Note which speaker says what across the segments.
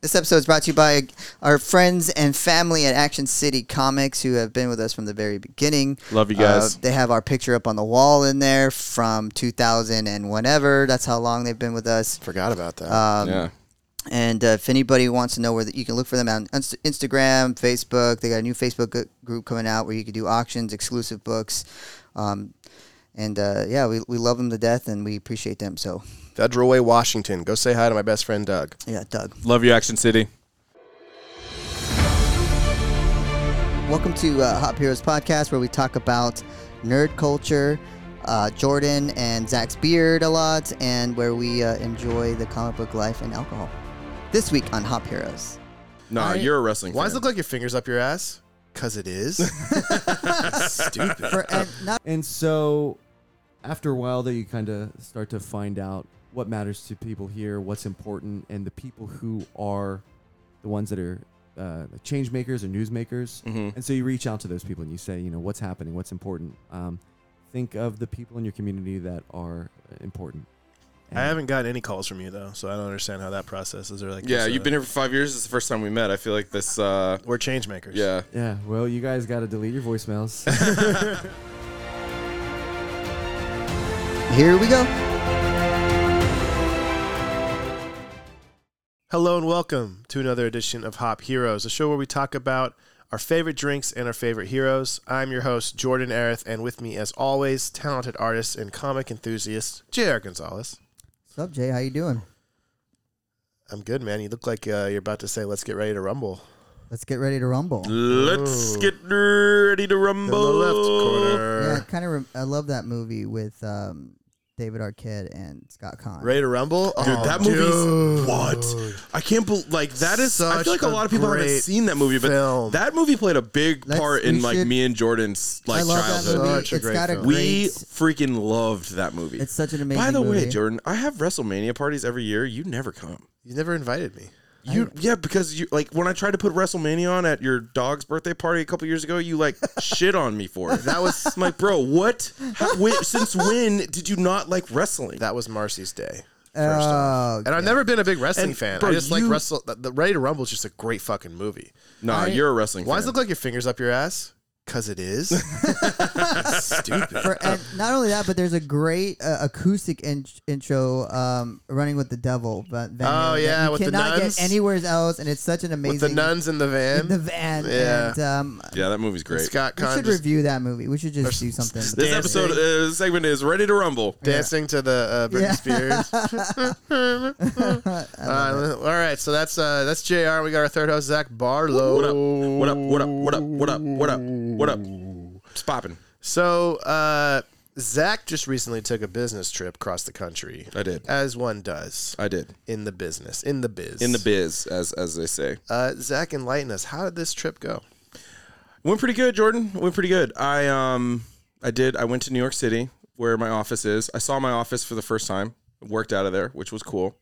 Speaker 1: This episode is brought to you by our friends and family at Action City Comics who have been with us from the very beginning. Uh,
Speaker 2: Love you guys.
Speaker 1: they have our picture up on the wall in there from 2000 and whenever. That's how long they've been with us.
Speaker 3: Forgot about that.
Speaker 1: Um,
Speaker 2: yeah.
Speaker 1: And uh, if anybody wants to know where the, you can look for them on Inst- Instagram, Facebook, they got a new Facebook g- group coming out where you can do auctions, exclusive books. Um, and uh, yeah, we, we love them to death and we appreciate them. So
Speaker 3: Federal Way, Washington. Go say hi to my best friend Doug.
Speaker 1: yeah, Doug.
Speaker 2: Love you, Action City.
Speaker 1: Welcome to uh, Hop Heroes Podcast where we talk about nerd culture, uh, Jordan and Zach's beard a lot, and where we uh, enjoy the comic book life and alcohol. This week on Hop Heroes.
Speaker 2: Nah,
Speaker 3: I-
Speaker 2: you're a wrestling
Speaker 3: Why
Speaker 2: fan.
Speaker 3: does it look like your fingers up your ass? Cause it is. Stupid.
Speaker 1: For, and not
Speaker 4: And so after a while there you kind of start to find out what matters to people here, what's important, and the people who are the ones that are uh, the change makers or news makers.
Speaker 2: Mhm.
Speaker 3: Mm-hmm.
Speaker 4: And so you reach out to those people and you say, you know, what's happening, what's important. Um, think of the people in your community that are uh, important.
Speaker 3: I haven't gotten any calls from you though, so I don't understand how that process is. Or like,
Speaker 2: Yeah,
Speaker 3: it's,
Speaker 2: you've
Speaker 3: uh,
Speaker 2: been here for five years. This is the first time we met. I feel like this. uh
Speaker 3: We're change makers.
Speaker 2: Yeah.
Speaker 4: Yeah, well, you guys got to delete your voicemails.
Speaker 1: here we go.
Speaker 3: Hello and welcome to another edition of Hop Heroes, a show where we talk about our favorite drinks and our favorite heroes. I'm your host, Jordan Arith, and with me, as always, talented artist and comic enthusiast, J.R. Gonzalez.
Speaker 1: What's up, Jay? How you doing?
Speaker 3: I'm good, man. You look like uh, you're about to say, let's get ready to rumble.
Speaker 1: Let's get ready to rumble.
Speaker 2: Let's get ready to
Speaker 3: In
Speaker 2: rumble.
Speaker 3: the left
Speaker 1: Yeah,
Speaker 3: corner.
Speaker 1: kind of. Re- I love that movie with um, David Arquette and Scott Conn.
Speaker 3: Ready to rumble?
Speaker 2: Dude,
Speaker 3: Oh,
Speaker 2: that movie's
Speaker 3: dude.
Speaker 2: what? I can't believe like that is. I
Speaker 3: Such
Speaker 2: feel like a
Speaker 3: a
Speaker 2: lot of people haven't
Speaker 3: great
Speaker 2: seen that movie, but
Speaker 3: film.
Speaker 2: that movie played a big
Speaker 1: Let's-
Speaker 2: part
Speaker 1: we
Speaker 2: in like
Speaker 1: should-
Speaker 2: me and Jordan's like
Speaker 1: I love
Speaker 2: childhood.
Speaker 1: that movie.
Speaker 3: Such a
Speaker 1: it's
Speaker 3: great
Speaker 1: got a
Speaker 3: film.
Speaker 1: great.
Speaker 2: We freaking loved that movie.
Speaker 1: it's such an amazing.
Speaker 2: By the way,
Speaker 1: movie.
Speaker 2: Jordan, I have WrestleMania parties every year. You never come.
Speaker 3: You never invited me.
Speaker 2: You yeah, because you like when I tried to put WrestleMania on at your dog's birthday party a couple years ago, you like shit on me for it. That was I'm like, bro, what? How, when, since when did you not like wrestling?
Speaker 3: That was Marcy's day. First off.
Speaker 1: Oh,
Speaker 3: And I've never been a big wrestling
Speaker 2: And,
Speaker 3: fan.
Speaker 2: bro,
Speaker 3: I just like
Speaker 2: you-
Speaker 3: wrestle. The, the Ready to Rumble is just a great fucking movie.
Speaker 2: nah, you're a wrestling.
Speaker 3: Why
Speaker 2: fan.
Speaker 3: does it look like your fingers up your ass? Cause it is. Stupid.
Speaker 1: for, and not only that, but there's a great uh, acoustic in- intro, um, "Running with the Devil." But Van
Speaker 3: Oh,
Speaker 1: Halen, that
Speaker 3: yeah,
Speaker 1: you
Speaker 3: with the
Speaker 1: cannot
Speaker 3: nuns.
Speaker 1: get anywhere else, and it's such an amazing.
Speaker 3: with the nuns in the van.
Speaker 1: in the van.
Speaker 3: Yeah.
Speaker 1: And, um,
Speaker 2: Yeah, that movie's great.
Speaker 3: Scott
Speaker 1: we
Speaker 3: Conn
Speaker 1: should
Speaker 3: just
Speaker 1: review that movie. We should just do something.
Speaker 2: This
Speaker 3: Dancing.
Speaker 2: episode uh, segment is ready to rumble.
Speaker 3: dancing to the uh, Britney
Speaker 1: Yeah.
Speaker 3: Spears. uh, all right, so that's uh, that's Jr. We got our third host Zach Barlow.
Speaker 2: What up? What up? What up? What up? What up? What up? What up? It's popping.
Speaker 3: So uh, Zach just recently took a business trip across the country,
Speaker 2: I did.
Speaker 3: as one does
Speaker 2: I did
Speaker 3: in the business, in the biz,
Speaker 2: in the biz, as as they say.
Speaker 3: Uh, Zach, enlighten us. How did this trip go?
Speaker 2: Went pretty good, Jordan. Went pretty good. I um I did I went to New York City where my office is. I saw my office for the first time. Worked out of there, which was cool.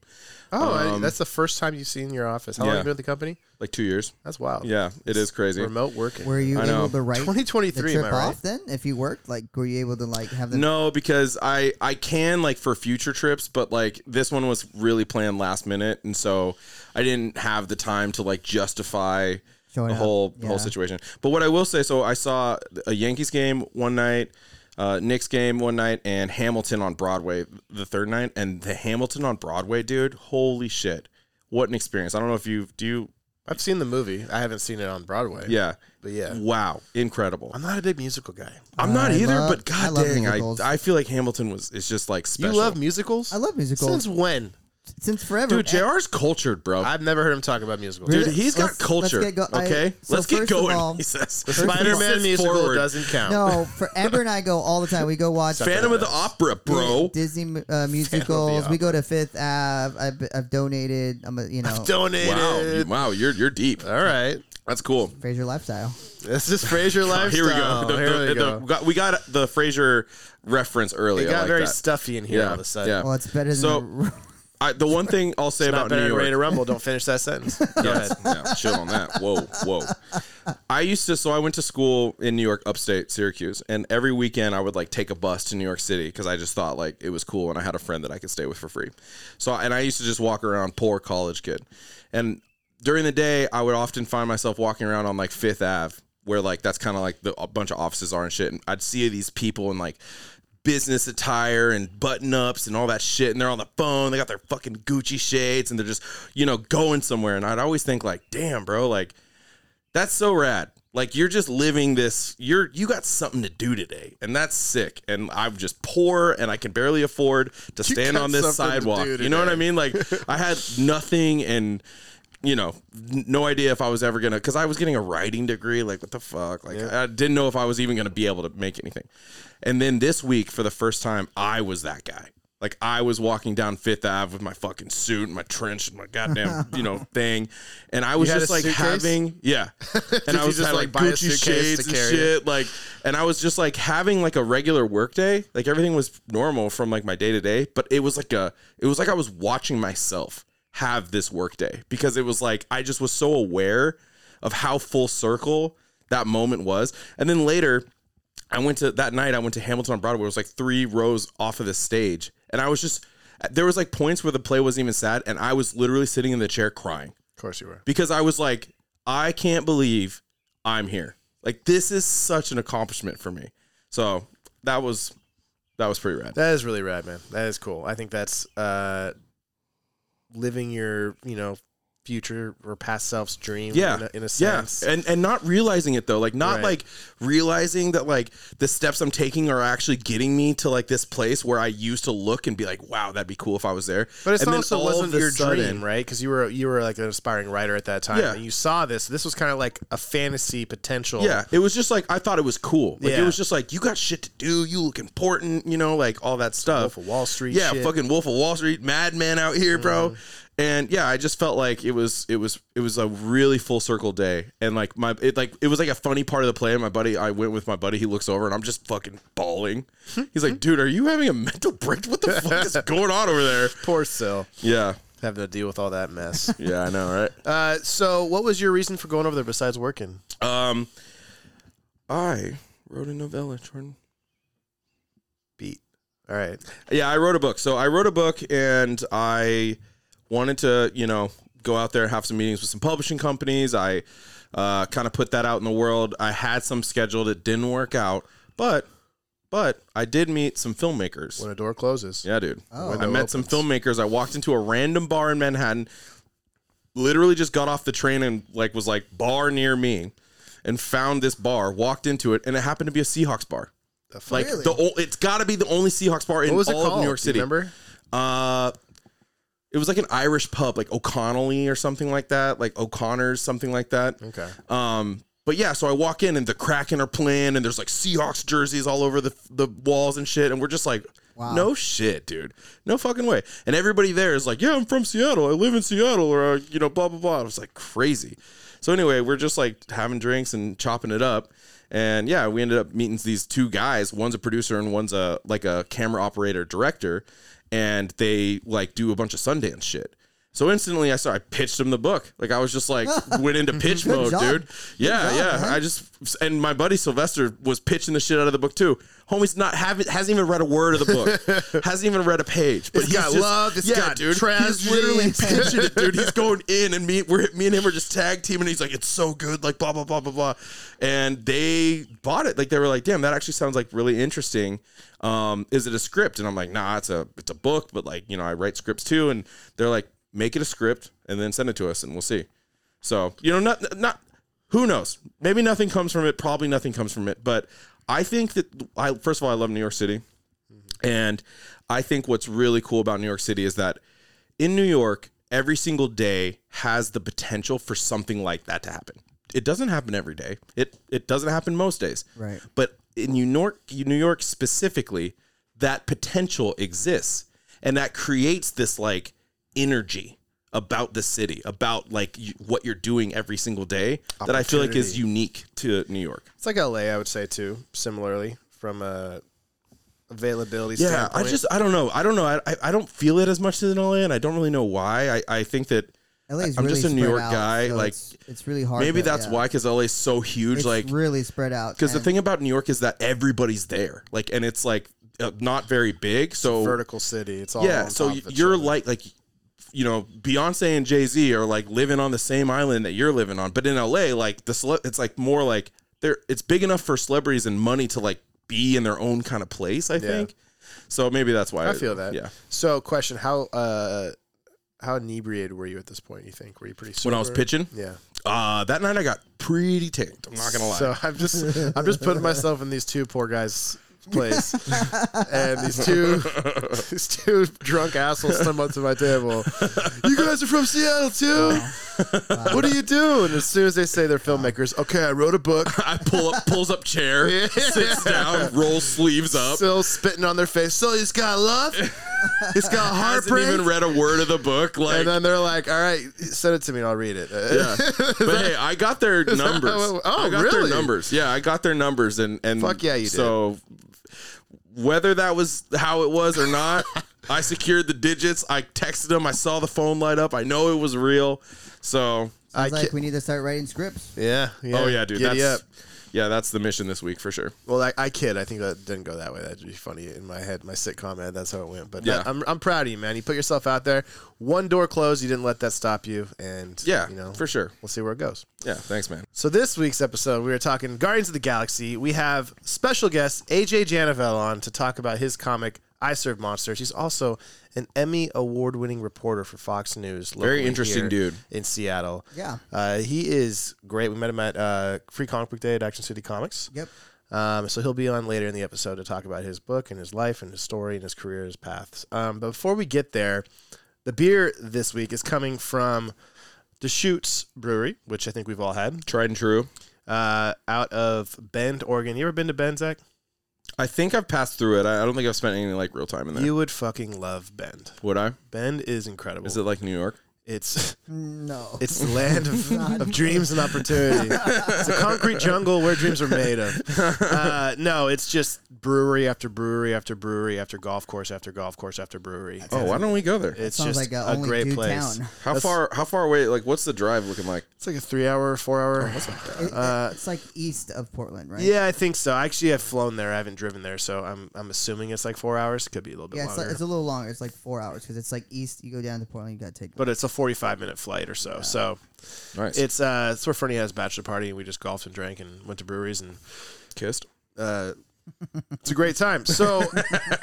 Speaker 3: Oh, I- that's the first time you've seen your office. How long
Speaker 2: Um, yeah.
Speaker 3: have you been with the company?
Speaker 2: Like 2 years.
Speaker 3: That's wild.
Speaker 2: Yeah, it is crazy.
Speaker 3: Remote working.
Speaker 1: Were you
Speaker 2: I know.
Speaker 1: able to write the
Speaker 3: 2023, am
Speaker 1: trip
Speaker 3: I right?
Speaker 1: off then? If you worked, like, were you able to like have the
Speaker 2: No, because I I can like for future trips, but like this one was really planned last minute, and so I didn't have the time to like justify
Speaker 1: Showing
Speaker 2: the
Speaker 1: up,
Speaker 2: whole
Speaker 1: yeah.
Speaker 2: whole situation. But what I will say, so I saw a Yankees game one night, uh, Knicks game one night, and Hamilton on Broadway the third night, and the Hamilton on Broadway, dude, holy shit, what an experience! I don't know if you do, you,
Speaker 3: I've seen the movie. I haven't seen it on Broadway.
Speaker 2: yeah,
Speaker 3: But yeah.
Speaker 2: wow, incredible.
Speaker 3: I'm not a big musical guy.
Speaker 2: I'm not
Speaker 1: I
Speaker 2: either,
Speaker 1: love-
Speaker 2: but
Speaker 1: I
Speaker 2: god
Speaker 1: love
Speaker 2: dang,
Speaker 1: musicals.
Speaker 2: I, I feel like Hamilton was is just like special.
Speaker 3: You love musicals?
Speaker 1: I love musicals
Speaker 3: Since when?
Speaker 1: since forever.
Speaker 2: Dude, JR's cultured, bro.
Speaker 3: I've never heard him talk about musicals.
Speaker 2: Dude,
Speaker 1: Really?
Speaker 2: he's got
Speaker 1: Let's-
Speaker 2: culture.
Speaker 1: let's get go- I-
Speaker 2: okay,
Speaker 1: so
Speaker 2: let's get
Speaker 1: first of
Speaker 2: going.
Speaker 1: all-
Speaker 2: he says
Speaker 3: the Spider-Man
Speaker 2: He sits
Speaker 3: musical
Speaker 2: forward.
Speaker 3: doesn't count.
Speaker 1: No, for Amber and I go all the time. We go watch
Speaker 2: Phantom of the Opera, bro.
Speaker 1: Disney uh, musicals. We
Speaker 3: Opera.
Speaker 1: go to Fifth Ave. I've, I've donated. I'm a, you know,
Speaker 3: Donated.
Speaker 2: Wow, you- wow, you're you're deep.
Speaker 3: All right.
Speaker 2: That's cool.
Speaker 1: Fraser lifestyle.
Speaker 3: This is Frasier
Speaker 2: Oh,
Speaker 3: Lifestyle.
Speaker 2: here we go. The-
Speaker 3: uh, Here
Speaker 2: the-
Speaker 3: we
Speaker 2: the-
Speaker 3: go.
Speaker 2: got- we got the Fraser reference earlier.
Speaker 3: it got
Speaker 2: like
Speaker 3: very
Speaker 2: that.
Speaker 3: stuffy in here
Speaker 2: Yeah,
Speaker 3: all of a sudden.
Speaker 2: yeah.
Speaker 1: Well, it's better than
Speaker 2: So-
Speaker 1: the,
Speaker 2: I, the one thing I'll say
Speaker 3: Not
Speaker 2: about New
Speaker 3: better than
Speaker 2: York,
Speaker 3: Ready to Rumble. Don't finish that sentence. Go
Speaker 2: Yeah,
Speaker 3: ahead.
Speaker 2: yeah, chill on that. Whoa, whoa. I used to, so I went to school in New York, upstate Syracuse, and every weekend I would like take a bus to New York City because I just thought like it was cool and I had a friend that I could stay with for free. So, and I used to just walk around, poor college kid. And during the day, I would often find myself walking around on like Fifth Ave, where like that's kind of like the, a bunch of offices are and shit. And I'd see these people in like business attire and button ups and all that shit, and they're on the phone. They got their fucking Gucci shades, and they're just you know going somewhere. And I'd always think like, damn, bro, like that's so rad. Like you're just living this. You're you got something to do today, and that's sick. And I'm just poor, and I can barely afford to stand
Speaker 3: got
Speaker 2: on this
Speaker 3: something to
Speaker 2: sidewalk.
Speaker 3: do
Speaker 2: You know what I
Speaker 3: today.
Speaker 2: mean? Like I had nothing, and you know, n- no idea if I was ever gonna. Because I was getting a writing degree. Like what the fuck? Like I didn't know if I was even gonna be able to make anything. And then this week, for the first time, I was that guy. Like I was walking down Fifth Ave with my fucking suit and my trench and my goddamn you know thing, and I was
Speaker 3: had
Speaker 2: just
Speaker 3: a
Speaker 2: like
Speaker 3: suitcase?
Speaker 2: having yeah, and I
Speaker 3: you
Speaker 2: was
Speaker 3: just,
Speaker 2: had,
Speaker 3: like,
Speaker 2: like,
Speaker 3: buy a
Speaker 2: Gucci
Speaker 3: suitcase
Speaker 2: shades
Speaker 3: to
Speaker 2: and
Speaker 3: carry
Speaker 2: shit like, and I was just like having like a regular work day, like everything was normal from like my day to day, but it was like a it was like I was watching myself have this work day because it was like I just was so aware of how full circle that moment was, and then later I went to that night. I went to Hamilton on Broadway. It was like three rows off of the stage, and I was just there was like points where the play wasn't even sad, and I was literally sitting in the chair crying
Speaker 3: Of course you were.
Speaker 2: because I was like, I can't believe I'm here. Like this is such an accomplishment for me. So that was that was pretty rad.
Speaker 3: That is really rad, man. That is cool. I think that's uh, living your, you know, future or past self's dream.
Speaker 2: Yeah.
Speaker 3: in a, in a
Speaker 2: Yeah,
Speaker 3: sense.
Speaker 2: and and not realizing it though, like not
Speaker 3: Right.
Speaker 2: like realizing that like the steps I'm taking are actually getting me to like this place where I used to look and be like, wow, that'd be cool if I was there.
Speaker 3: But it
Speaker 2: and
Speaker 3: also
Speaker 2: all
Speaker 3: wasn't
Speaker 2: of a
Speaker 3: your
Speaker 2: sudden-
Speaker 3: dream, right? Because you were you were like an aspiring writer at that time,
Speaker 2: Yeah.
Speaker 3: and you saw this. This was kind of like a fantasy potential.
Speaker 2: Yeah, it was just like I thought it was cool. Like
Speaker 3: Yeah.
Speaker 2: it was just like you got shit to do, you look important, you know, like all that stuff.
Speaker 3: Wolf of Wall Street
Speaker 2: yeah,
Speaker 3: shit.
Speaker 2: fucking Wolf of Wall Street, madman out here, bro. And yeah, I just felt like it was it was it was a really full circle day, and like my it like it was like a funny part of the play. And my buddy, I went with my buddy. He looks over, and I'm just fucking bawling. He's like, "Dude, are you having a mental break? What the fuck is going on over there?"
Speaker 3: Poor Sil
Speaker 2: Yeah,
Speaker 3: having to deal with all that mess.
Speaker 2: yeah, I know, right?
Speaker 3: uh, so, what was your reason for going over there besides working?
Speaker 2: Um, I wrote a novella, Jordan.
Speaker 3: Beat. All right.
Speaker 2: Yeah, I wrote a book. So I wrote a book and I wanted to, you know, go out there and have some meetings with some publishing companies. I uh, kind of put that out in the world. I had some scheduled. It didn't work out, but but I did meet some filmmakers.
Speaker 3: When a door closes,
Speaker 2: Yeah, dude.
Speaker 1: Oh.
Speaker 2: I met some filmmakers. I walked into a random bar in Manhattan, literally just got off the train and like was like bar near me, and found this bar. Walked into it, and it happened to be a Seahawks bar. Like
Speaker 1: Really?
Speaker 2: the o- it's got to be the only Seahawks bar in
Speaker 3: what was it
Speaker 2: all
Speaker 3: called?
Speaker 2: of New York
Speaker 3: Do you
Speaker 2: City.
Speaker 3: remember?
Speaker 2: Uh, it was like an Irish pub, like O'Connelly or something like that, like O'Connor's, something like that.
Speaker 3: Okay.
Speaker 2: Um, but yeah, so I walk in and the Kraken are playing, and there's like Seahawks jerseys all over the the walls and shit, and we're just like,
Speaker 1: Wow.
Speaker 2: no shit, dude, no fucking way. And everybody there is like, yeah, I'm from Seattle, I live in Seattle, or uh, you know, blah blah blah. I was like crazy. So anyway, we're just like having drinks and chopping it up, and yeah, we ended up meeting these two guys. One's a producer and one's a like a camera operator director, and they like do a bunch of Sundance shit. So instantly, I started. I pitched him the book. Like I was just like went into pitch mode,
Speaker 1: job.
Speaker 2: dude. Yeah,
Speaker 1: job,
Speaker 2: yeah.
Speaker 1: man.
Speaker 2: I just and my buddy Sylvester was pitching the shit out of the book too. Homie's not haven't hasn't even read a word of the book. hasn't even read a page. But
Speaker 3: It's
Speaker 2: he's
Speaker 3: got
Speaker 2: just,
Speaker 3: love, it's got
Speaker 2: He's
Speaker 3: tragedy.
Speaker 2: literally pitching it, dude. He's going in, and me, we're me and him are just tag teaming. He's like, it's so good, like blah blah blah blah blah. And they bought it. Like they were like, damn, that actually sounds like really interesting. Um, is it a script? And I'm like, nah, it's a it's a book, but like you know, I write scripts too. And they're like, make it a script and then send it to us, and we'll see. So you know, not not who knows. Maybe nothing comes from it. Probably nothing comes from it. But I think that I first of all, I love New York City, and I think what's really cool about New York City is that in New York, every single day has the potential for something like that to happen. It doesn't happen every day. It it doesn't happen most days.
Speaker 1: Right.
Speaker 2: But in New York, New York specifically, that potential exists, and that creates this like energy about the city, about like you, what you're doing every single day that I feel like is unique to New York.
Speaker 3: It's like LA, I would say too. Similarly, from a availability.
Speaker 2: Yeah,
Speaker 3: standpoint.
Speaker 2: I just I don't know. I don't know. I I- I don't feel it as much as in LA, and I don't really know why. I I think that.
Speaker 1: LA is
Speaker 2: I'm
Speaker 1: really
Speaker 2: just a New
Speaker 1: spread
Speaker 2: York
Speaker 1: out,
Speaker 2: guy,
Speaker 1: so
Speaker 2: like,
Speaker 1: it's, it's really hard.
Speaker 2: Maybe
Speaker 1: to-
Speaker 2: that's
Speaker 1: yeah.
Speaker 2: why, because LA is so huge.
Speaker 1: It's
Speaker 2: like,
Speaker 1: really spread out.
Speaker 2: because the
Speaker 1: and-
Speaker 2: thing about New York is that everybody's there, like, and it's like uh, not very big. So
Speaker 3: vertical city. It's all
Speaker 2: yeah,
Speaker 3: on
Speaker 2: so
Speaker 3: top
Speaker 2: y-
Speaker 3: of each
Speaker 2: you're
Speaker 3: other.
Speaker 2: like like you know, Beyonce and Jay Z are like living on the same island that you're living on. But in LA, like the cele- it's like more like they're it's big enough for celebrities and money to like be in their own kind of place. I think. So maybe that's why
Speaker 3: I feel that.
Speaker 2: Yeah.
Speaker 3: So, question: How uh, how inebriated were you at this point? You think were you pretty? Sober?
Speaker 2: When I was pitching,
Speaker 3: Yeah.
Speaker 2: uh, that night I got pretty ticked. I'm not gonna lie.
Speaker 3: So I'm just I'm just putting myself in these two poor guys' place, and these two these two drunk assholes come up to my table. You guys are from Seattle too. What do you do? And as soon as they say they're filmmakers, okay, I wrote a book.
Speaker 2: I pull up, pulls up chair, sits down, rolls sleeves up.
Speaker 3: Still spitting on their face. So he's got love. He's got
Speaker 2: hasn't
Speaker 3: heartbreak.
Speaker 2: even read a word of the book. Like,
Speaker 3: and then they're like, "All right, send it to me. and I'll read it."
Speaker 2: yeah. But hey, I got their numbers.
Speaker 3: how it- oh,
Speaker 2: I got
Speaker 3: really?
Speaker 2: their numbers. Yeah, I got their numbers, and and
Speaker 3: Fuck yeah, you did.
Speaker 2: So whether that was how it was or not, I secured the digits. I texted them. I saw the phone light up. I know it was real. So
Speaker 3: I
Speaker 1: Sounds like
Speaker 3: ca-
Speaker 1: we need to start writing scripts.
Speaker 3: yeah, yeah.
Speaker 2: oh yeah, dude,
Speaker 3: Giddy
Speaker 2: that's
Speaker 3: up.
Speaker 2: yeah, that's the mission this week for sure.
Speaker 3: Well, I, I kid. I think that didn't go that way. That'd be funny in my head, my sitcom head. That's how it went. But
Speaker 2: Yeah.
Speaker 3: I'm, I'm proud of you, man. You put yourself out there. One door closed. You didn't let that stop you. And
Speaker 2: Yeah,
Speaker 3: you know,
Speaker 2: for sure.
Speaker 3: We'll see where it goes.
Speaker 2: Yeah, thanks, man.
Speaker 3: So this week's episode, we are talking Guardians of the Galaxy. We have special guest AJ Janavel on to talk about his comic I Serve Monsters. He's also an Emmy award-winning reporter for Fox News. locally
Speaker 2: interesting
Speaker 3: here
Speaker 2: dude.
Speaker 3: in Seattle.
Speaker 1: Yeah.
Speaker 3: uh, he is great. We met him at uh, Free Comic Book Day at Action City Comics.
Speaker 1: Yep.
Speaker 3: Um, so he'll be on later in the episode to talk about his book and his life and his story and his career, his paths. Um, but before we get there, the beer this week is coming from Deschutes Brewery, which I think we've all had,
Speaker 2: Tried and true.
Speaker 3: uh, out of Bend, Oregon. You ever been to Bend, Zach?
Speaker 2: I think I've passed through it. I, I don't think I've spent any like real time in there.
Speaker 3: You would fucking love Bend.
Speaker 2: Would I?
Speaker 3: Bend is incredible.
Speaker 2: Is it like New York?
Speaker 3: it's
Speaker 1: No.
Speaker 3: it's the land of, of dreams and opportunity. It's a concrete jungle where dreams are made of. Uh, no, it's just brewery after brewery after brewery after golf course after golf course after brewery.
Speaker 2: Oh, why don't we go there?
Speaker 3: It's
Speaker 1: Sounds
Speaker 3: just
Speaker 1: like a
Speaker 3: a,
Speaker 1: only
Speaker 3: great
Speaker 1: do
Speaker 3: place.
Speaker 1: town.
Speaker 2: How far? How far away? Like, what's the drive looking like?
Speaker 3: It's like a three-hour, four-hour.
Speaker 2: Oh,
Speaker 1: It-
Speaker 3: Uh,
Speaker 1: it's like east of Portland, right?
Speaker 3: yeah, I think so. Actually, I've flown there. I haven't driven there, so I'm I'm assuming it's like four hours. Could be a little bit
Speaker 1: Yeah, it's,
Speaker 3: longer,
Speaker 1: like, it's a little longer. It's like four hours because it's like east. You go down to Portland, you gotta take.
Speaker 3: but it's a 45 minute flight or so. So
Speaker 2: Nice.
Speaker 3: it's uh, it's where Fernie had his bachelor party, and we just golfed and drank and went to breweries, and
Speaker 2: kissed.
Speaker 3: uh, it's a great time. So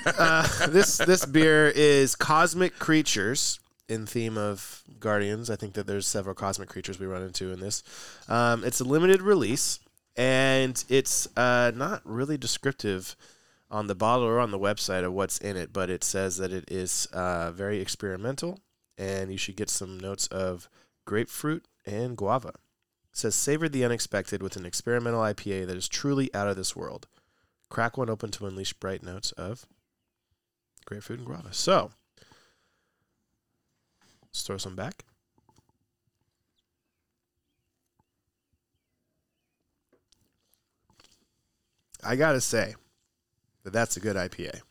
Speaker 3: uh, this this beer is Cosmic Creatures in theme of Guardians. I think that there's several cosmic creatures we run into in this. Um, it's a limited release, and it's uh, not really descriptive on the bottle or on the website of what's in it, but it says that it is uh, very experimental, and you should get some notes of grapefruit and guava. It says savor the unexpected with an experimental IPA that is truly out of this world. Crack one open to unleash bright notes of grapefruit and guava. So, let's throw some back. I gotta say that that's a good IPA.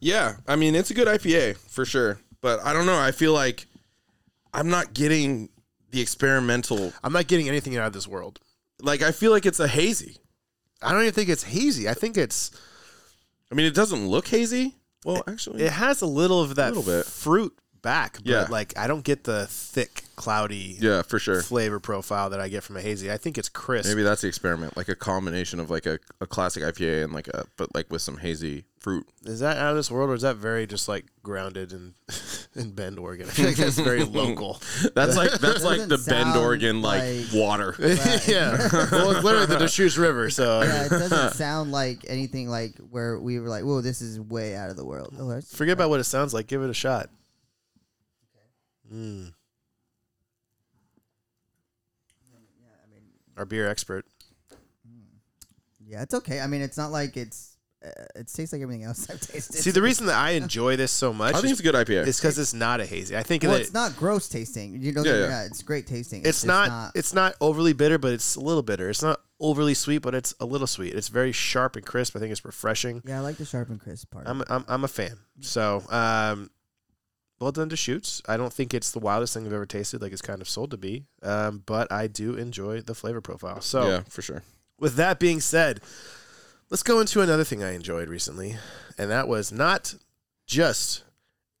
Speaker 2: Yeah, I mean it's a good IPA for sure, but I don't know. I feel like I'm not getting the experimental.
Speaker 3: I'm not getting anything out of this world.
Speaker 2: Like I feel like it's a hazy.
Speaker 3: I don't even think it's hazy. I think it's
Speaker 2: I mean it doesn't look hazy. Well, actually,
Speaker 3: it has a little of that
Speaker 2: Hmm. Little bit.
Speaker 3: fruit back, but
Speaker 2: Yeah.
Speaker 3: like I don't get the thick, cloudy
Speaker 2: yeah, for sure.
Speaker 3: flavor profile that I get from a hazy. I think it's crisp.
Speaker 2: Maybe that's the experiment, like a combination of like a, a classic IPA and like a but like with some hazy fruit.
Speaker 3: Is that out of this world, or is that very just like grounded in in Bend, Oregon? I feel like that's very local.
Speaker 2: That's like that's like the
Speaker 1: doesn't
Speaker 2: Bend,
Speaker 1: sound
Speaker 2: Oregon like,
Speaker 1: like-
Speaker 2: water.
Speaker 3: yeah, well, it's literally the Deschutes River. So uh,
Speaker 1: Yeah, it doesn't sound like anything like where we were like, "Whoa, this is way out of the world." Oh, that's-
Speaker 3: forget about what it sounds like. Give it a shot. Hmm. Mm. Our beer expert.
Speaker 1: yeah, it's okay. I mean, it's not like it's. Uh, it tastes like everything else I've tasted.
Speaker 3: See, the reason that I enjoy this so much
Speaker 2: I think it's
Speaker 3: is
Speaker 2: a good IPA.
Speaker 3: because it's not a hazy. I think
Speaker 1: well,
Speaker 3: that
Speaker 1: it's not gross tasting. You know,
Speaker 2: Yeah,
Speaker 1: yeah,
Speaker 2: yeah.
Speaker 1: it's great tasting.
Speaker 3: it's
Speaker 1: just
Speaker 3: not, it's not overly bitter, but it's a little bitter. It's not overly sweet, but it's a little sweet. It's very sharp and crisp. I think it's refreshing.
Speaker 1: yeah, I like the sharp and crisp part.
Speaker 3: I'm I'm I'm a fan. So um, well done to shoots. I don't think it's the wildest thing I've ever tasted. Like it's kind of sold to be, um, but I do enjoy the flavor profile. So
Speaker 2: Yeah, for sure.
Speaker 3: with that being said, let's go into another thing I enjoyed recently, and that was not just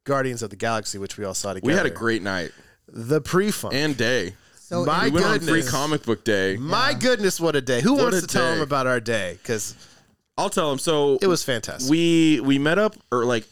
Speaker 3: Guardians of the Galaxy, which we all saw together.
Speaker 2: We had a great night
Speaker 3: the pre-funk.
Speaker 2: and day.
Speaker 1: So
Speaker 3: My
Speaker 2: we went on
Speaker 3: goodness.
Speaker 2: free comic book day.
Speaker 3: My goodness, what a day! Who
Speaker 2: What
Speaker 3: wants
Speaker 2: a
Speaker 3: to tell
Speaker 2: day.
Speaker 3: him about our day? Because
Speaker 2: I'll tell them. So
Speaker 3: it was fantastic.
Speaker 2: we we met up or like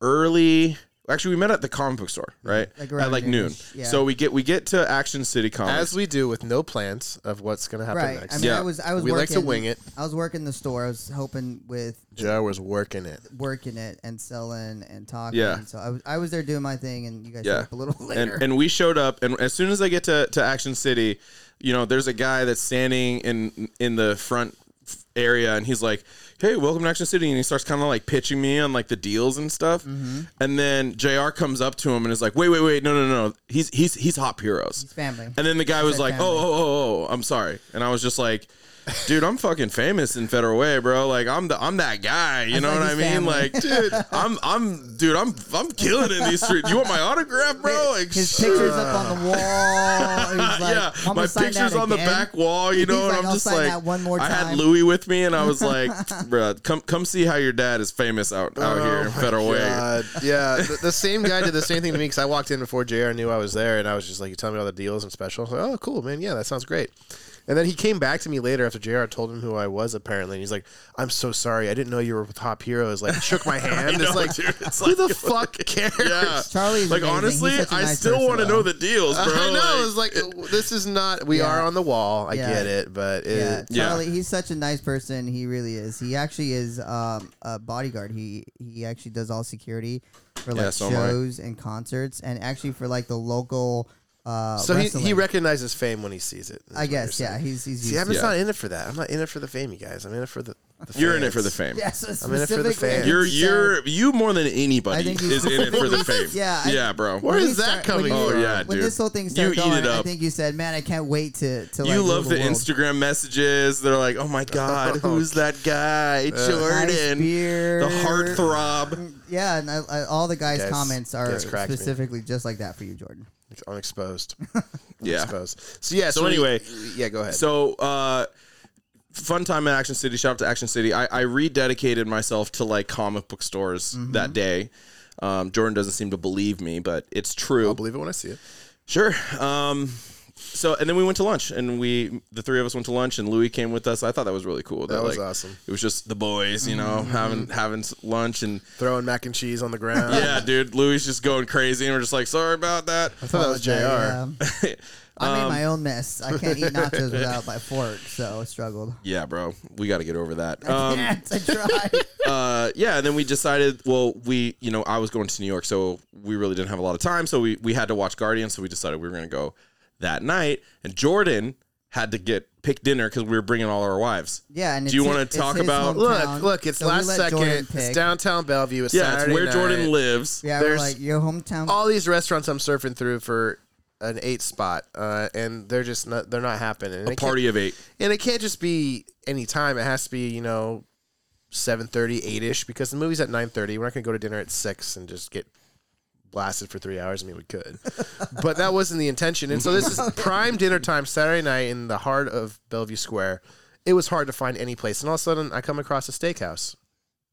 Speaker 2: early. Actually, we met at the comic book store,
Speaker 3: Mm-hmm.
Speaker 2: right?
Speaker 1: Like around
Speaker 2: at like noon.
Speaker 1: noonish, yeah.
Speaker 2: So we get we get to Action City Comics.
Speaker 3: as we do with no plans of what's going to happen
Speaker 1: right.
Speaker 3: next.
Speaker 1: I mean,
Speaker 2: Yeah.
Speaker 1: I was I was
Speaker 3: We like
Speaker 1: working,
Speaker 3: to wing it.
Speaker 1: I was working the store. I was helping with
Speaker 3: Joe was working it.
Speaker 1: working it and selling and talking.
Speaker 2: Yeah.
Speaker 1: So I was I was there doing my thing, and you guys showed
Speaker 2: yeah
Speaker 1: up a little later.
Speaker 2: and, and we showed up and as soon as i get to, to action city you know there's a guy that's standing in in the front f- area and he's like hey welcome to action city and he starts kind of like pitching me on like the deals and stuff
Speaker 1: Mm-hmm.
Speaker 2: and then jr comes up to him and is like wait wait wait no no no he's he's he's hop heroes
Speaker 1: He's family.
Speaker 2: and then the guy was
Speaker 1: said
Speaker 2: like
Speaker 1: family.
Speaker 2: oh oh oh oh i'm sorry and i was just like Dude, I'm fucking famous in Federal Way, bro. Like I'm the I'm that guy. You know
Speaker 1: like,
Speaker 2: what I
Speaker 1: "He's
Speaker 2: mean?
Speaker 1: family."
Speaker 2: Like dude, I'm I'm dude, I'm I'm killing it in these streets. You want my autograph, bro? Like
Speaker 1: His
Speaker 2: shit.
Speaker 1: picture's up on the wall. and He's like,
Speaker 2: yeah,
Speaker 1: "I'm gonna
Speaker 2: my
Speaker 1: sign that
Speaker 2: picture's on the
Speaker 1: again."
Speaker 2: back wall, you know,
Speaker 1: He's
Speaker 2: and
Speaker 1: like,
Speaker 2: I'm
Speaker 1: "I'll
Speaker 2: just
Speaker 1: sign
Speaker 2: like,
Speaker 1: that one more
Speaker 2: I had
Speaker 1: time.
Speaker 2: Louis with me, and I was like, bro, come come see how your dad is famous out, out here in Federal Way.
Speaker 3: Oh God. Yeah, the, the same guy did the same thing to me because I walked in before Jr. knew I was there, and I was just like, "You tell me all the deals and specials." I was like, oh, cool, man. Yeah, that sounds great. And then he came back to me later after Jr. told him who I was apparently, and he's like, "I'm so sorry, I didn't know you were with Top Heroes." Like, shook my hand.
Speaker 2: know,
Speaker 3: it's like,
Speaker 2: dude, it's
Speaker 3: who
Speaker 2: like-
Speaker 3: the fuck cares?
Speaker 2: Yeah,
Speaker 1: Charlie's
Speaker 2: like
Speaker 1: amazing.
Speaker 2: honestly,
Speaker 1: He's such a
Speaker 2: I
Speaker 1: nice
Speaker 2: still
Speaker 1: person,
Speaker 2: want to
Speaker 1: though.
Speaker 2: know the deals, bro.
Speaker 3: I know.
Speaker 2: Like,
Speaker 3: It's like this is not. We
Speaker 1: Yeah.
Speaker 3: are on the wall. I
Speaker 1: Yeah.
Speaker 3: get it, but it,
Speaker 1: Yeah,
Speaker 2: Yeah.
Speaker 1: Charlie, he's such a nice person. He really is. He actually is um, a bodyguard. He he actually does all security for like
Speaker 2: Yeah, so am I.
Speaker 1: shows and concerts, and actually for like the local. Uh,
Speaker 3: so he, he
Speaker 1: wrestling.
Speaker 3: recognizes fame when he sees it. is
Speaker 1: I
Speaker 3: what
Speaker 1: guess
Speaker 3: you're
Speaker 1: yeah.
Speaker 3: saying.
Speaker 1: He's he's
Speaker 3: See,
Speaker 1: used
Speaker 3: I'm
Speaker 1: to
Speaker 3: just
Speaker 2: Yeah.
Speaker 3: not in it for that. I'm not in it for the fame, you guys. I'm in it for the. the
Speaker 2: you're in it for the
Speaker 3: fans.
Speaker 2: fame.
Speaker 1: Yeah, so
Speaker 3: I'm in it for the
Speaker 1: specifically-
Speaker 3: fans.
Speaker 2: You're
Speaker 1: So-
Speaker 2: you're you more than
Speaker 1: uh, I
Speaker 2: anybody
Speaker 1: think he's-
Speaker 2: is in it for the fame.
Speaker 1: Yeah, I-
Speaker 2: yeah, bro.
Speaker 3: Where
Speaker 1: When
Speaker 3: is
Speaker 1: you
Speaker 3: that
Speaker 1: start-
Speaker 3: coming
Speaker 1: when you-
Speaker 2: oh yeah, dude.
Speaker 1: When this whole thing started
Speaker 2: you eat
Speaker 1: going,
Speaker 2: it
Speaker 1: I
Speaker 2: up.
Speaker 1: think you said, "Man, I can't wait to to."
Speaker 2: you
Speaker 1: like,
Speaker 2: love
Speaker 1: rule
Speaker 2: the
Speaker 1: world."
Speaker 2: Instagram messages. They're like, "Oh my God, who's that
Speaker 1: Uh,
Speaker 2: guy, Jordan?
Speaker 1: beard.
Speaker 2: the heartthrob."
Speaker 1: Yeah, and I, I, all the guys'
Speaker 3: Guys-
Speaker 1: comments are
Speaker 3: guys cracked me.
Speaker 1: specifically just like that for you, Jordan.
Speaker 3: It's unexposed.
Speaker 2: Yeah.
Speaker 3: Exposed. So yeah.
Speaker 2: So
Speaker 3: So, we-
Speaker 2: anyway,
Speaker 3: yeah. Go ahead.
Speaker 2: So, uh, fun time at Action City. Shout out to Action City. I, I rededicated myself to like comic book stores
Speaker 1: Mm-hmm.
Speaker 2: that day. Um, Jordan doesn't seem to believe me, but it's true.
Speaker 3: I'll believe it when I see it.
Speaker 2: Sure. Um, so and then we went to lunch, and we the three of us went to lunch, and Louis came with us. I thought that was really cool.
Speaker 3: That was awesome. Mm-hmm.
Speaker 2: It was just the boys, you know, having having s- lunch, and
Speaker 3: Throwing mac and cheese on the ground.
Speaker 2: yeah, dude, Louis just going crazy, and we're just like, sorry about that.
Speaker 3: I thought that was Jr.
Speaker 1: Yeah. um, I made
Speaker 2: Um,
Speaker 1: my own mess. I can't eat nachos without my fork, so I struggled.
Speaker 2: Yeah, bro, we got to get over that.
Speaker 1: I
Speaker 2: Um,
Speaker 1: can't. I tried.
Speaker 2: uh, yeah, and then we decided, well, we, you know, I was going to New York, so we really didn't have a lot of time. So we, we had to watch Guardians, so we decided we were going to go that night. And Jordan had to get pick dinner because we were bringing all our wives.
Speaker 1: Yeah, and
Speaker 2: Do you
Speaker 1: it's-
Speaker 2: wanna
Speaker 1: it's
Speaker 2: talk
Speaker 1: his
Speaker 2: about-
Speaker 1: hometown,
Speaker 3: Look, look. It's
Speaker 1: so we
Speaker 3: last
Speaker 1: let
Speaker 3: second.
Speaker 1: Jordan
Speaker 3: It's
Speaker 1: pick.
Speaker 3: down Bellevue. It's
Speaker 2: Yeah,
Speaker 3: Saturday
Speaker 2: it's where
Speaker 3: night.
Speaker 2: Jordan lives.
Speaker 1: Yeah, we're
Speaker 3: There's Oh,
Speaker 1: like your hometown.
Speaker 3: all these restaurants I'm surfing through for an eight spot, uh, and they're just not they're not happening. And
Speaker 2: A
Speaker 3: it can't-
Speaker 2: party of eight.
Speaker 3: and it can't just be any time. It has to be you know. 7.30 8ish because the movie's at 9.30 we're not going to go to dinner at 6 and just get blasted for three hours i mean we could but that wasn't the intention and so this is prime dinner time saturday night in the heart of bellevue square it was hard to find any place and all of a sudden i come across a steakhouse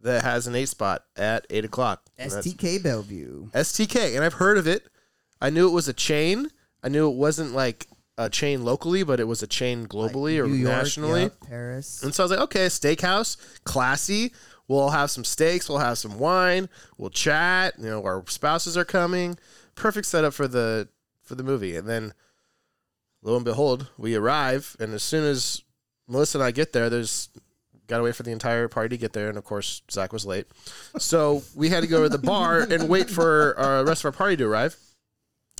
Speaker 3: that has an 8 spot at 8 o'clock And that's-
Speaker 1: STK Bellevue.
Speaker 3: STK, and I've heard of it. I knew it was a chain. I knew it wasn't like a chain locally, but it was a chain globally or
Speaker 1: New York,
Speaker 3: nationally.
Speaker 1: yep, Paris.
Speaker 3: And so I was like, okay, steakhouse, classy. We'll have some steaks. We'll have some wine. We'll chat. You know, our spouses are coming. Perfect setup for the for the movie. And then, lo and behold, we arrive. And as soon as Melissa and I get there, there's got to wait for the entire party to get there. And of course, Zach was late, so we had to go to the bar and wait for our rest of our party to arrive.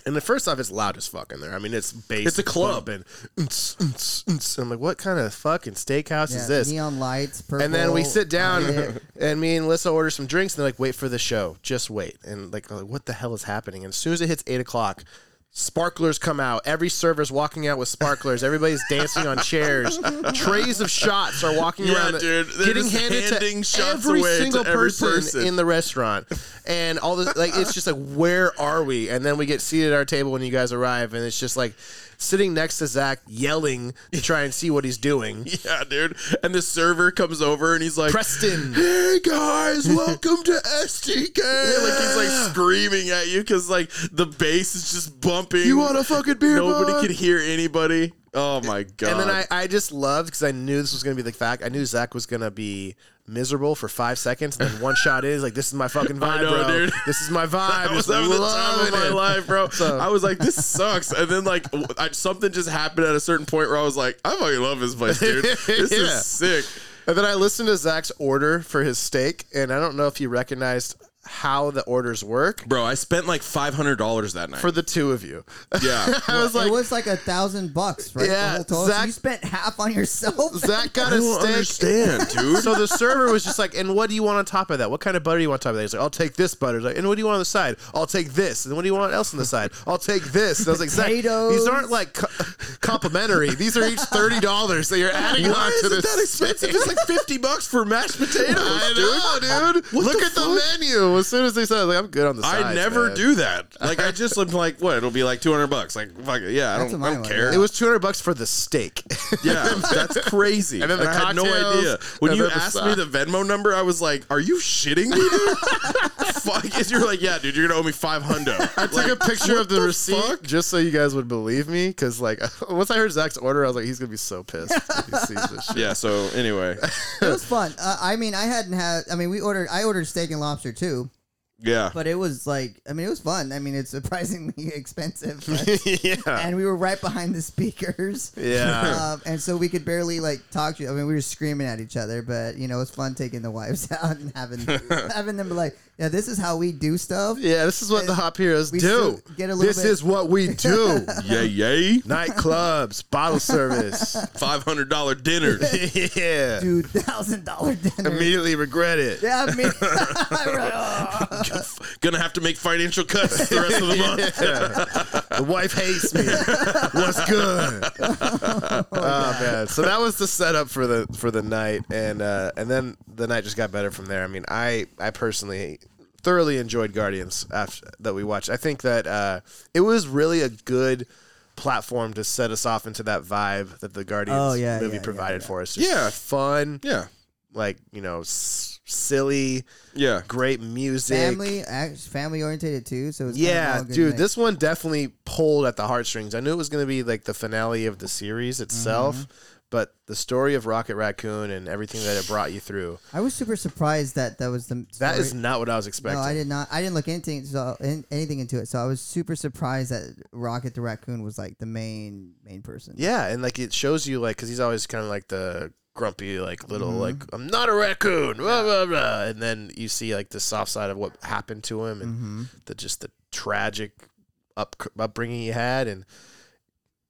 Speaker 3: And the first off, it's loud as fuck in there. I mean, it's bass.
Speaker 2: It's a club.
Speaker 3: And I'm like, what kind of fucking steakhouse
Speaker 1: Yeah,
Speaker 3: is this?
Speaker 1: Neon lights, purple.
Speaker 3: And then we sit down,
Speaker 1: red.
Speaker 3: and me and Alyssa order some drinks, and they're like, "Wait for the show, just wait." And like, like, what the hell is happening? And as soon as it hits eight o'clock, sparklers come out. Every server's walking out with sparklers. Everybody's dancing on chairs. Trays of shots are walking
Speaker 2: Yeah,
Speaker 3: around, the-
Speaker 2: dude. They're
Speaker 3: getting
Speaker 2: just
Speaker 3: handed
Speaker 2: handing
Speaker 3: to
Speaker 2: shots
Speaker 3: every
Speaker 2: away to
Speaker 3: single
Speaker 2: every person.
Speaker 3: person in the restaurant. And all this, like, it's just like, where are we? And then we get seated at our table when you guys arrive, and it's just like. sitting next to Zach, yelling to try and see what he's doing.
Speaker 2: Yeah, dude. And the server comes over and he's like,
Speaker 3: Preston.
Speaker 2: Hey guys, welcome to STK. Like he's like screaming at you because like the bass is just bumping.
Speaker 3: You want a fucking beer?
Speaker 2: Nobody
Speaker 3: bong?
Speaker 2: could hear anybody. Oh my god.
Speaker 3: And then I, I just loved because I knew this was gonna be the fact. I knew Zach was gonna be miserable for five seconds, and then one shot in, he's like, "This is my fucking vibe,
Speaker 2: know,
Speaker 3: bro.
Speaker 2: dude.
Speaker 3: This is my vibe.
Speaker 2: I was
Speaker 3: Just
Speaker 2: having the time of
Speaker 3: loving
Speaker 2: my
Speaker 3: it."
Speaker 2: life, bro.
Speaker 3: So-
Speaker 2: I was like, this sucks. And then like w- I, something just happened at a certain point where I was like, I fucking love this place, dude. This
Speaker 3: Yeah.
Speaker 2: is sick.
Speaker 3: And then I listened to Zach's order for his steak, and I don't know if he recognized how the orders work
Speaker 2: Bro, I spent like five hundred dollars that night.
Speaker 3: for the two of you.
Speaker 2: yeah.
Speaker 3: I was like,
Speaker 1: it was like a thousand bucks, right?
Speaker 3: Yeah,
Speaker 1: the whole total. So
Speaker 3: Zach-
Speaker 1: you spent half on yourself.
Speaker 3: Zach got
Speaker 2: I
Speaker 3: a
Speaker 2: don't
Speaker 3: steak.
Speaker 2: understand, dude.
Speaker 3: So the server was just like, and what do you want on top of that? What kind of butter do you want on top of that? He's like, I'll take this butter. He's like, and what do you want on the side? I'll take this. And what do you want else on the side? I'll take this. And I was like, Zach, these
Speaker 1: Potatoes.
Speaker 3: aren't like co- complimentary. These are each thirty dollars that you're adding
Speaker 2: Why
Speaker 3: on to
Speaker 2: is it
Speaker 3: this.
Speaker 2: that expensive? It's like fifty bucks for mashed potatoes,
Speaker 3: I
Speaker 2: dude.
Speaker 3: know, dude.
Speaker 2: What
Speaker 3: Look
Speaker 2: the
Speaker 3: at the
Speaker 2: fuck?
Speaker 3: menu. As soon as they said, it, I was like, I'm good on the side.
Speaker 2: I never do that. Like I just am like, what? It'll be like two hundred bucks. Like fuck it. Yeah, I
Speaker 1: That's
Speaker 2: don't,
Speaker 1: what
Speaker 2: I
Speaker 1: mine was,
Speaker 2: don't care.
Speaker 3: It was two hundred bucks for the steak.
Speaker 2: yeah, that's crazy.
Speaker 3: And then the
Speaker 2: I had no
Speaker 3: cocktails,
Speaker 2: idea when
Speaker 3: and
Speaker 2: you
Speaker 3: then the
Speaker 2: asked
Speaker 3: side.
Speaker 2: me the Venmo number. I was like, are you shitting me, dude? fuck. is you're like, yeah, dude, you're gonna owe me five hundo. I
Speaker 3: took a picture of the, receipt
Speaker 2: fuck?
Speaker 3: just so you guys would believe me, because like once I heard Zach's order, I was like, he's gonna be so pissed. if he sees this shit.
Speaker 2: Yeah. So anyway,
Speaker 1: it was fun. Uh, I mean, I hadn't had. I mean, we ordered. I ordered steak and lobster too,
Speaker 2: yeah.
Speaker 1: but it was like. I mean, it was fun. I mean, it's surprisingly expensive, but-
Speaker 3: yeah.
Speaker 1: and we were right behind the speakers.
Speaker 3: Yeah.
Speaker 1: Um, and so we could barely like talk to. I mean, we were screaming at each other, but you know, it's fun taking the wives out and having having them be like, "Yeah, this is how we do stuff."
Speaker 3: Yeah, this is what the Hop Heroes
Speaker 1: we
Speaker 3: do.
Speaker 1: still get a little
Speaker 3: this
Speaker 1: bit-
Speaker 3: is what we do.
Speaker 2: Yay, yay!
Speaker 3: Nightclubs, bottle service.
Speaker 2: Five hundred dollar dinner.
Speaker 3: yeah.
Speaker 1: Two thousand dollar dinner.
Speaker 3: Immediately regret it.
Speaker 1: yeah, I mean, I really- oh.
Speaker 2: Gonna have to make financial cuts the rest of the month.
Speaker 3: The wife hates me. What's good? oh, man. So that was the setup for the for the night and uh and then the night just got better from there. I mean, I I personally thoroughly enjoyed Guardians after that we watched. I think that uh it was really a good platform to set us off into that vibe that the Guardians
Speaker 1: Oh, yeah,
Speaker 3: movie
Speaker 1: yeah, yeah,
Speaker 3: provided
Speaker 1: yeah.
Speaker 3: for us. Just
Speaker 2: Yeah.
Speaker 3: fun,
Speaker 2: Yeah.
Speaker 3: like, you know, s- silly,
Speaker 2: Yeah.
Speaker 3: great music.
Speaker 1: family, act- family orientated too. So it's kind of all
Speaker 3: Yeah,
Speaker 1: a good
Speaker 3: dude,
Speaker 1: mix.
Speaker 3: this one definitely pulled at the heartstrings. I knew it was going to be like the finale of the series itself,
Speaker 1: Mm-hmm.
Speaker 3: but the story of Rocket Raccoon and everything that it brought you through,
Speaker 1: I was super surprised that that was the.
Speaker 3: that is
Speaker 1: story.
Speaker 3: not what I was expecting.
Speaker 1: No, I did not. I didn't look anything so in, anything into it. So I was super surprised that Rocket the Raccoon was like the main main person.
Speaker 3: Yeah, and like it shows you like cuz he's always kind of like the grumpy like little like I'm not a raccoon, blah blah blah, and then you see like the soft side of what happened to him and the just the tragic up upbringing he had and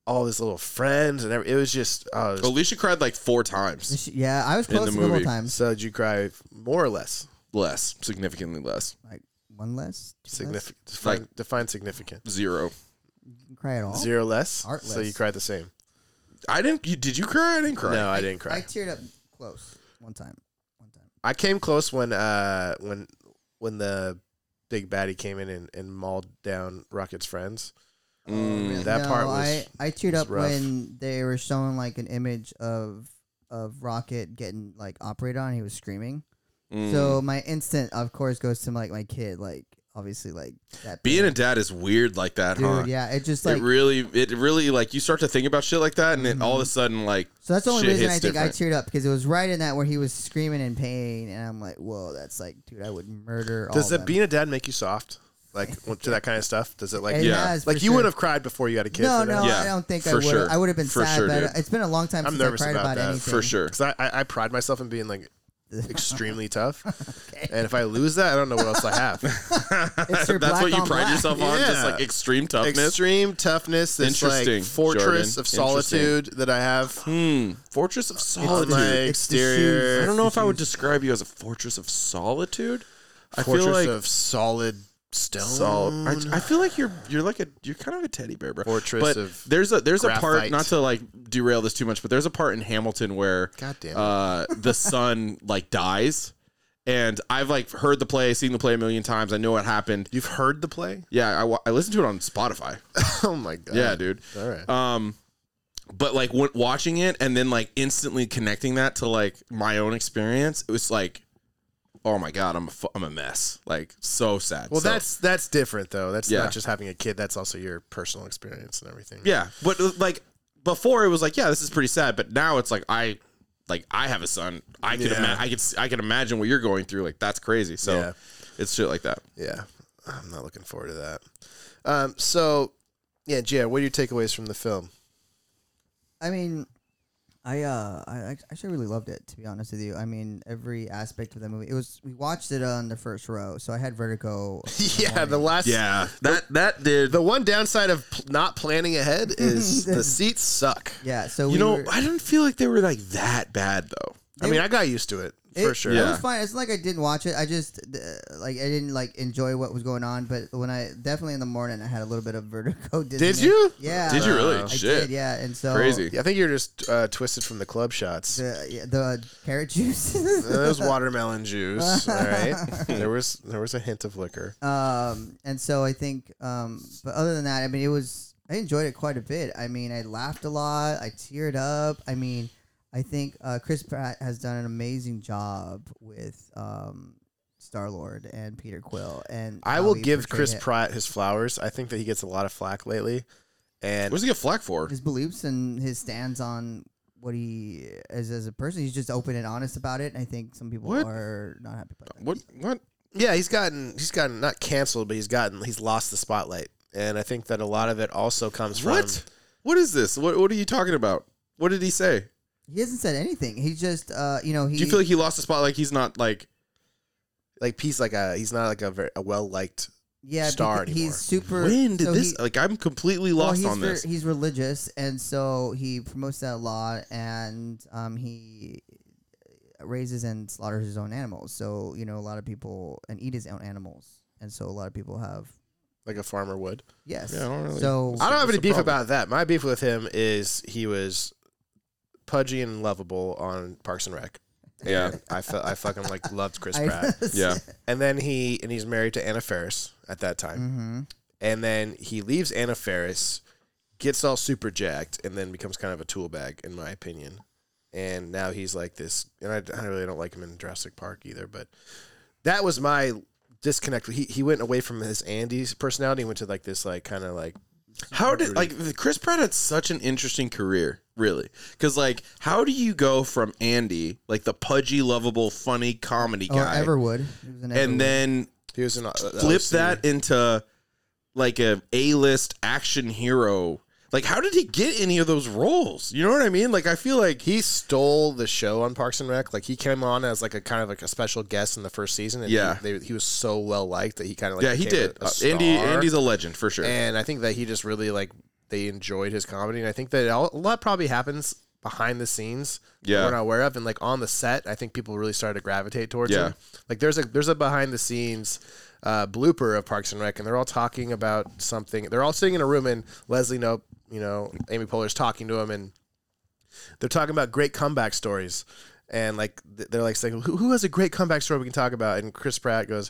Speaker 3: all his little friends and every, it was just oh, it was
Speaker 2: Alicia cried like four times.
Speaker 1: Sh- Yeah, I was
Speaker 2: In the
Speaker 1: close a couple
Speaker 2: movie.
Speaker 1: times.
Speaker 3: So did you cry more or less?
Speaker 2: Less, significantly less.
Speaker 1: Like one less, two less?
Speaker 3: Significant. Define,
Speaker 2: Like-
Speaker 3: define significant.
Speaker 2: Zero.
Speaker 1: Didn't cry at all.
Speaker 3: Zero less.
Speaker 1: Oh. Art
Speaker 3: So you
Speaker 1: less.
Speaker 3: cried the same.
Speaker 2: I didn't. You, did you cry? I didn't cry. Mm.
Speaker 3: No, I didn't cry.
Speaker 1: I teared up close one time. One time.
Speaker 3: I came close when uh when when the big baddie came in and, and mauled down Rocket's friends.
Speaker 2: Mm.
Speaker 3: That
Speaker 1: no,
Speaker 3: part was.
Speaker 1: I I teared
Speaker 3: was
Speaker 1: up
Speaker 3: rough.
Speaker 1: when they were showing like an image of of Rocket getting like operated on. He was screaming.
Speaker 2: Mm.
Speaker 1: So my instant, of course, goes to like my kid. Like obviously, like that
Speaker 2: being
Speaker 1: big-
Speaker 2: a dad is weird like that,
Speaker 1: dude.
Speaker 2: huh?
Speaker 1: Yeah, it just like
Speaker 2: it really, it really like you start to think about shit like that, and then all of a sudden, like,
Speaker 1: Mm-hmm. So that's the only
Speaker 2: shit
Speaker 1: reason I
Speaker 2: hits
Speaker 1: think
Speaker 2: different.
Speaker 1: I teared up because it was right in that where he was screaming in pain, and I'm like, whoa, that's like, dude, I would murder. all
Speaker 3: Does
Speaker 1: of
Speaker 3: that
Speaker 1: them.
Speaker 3: being a dad make you soft? Like to that kind of stuff? Does it like
Speaker 1: It
Speaker 2: Yeah.
Speaker 1: has, for
Speaker 3: like you
Speaker 1: sure.
Speaker 3: would have cried before you had a kid?
Speaker 1: No,
Speaker 3: for that?
Speaker 1: no,
Speaker 2: Yeah,
Speaker 1: I don't think I
Speaker 2: for
Speaker 1: would.
Speaker 2: sure.
Speaker 1: I would have been
Speaker 2: For
Speaker 1: sad,
Speaker 2: sure,
Speaker 1: but
Speaker 2: dude.
Speaker 1: it's been a long time
Speaker 3: I'm
Speaker 1: since I
Speaker 3: nervous
Speaker 1: cried
Speaker 3: about
Speaker 1: about,
Speaker 3: that,
Speaker 1: anything.
Speaker 2: for sure.
Speaker 3: Because I, I, I pride myself in being like extremely tough, and if I lose that, I don't know what else I have.
Speaker 1: It's your
Speaker 2: That's
Speaker 1: black
Speaker 2: what you
Speaker 1: on
Speaker 2: pride
Speaker 1: black.
Speaker 2: yourself on, just
Speaker 3: Yeah.
Speaker 2: like extreme toughness.
Speaker 3: Extreme toughness, this
Speaker 2: Interesting,
Speaker 3: like fortress
Speaker 2: Jordan.
Speaker 3: of solitude that I have.
Speaker 2: Hmm. Fortress of
Speaker 3: on
Speaker 2: solitude.
Speaker 3: my
Speaker 1: It's the shoes.
Speaker 3: exterior.
Speaker 2: I don't know if I would describe you as a fortress of solitude. I
Speaker 3: fortress
Speaker 2: feel like
Speaker 3: of solid stone.
Speaker 2: Sol- I, I feel like you're you're like a you're kind of a teddy bear, bro.
Speaker 3: Mm. Fortress
Speaker 2: but
Speaker 3: of
Speaker 2: there's a there's a part
Speaker 3: graphite.
Speaker 2: not to like derail Uh, this too much, but there's a part in Hamilton where
Speaker 3: God damn it.
Speaker 2: uh, the son like dies, And I've like heard the play, seen the play a million times. I know what happened.
Speaker 3: You've heard the play?
Speaker 2: Yeah, I, wa- I listened to it on Spotify.
Speaker 3: oh my god.
Speaker 2: Yeah, dude.
Speaker 3: All right.
Speaker 2: Um, but like when watching it and then like instantly connecting that to like my own experience, it was like, oh my god, I'm a fu- I'm a mess. Like so sad.
Speaker 3: well,
Speaker 2: So-
Speaker 3: that's that's different though. That's
Speaker 2: Yeah.
Speaker 3: not just having a kid. That's also your personal experience and everything.
Speaker 2: yeah. But like before, it was like yeah, this is pretty sad. But now it's like I like I have a son. I could
Speaker 3: Yeah.
Speaker 2: ima- I could s- I could imagine what you're going through. Like that's crazy. So
Speaker 3: Yeah.
Speaker 2: it's shit like that.
Speaker 3: Yeah. I'm not looking forward to that. Um, so, yeah, Jared, what are your takeaways from the film?
Speaker 1: I mean, I uh, I act- actually really loved it. To be honest with you, I mean, every aspect of the movie. It was we watched it on the first row, so I had vertigo. in the
Speaker 3: yeah, the
Speaker 1: morning.
Speaker 3: last.
Speaker 2: Yeah. That that did.
Speaker 3: The one downside of pl- not planning ahead is the
Speaker 1: The-
Speaker 3: seats suck.
Speaker 1: yeah. So
Speaker 2: you
Speaker 1: we
Speaker 2: know,
Speaker 1: were-
Speaker 2: I didn't feel like they were like that bad though.
Speaker 3: I mean, I got used to it, for
Speaker 1: It-
Speaker 3: sure.
Speaker 1: It
Speaker 2: Yeah.
Speaker 1: was fine. It's not like I didn't watch it. I just uh, like I didn't like enjoy what was going on. But when I definitely in the morning, I had a little bit of vertigo.
Speaker 3: Did
Speaker 1: dizziness.
Speaker 3: you?
Speaker 1: Yeah.
Speaker 2: Did you really?
Speaker 1: I
Speaker 2: Shit.
Speaker 1: did. Yeah. And so
Speaker 2: Crazy.
Speaker 3: Yeah, I think you're just uh, twisted from the club shots.
Speaker 1: The, yeah, the carrot juice.
Speaker 3: Uh, There was watermelon juice. All right, there was there was a hint of liquor.
Speaker 1: um, and so I think, um, but other than that, I mean, it was I enjoyed it quite a bit. I mean, I laughed a lot. I teared up. I mean, I think uh, Chris Pratt has done an amazing job with um, Star Lord and Peter Quill. And
Speaker 3: I
Speaker 1: how
Speaker 3: will
Speaker 1: he
Speaker 3: give
Speaker 1: portrayed
Speaker 3: Chris
Speaker 1: it.
Speaker 3: Pratt his flowers. I think that he gets a lot of flack lately, and
Speaker 2: What does he get flack for?
Speaker 1: his beliefs and his stands on what he is as a person. He's just open and honest about it. And I think some people
Speaker 2: What?
Speaker 1: are not happy about that.
Speaker 2: What what?
Speaker 3: Yeah, he's gotten he's gotten not canceled, but he's gotten he's lost the spotlight, and I think that a lot of it also comes from
Speaker 2: What? What is this? What What are you talking about? What did he say?
Speaker 1: He hasn't said anything. He just, uh, you know, he.
Speaker 2: Do you feel like he lost the spot? Like he's not like
Speaker 3: like he's like a he's not like a very a well liked.
Speaker 1: yeah,
Speaker 3: star
Speaker 1: because
Speaker 3: anymore?
Speaker 1: he's super.
Speaker 2: when did
Speaker 1: so
Speaker 2: this?
Speaker 1: he-
Speaker 2: like I'm completely
Speaker 1: well,
Speaker 2: lost
Speaker 1: he's
Speaker 2: on
Speaker 1: ver-
Speaker 2: this.
Speaker 1: He's religious, and so he promotes that a lot, and um, he raises and slaughters his own animals. So you know, a lot of people and eat his own animals, and so a lot of people have
Speaker 3: Like a farmer would.
Speaker 1: yes.
Speaker 2: Yeah, I don't really-
Speaker 1: so
Speaker 3: I don't have
Speaker 2: What's
Speaker 3: any
Speaker 2: the
Speaker 3: beef
Speaker 2: problem?
Speaker 3: about that. My beef with him is he was pudgy and lovable on Parks and Rec.
Speaker 2: yeah,
Speaker 3: I fe- I fucking like loved Chris
Speaker 1: I-
Speaker 3: Pratt.
Speaker 2: yeah.
Speaker 3: And then he and he's married to Anna Ferris at that time.
Speaker 1: Mhm.
Speaker 3: And then he leaves Anna Ferris, gets all super jacked, and then becomes kind of a tool bag, in my opinion. And now he's like this, and I, I really don't like him in Jurassic Park either. But that was my disconnect. He he went away from his Andy's personality, and went to like this like kind of like
Speaker 2: How did like Chris Pratt had such an interesting career, really? Because like, how do you go from Andy, like the pudgy, lovable, funny comedy
Speaker 1: Or
Speaker 2: guy,
Speaker 1: Everwood. He was an Everwood.
Speaker 2: and then
Speaker 3: he was an uh,
Speaker 2: flip
Speaker 3: OC.
Speaker 2: that into like a A-list action hero? Like, how did he get any of those roles? You know what I mean? Like, I feel like
Speaker 3: He stole the show on Parks and Rec. Like he came on as like a kind of like a special guest in the first season. And
Speaker 2: Yeah.
Speaker 3: he, they, he was so well liked that he kind of like
Speaker 2: yeah, he
Speaker 3: became
Speaker 2: did.
Speaker 3: a- a
Speaker 2: Uh, Andy,
Speaker 3: star.
Speaker 2: Andy's a legend for sure.
Speaker 3: and I think that he just really like they enjoyed his comedy, and I think that all, a lot probably happens behind the scenes that
Speaker 2: Yeah.
Speaker 3: we're not aware of, and like on the set, I think people really started to gravitate towards
Speaker 2: Yeah.
Speaker 3: him. Like there's a there's a behind the scenes uh, blooper of Parks and Rec, and they're all talking about something. They're all sitting in a room, and Leslie Nope, you know, Amy Poehler's talking to him, and they're talking about great comeback stories. And like th- they're like saying, who, who has a great comeback story we can talk about? And Chris Pratt goes,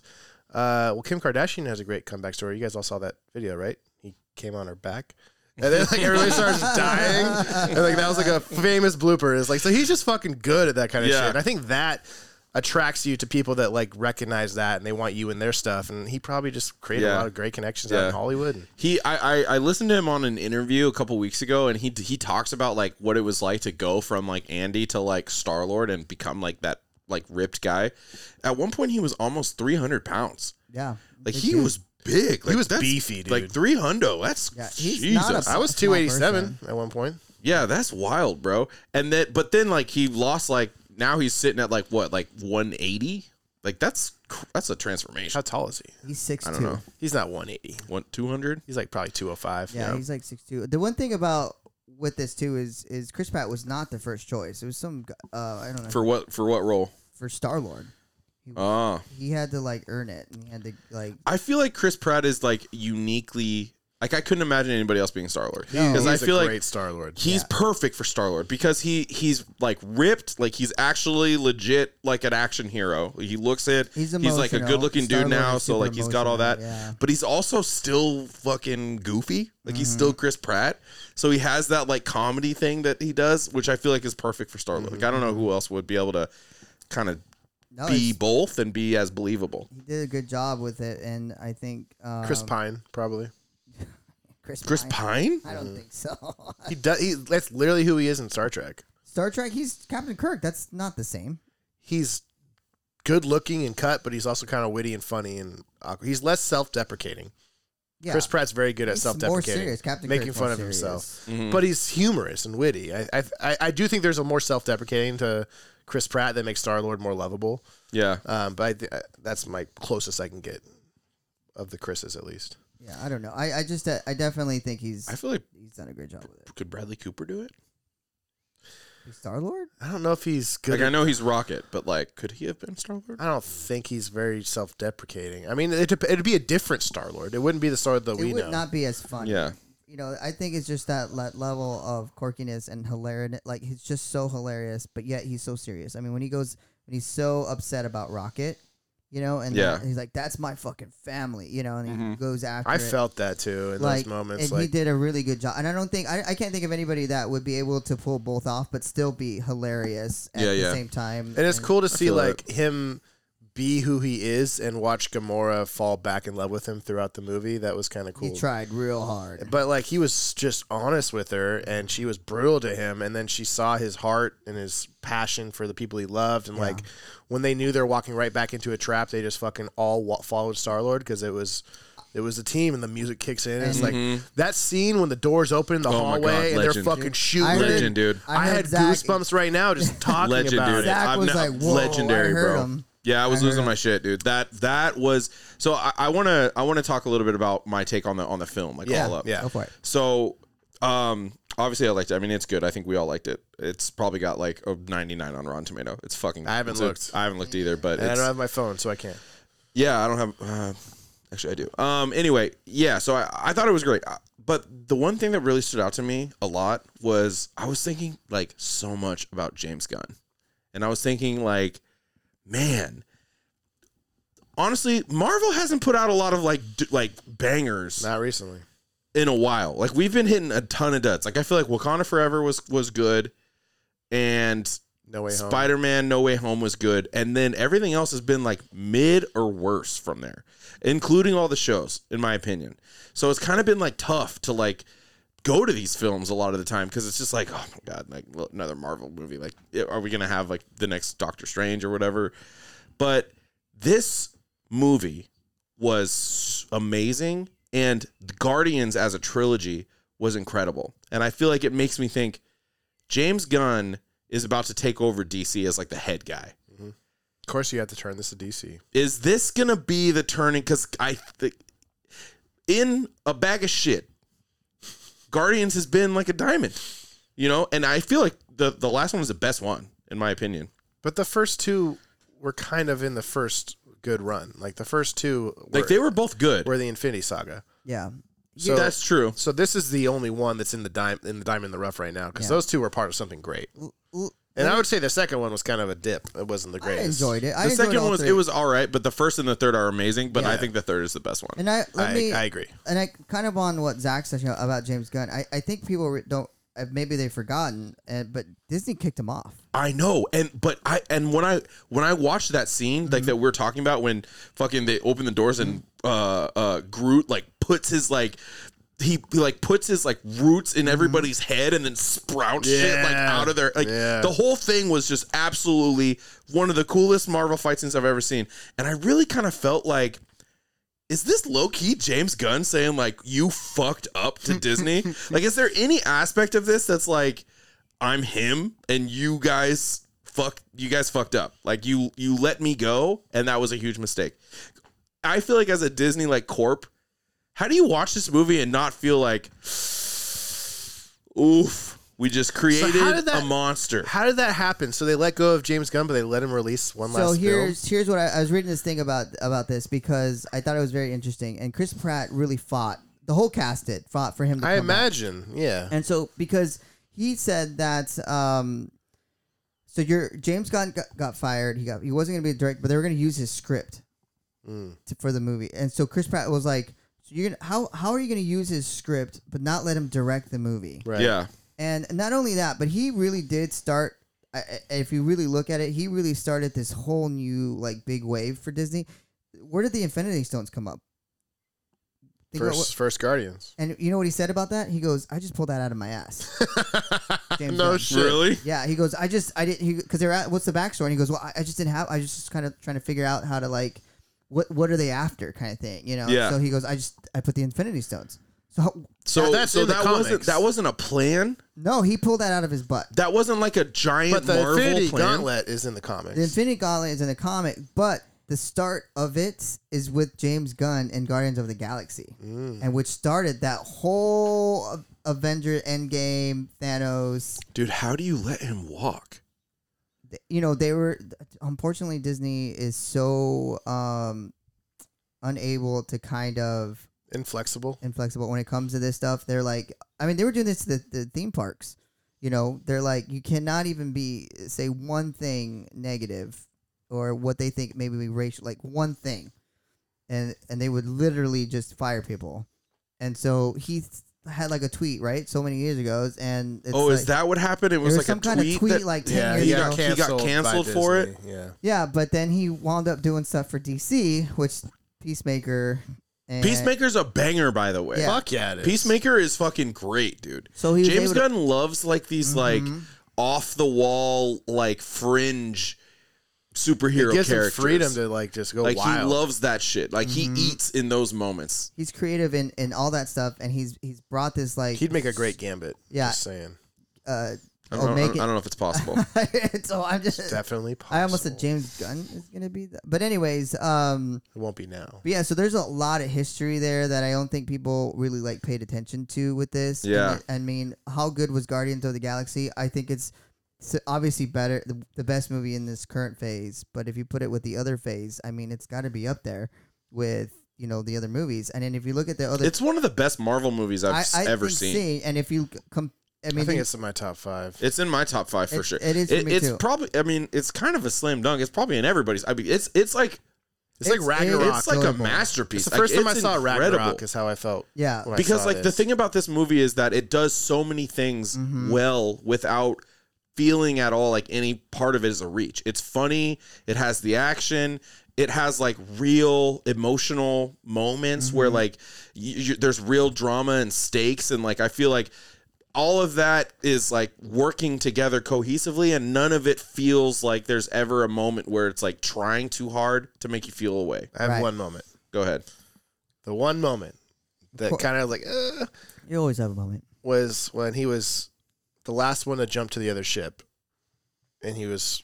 Speaker 3: uh, well, Kim Kardashian has a great comeback story. You guys all saw that video, right? He came on her back. And then like everybody starts dying. And like that was like a famous blooper. It's like so he's just fucking good at that kind of
Speaker 2: Yeah.
Speaker 3: shit. And I think that attracts you to people that like recognize that and they want you in their stuff. And he probably just created a
Speaker 2: Yeah.
Speaker 3: lot of great connections out
Speaker 2: Yeah.
Speaker 3: in Hollywood.
Speaker 2: He, I, I, I listened to him on an interview a couple weeks ago, and he he talks about like what it was like to go from like Andy to like Star Lord and become like that like ripped guy. At one point, he was almost three hundred pounds.
Speaker 1: yeah, Big
Speaker 2: Like he
Speaker 1: dude.
Speaker 2: was big. Like,
Speaker 3: was
Speaker 2: that's-
Speaker 3: beefy, dude.
Speaker 2: Like three hundo. That's
Speaker 1: Yeah, he's
Speaker 2: Jesus.
Speaker 1: not a-
Speaker 3: I was
Speaker 1: a small
Speaker 3: two eighty seven at one point.
Speaker 2: yeah, that's wild, bro. And then, but then like he lost like now he's sitting at like what like one eighty. Like that's cr- that's a
Speaker 3: How
Speaker 2: transformation.
Speaker 3: tall is he?
Speaker 1: he's six
Speaker 2: I
Speaker 1: two.
Speaker 2: don't know.
Speaker 3: He's not one eighty.
Speaker 2: One two hundred.
Speaker 3: He's like probably two oh five.
Speaker 1: Yeah, he's like six two. The one thing about with this too is is Chris Pratt was not the first choice. It was some gu- uh, I don't know
Speaker 2: For what for what role?
Speaker 1: for Star Lord.
Speaker 2: Ah.
Speaker 1: He had to like earn it, and he had to like
Speaker 2: I feel like Chris Pratt is like uniquely Like I couldn't imagine anybody else being Star Lord
Speaker 1: No.
Speaker 2: because I
Speaker 3: He's a
Speaker 2: feel
Speaker 3: great
Speaker 2: like
Speaker 3: Star Lord.
Speaker 2: he's perfect for Star Lord because he he's like ripped, like he's actually legit like an action hero. He looks it.
Speaker 1: He's
Speaker 2: like a
Speaker 1: emotional.
Speaker 2: good looking dude
Speaker 1: Star-Lord
Speaker 2: now,
Speaker 1: is
Speaker 2: so
Speaker 1: super
Speaker 2: like he's got all that.
Speaker 1: emotional, yeah. Mm-hmm.
Speaker 2: But he's also still fucking goofy. Like he's still Chris Pratt. So he has that like comedy thing that he does, which I feel like is perfect for Star Lord. Like I don't know who else would be able to kind of
Speaker 1: No, Mm-hmm.
Speaker 2: be
Speaker 1: Oh, it's-
Speaker 2: both and be as believable.
Speaker 1: he did a good job with it, and I think um,
Speaker 3: Chris Pine probably.
Speaker 1: Chris,
Speaker 2: Chris Pine?
Speaker 1: I don't think so.
Speaker 3: He does. He, that's literally who he is in Star Trek.
Speaker 1: Star Trek. He's Captain Kirk. That's not the same.
Speaker 3: He's good looking and cut, but he's also kind of witty and funny and awkward. He's less self deprecating.
Speaker 1: Yeah.
Speaker 3: Chris Pratt's very good at
Speaker 1: He's
Speaker 3: self
Speaker 1: more
Speaker 3: deprecating,
Speaker 1: serious. Captain
Speaker 3: making
Speaker 1: Kirk's
Speaker 3: fun
Speaker 1: more
Speaker 3: of himself.
Speaker 1: serious.
Speaker 3: But he's humorous and witty. I, I I I do think there's a more self deprecating to Chris Pratt that makes Star Lord more lovable.
Speaker 2: Yeah.
Speaker 3: Um, but I, th- I- that's my closest I can get of the Chris's at least.
Speaker 1: Yeah, I don't know. I, I just uh, I definitely think he's
Speaker 2: I feel like
Speaker 1: he's done a great job with it.
Speaker 2: could Bradley Cooper do it?
Speaker 1: Star Lord.
Speaker 3: I don't know if he's good.
Speaker 2: Like
Speaker 3: at-
Speaker 2: I know he's Rocket, but like could he have been Star Lord?
Speaker 3: I don't think he's very self deprecating. I mean, it, dep- it'd be a different Star Lord. It wouldn't be the Star Lord that
Speaker 1: It
Speaker 3: we
Speaker 1: would
Speaker 3: know.
Speaker 1: not be as fun.
Speaker 2: Yeah.
Speaker 1: You know, I think it's just that le- level of quirkiness and hilarity. Like he's just so hilarious, but yet he's so serious. I mean, when he goes, when he's so upset about Rocket, you know, and
Speaker 2: Yeah. Mm-hmm.
Speaker 1: he's like, "That's my fucking family," you know, and he goes after.
Speaker 3: I
Speaker 1: it.
Speaker 3: felt that too in
Speaker 1: like,
Speaker 3: those moments.
Speaker 1: and
Speaker 3: like
Speaker 1: he did a really good job. And I don't think I, I can't think of anybody that would be able to pull both off, but still be hilarious at
Speaker 2: Yeah,
Speaker 1: the
Speaker 2: yeah.
Speaker 1: same time.
Speaker 3: And it's cool to see
Speaker 2: feel
Speaker 3: like him be who he is and watch Gamora fall back in love with him throughout the movie. That was kind of
Speaker 1: He
Speaker 3: cool.
Speaker 1: tried real hard.
Speaker 3: But like he was just honest with her and she was brutal to him and then she saw his heart and his passion for the people he loved and like when they knew they're walking right back into a trap, they just fucking all wa- followed Star-Lord cuz it was it was a team and the music kicks in. It's like that scene when the doors open in the
Speaker 2: Mm-hmm. Oh my God,
Speaker 3: hallway and they're
Speaker 2: legend.
Speaker 3: fucking shooting.
Speaker 1: I heard-
Speaker 2: Legend, dude.
Speaker 1: I
Speaker 3: I,
Speaker 1: heard
Speaker 3: had
Speaker 1: Zach-
Speaker 3: goosebumps right now just talking
Speaker 2: Legend,
Speaker 3: about
Speaker 2: dude.
Speaker 3: it.
Speaker 1: Zach
Speaker 2: I'm
Speaker 1: was
Speaker 2: not-
Speaker 1: like, "Whoa, I
Speaker 2: legendary,
Speaker 1: heard
Speaker 2: bro.
Speaker 1: him."
Speaker 2: Yeah, I was
Speaker 1: I
Speaker 2: losing
Speaker 1: heard
Speaker 2: my
Speaker 1: him.
Speaker 2: shit, dude. That that was so. I- I want to I want to talk a little bit about my take on the on the film, like
Speaker 3: Yeah,
Speaker 2: all up.
Speaker 3: yeah.
Speaker 1: Go for it.
Speaker 2: So, um, obviously, I liked it. I mean, it's good. I think we all liked it. It's probably got like a 99 on Rotten Tomato. It's fucking.
Speaker 3: I haven't
Speaker 2: it's a-
Speaker 3: looked.
Speaker 2: I haven't looked either, but
Speaker 3: And I
Speaker 2: it's,
Speaker 3: don't have my phone, so I can't.
Speaker 2: yeah, I don't have. Uh, actually, I do. Um, anyway, yeah. So I, I thought it was great, Uh, but the one thing that really stood out to me a lot was I was thinking like so much about James Gunn, and I was thinking like, man. Honestly, Marvel hasn't put out a lot of like d- like bangers
Speaker 3: Not recently.
Speaker 2: in a while. Like we've been hitting a ton of duds. Like I feel like Wakanda Forever was was good, and
Speaker 3: No way home.
Speaker 2: Spider Man No Way Home was good, and then everything else has been like mid or worse from there, including all the shows, in my opinion. So it's kind of been like tough to like go to these films a lot of the time because it's just like oh my god like well, another marvel movie like are we gonna have like the next doctor strange or whatever but this movie was amazing and the guardians as a trilogy was incredible and i feel like it makes me think james gunn is about to take over dc as like the head guy
Speaker 3: Of course, you have to turn this to DC.
Speaker 2: is this gonna be the turning because i think in a bag of shit guardians has been like a diamond you know and i feel like the, the last one was the best one in my opinion
Speaker 3: But the first two were kind of in the first good run. Like the first two, were,
Speaker 2: like they were both good
Speaker 3: were the Infinity Saga.
Speaker 1: Yeah.
Speaker 3: So
Speaker 2: that's true
Speaker 3: so this is the only one that's in the dime in the diamond in the rough right now because
Speaker 1: Yeah.
Speaker 3: those two were part of something great.
Speaker 1: L-
Speaker 3: And I would say the second one was kind of a dip. It wasn't the
Speaker 1: I
Speaker 3: greatest.
Speaker 1: enjoyed it. I
Speaker 2: the
Speaker 1: enjoyed
Speaker 2: second
Speaker 1: all
Speaker 2: one was
Speaker 1: three.
Speaker 2: it was all right but the first and the third are amazing but i
Speaker 1: Yeah.
Speaker 2: think the third is the best one
Speaker 1: And I let
Speaker 3: I,
Speaker 1: me
Speaker 3: I agree.
Speaker 1: and I kind of on what Zach said you know, about James Gunn. I, I think people re- don't uh, maybe they've forgotten, and but Disney kicked him off.
Speaker 2: I know, and but I and when I when I watched that scene like
Speaker 3: Mm-hmm.
Speaker 2: that we are talking about when fucking they open the doors and uh uh Groot like puts his like he, he, like puts his like roots in everybody's head and then sprouts shit like
Speaker 3: Mm-hmm. Yeah.
Speaker 2: out of their like
Speaker 3: Yeah.
Speaker 2: the whole thing was just absolutely one of the coolest Marvel fight scenes I've ever seen, and I really kind of felt like is this low key James Gunn saying like you fucked up to Disney? like, is there any aspect of this that's like I'm him and you guys fuck you guys fucked up? Like you you let me go and that was a huge mistake. I feel like as a Disney like corp, how do you watch this movie and not feel like oof? We just created
Speaker 3: did that-
Speaker 2: a monster.
Speaker 3: How did that happen? So they let go of James Gunn, but they let him release one
Speaker 1: so
Speaker 3: last film.
Speaker 1: here's here's what I, I was reading this thing about about this because I thought it was very interesting, and Chris Pratt really fought the whole cast did for, for him to
Speaker 3: I
Speaker 1: come back.
Speaker 3: imagine. Yeah.
Speaker 1: And so because he said that um so your James Gunn got, got fired, he got he wasn't going to be a director, but they were going to use his script
Speaker 3: Mm.
Speaker 1: to, for the movie. And so Chris Pratt was like, so you're gonna, how how are you going to use his script but not let him direct the movie?
Speaker 3: right.
Speaker 2: Yeah.
Speaker 1: And not only that, but he really did start. I- I- If you really look at it, he really started this whole new like big wave for Disney. Where did the Infinity Stones come up? Think about
Speaker 3: First,
Speaker 1: what-
Speaker 3: first Guardians.
Speaker 1: and you know what he said about that? He goes, "I just pulled that out of my ass." James
Speaker 3: No
Speaker 1: Gunn.
Speaker 3: shit.
Speaker 2: Really?
Speaker 1: Yeah, he goes, "I just I didn't because they're at what's the backstory?" And he goes, "Well, I, I just didn't have. I was just kind of trying to figure out how to like what what are they after kind of thing, you know?"
Speaker 2: Yeah.
Speaker 1: So he goes, "I just I put the Infinity Stones." So how-
Speaker 2: So
Speaker 3: Yeah, that's
Speaker 2: so
Speaker 3: in the
Speaker 2: that wasn't
Speaker 3: comics.
Speaker 2: that wasn't a plan.
Speaker 1: no, he pulled that out of his butt.
Speaker 2: That wasn't like a giant
Speaker 3: But the
Speaker 2: Marvel
Speaker 3: Infinity
Speaker 2: plan.
Speaker 3: Gauntlet is in the comics.
Speaker 1: The Infinity Gauntlet is in the comic, but the start of it is with James Gunn and Guardians of the Galaxy,
Speaker 3: Mm.
Speaker 1: and which started that whole Avenger Endgame Thanos.
Speaker 2: Dude, how do you let him walk?
Speaker 1: you know they were unfortunately disney is so um unable to kind of
Speaker 3: Inflexible.
Speaker 1: inflexible when it comes to this stuff they're like i mean they were doing this to the, the theme parks you know they're like you cannot even be say one thing negative or what they think maybe be racial like one thing and and they would literally just fire people and so he had like a tweet right so many years ago and it's
Speaker 2: oh,
Speaker 1: like-
Speaker 2: is that what happened? It was
Speaker 1: there
Speaker 2: like
Speaker 1: some
Speaker 2: a
Speaker 1: kind of
Speaker 2: tweet
Speaker 1: tweet
Speaker 2: that-
Speaker 1: like 10
Speaker 3: Yeah,
Speaker 1: years
Speaker 3: he
Speaker 1: ago
Speaker 3: got
Speaker 2: He got
Speaker 3: canceled, by
Speaker 2: canceled for it?
Speaker 3: Disney, Yeah.
Speaker 1: Yeah, but then he wound up doing stuff for DC, which Peacemaker. And
Speaker 2: Peacemaker's a banger, by the way.
Speaker 1: Yeah.
Speaker 3: Fuck yeah, it is.
Speaker 2: Peacemaker is fucking great, dude.
Speaker 1: So he was
Speaker 2: James
Speaker 1: able to- Mm-hmm.
Speaker 2: Gunn loves like these like off the wall like fringe superhero
Speaker 3: It gives him
Speaker 2: characters.
Speaker 3: freedom to like just go
Speaker 2: like
Speaker 3: wild.
Speaker 2: he loves that shit. Like
Speaker 1: Mm-hmm.
Speaker 2: he eats in those moments.
Speaker 1: He's creative in, in all that stuff, and he's he's brought this like
Speaker 3: He'd make a great gambit.
Speaker 1: Yeah.
Speaker 3: Just saying.
Speaker 1: uh,
Speaker 2: I don't,
Speaker 1: oh,
Speaker 2: know, I
Speaker 1: make
Speaker 2: don't- I don't know if it's possible.
Speaker 1: it. so I'm just
Speaker 3: Definitely possible.
Speaker 1: I almost said James Gunn is gonna be, the, but anyways, um,
Speaker 3: It won't be now.
Speaker 1: but yeah. So there's a lot of history there that I don't think people really like paid attention to with this. And
Speaker 2: Yeah.
Speaker 1: I, I mean, how good was Guardians of the Galaxy? I think it's. s obviously better the, the best movie in this current phase but if you put it with the other phase i mean it's got to be up there with you know the other movies and then if you look at the other
Speaker 2: it's one of the best Marvel movies I've
Speaker 1: I,
Speaker 2: s-
Speaker 1: I
Speaker 2: ever
Speaker 1: think
Speaker 2: seen.
Speaker 1: see, and if you c- com- i mean
Speaker 3: I think it's in my top five.
Speaker 2: It's in my top five for
Speaker 1: It-
Speaker 2: sure.
Speaker 1: it is for me
Speaker 2: it's
Speaker 1: too.
Speaker 2: probably. I mean, it's kind of a slam dunk. It's probably in everybody's. I mean, it's it's like
Speaker 3: It's, like
Speaker 1: it's-
Speaker 3: Ragnarok.
Speaker 2: it's like
Speaker 1: notable.
Speaker 2: a masterpiece.
Speaker 3: It's the first
Speaker 2: like,
Speaker 3: time I
Speaker 2: it's
Speaker 3: saw
Speaker 2: incredible.
Speaker 3: Ragnarok is how I felt.
Speaker 1: Yeah.
Speaker 3: when I
Speaker 2: because
Speaker 3: saw
Speaker 2: like the
Speaker 3: this.
Speaker 2: thing about this movie is that it does so many things
Speaker 1: Mm-hmm.
Speaker 2: well without feeling at all like any part of it is a reach. It's funny, it has the action, it has like real emotional moments where
Speaker 1: Mm-hmm.
Speaker 2: like y y- there's real drama and stakes and like I feel like all of that is like working together cohesively and none of it feels like there's ever a moment where it's like trying too hard to make you feel away.
Speaker 3: I have
Speaker 1: Right.
Speaker 3: one moment.
Speaker 2: Go ahead.
Speaker 3: The one moment that kind of like uh,
Speaker 1: you always have a moment
Speaker 3: was when he was the last one to jump to the other ship, and he was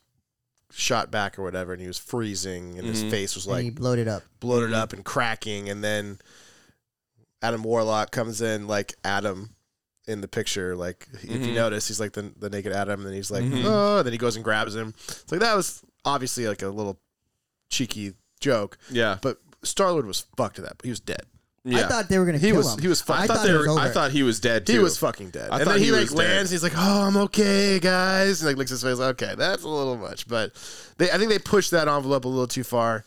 Speaker 3: shot back or whatever, and he was freezing, and
Speaker 2: Mm-hmm.
Speaker 3: his face was
Speaker 1: and
Speaker 3: like
Speaker 1: you bloat it up
Speaker 3: bloated up and cracking, and then Adam Warlock comes in like Adam in the picture, like if
Speaker 2: Mm-hmm.
Speaker 3: you notice, he's like the, the naked Adam, and then he's like, oh, and then he goes and grabs him. It's like that was obviously like a little cheeky joke,
Speaker 2: Yeah.
Speaker 3: but Star Lord was fucked to that, but he was dead.
Speaker 2: Yeah.
Speaker 1: i thought they were gonna
Speaker 3: He
Speaker 1: kill
Speaker 3: was
Speaker 1: him
Speaker 3: he was fucked.
Speaker 2: I,
Speaker 1: I
Speaker 2: thought,
Speaker 1: thought
Speaker 2: they
Speaker 1: it
Speaker 2: were,
Speaker 1: was
Speaker 2: I
Speaker 1: over.
Speaker 2: thought he was dead too.
Speaker 3: He was fucking dead.
Speaker 2: I
Speaker 3: and
Speaker 2: thought
Speaker 3: then he,
Speaker 2: he
Speaker 3: like
Speaker 2: was dead.
Speaker 3: lands. He's like, "Oh, I'm okay, guys." And like licks his face. Okay, that's a little much, but they, I think they pushed that envelope a little too far.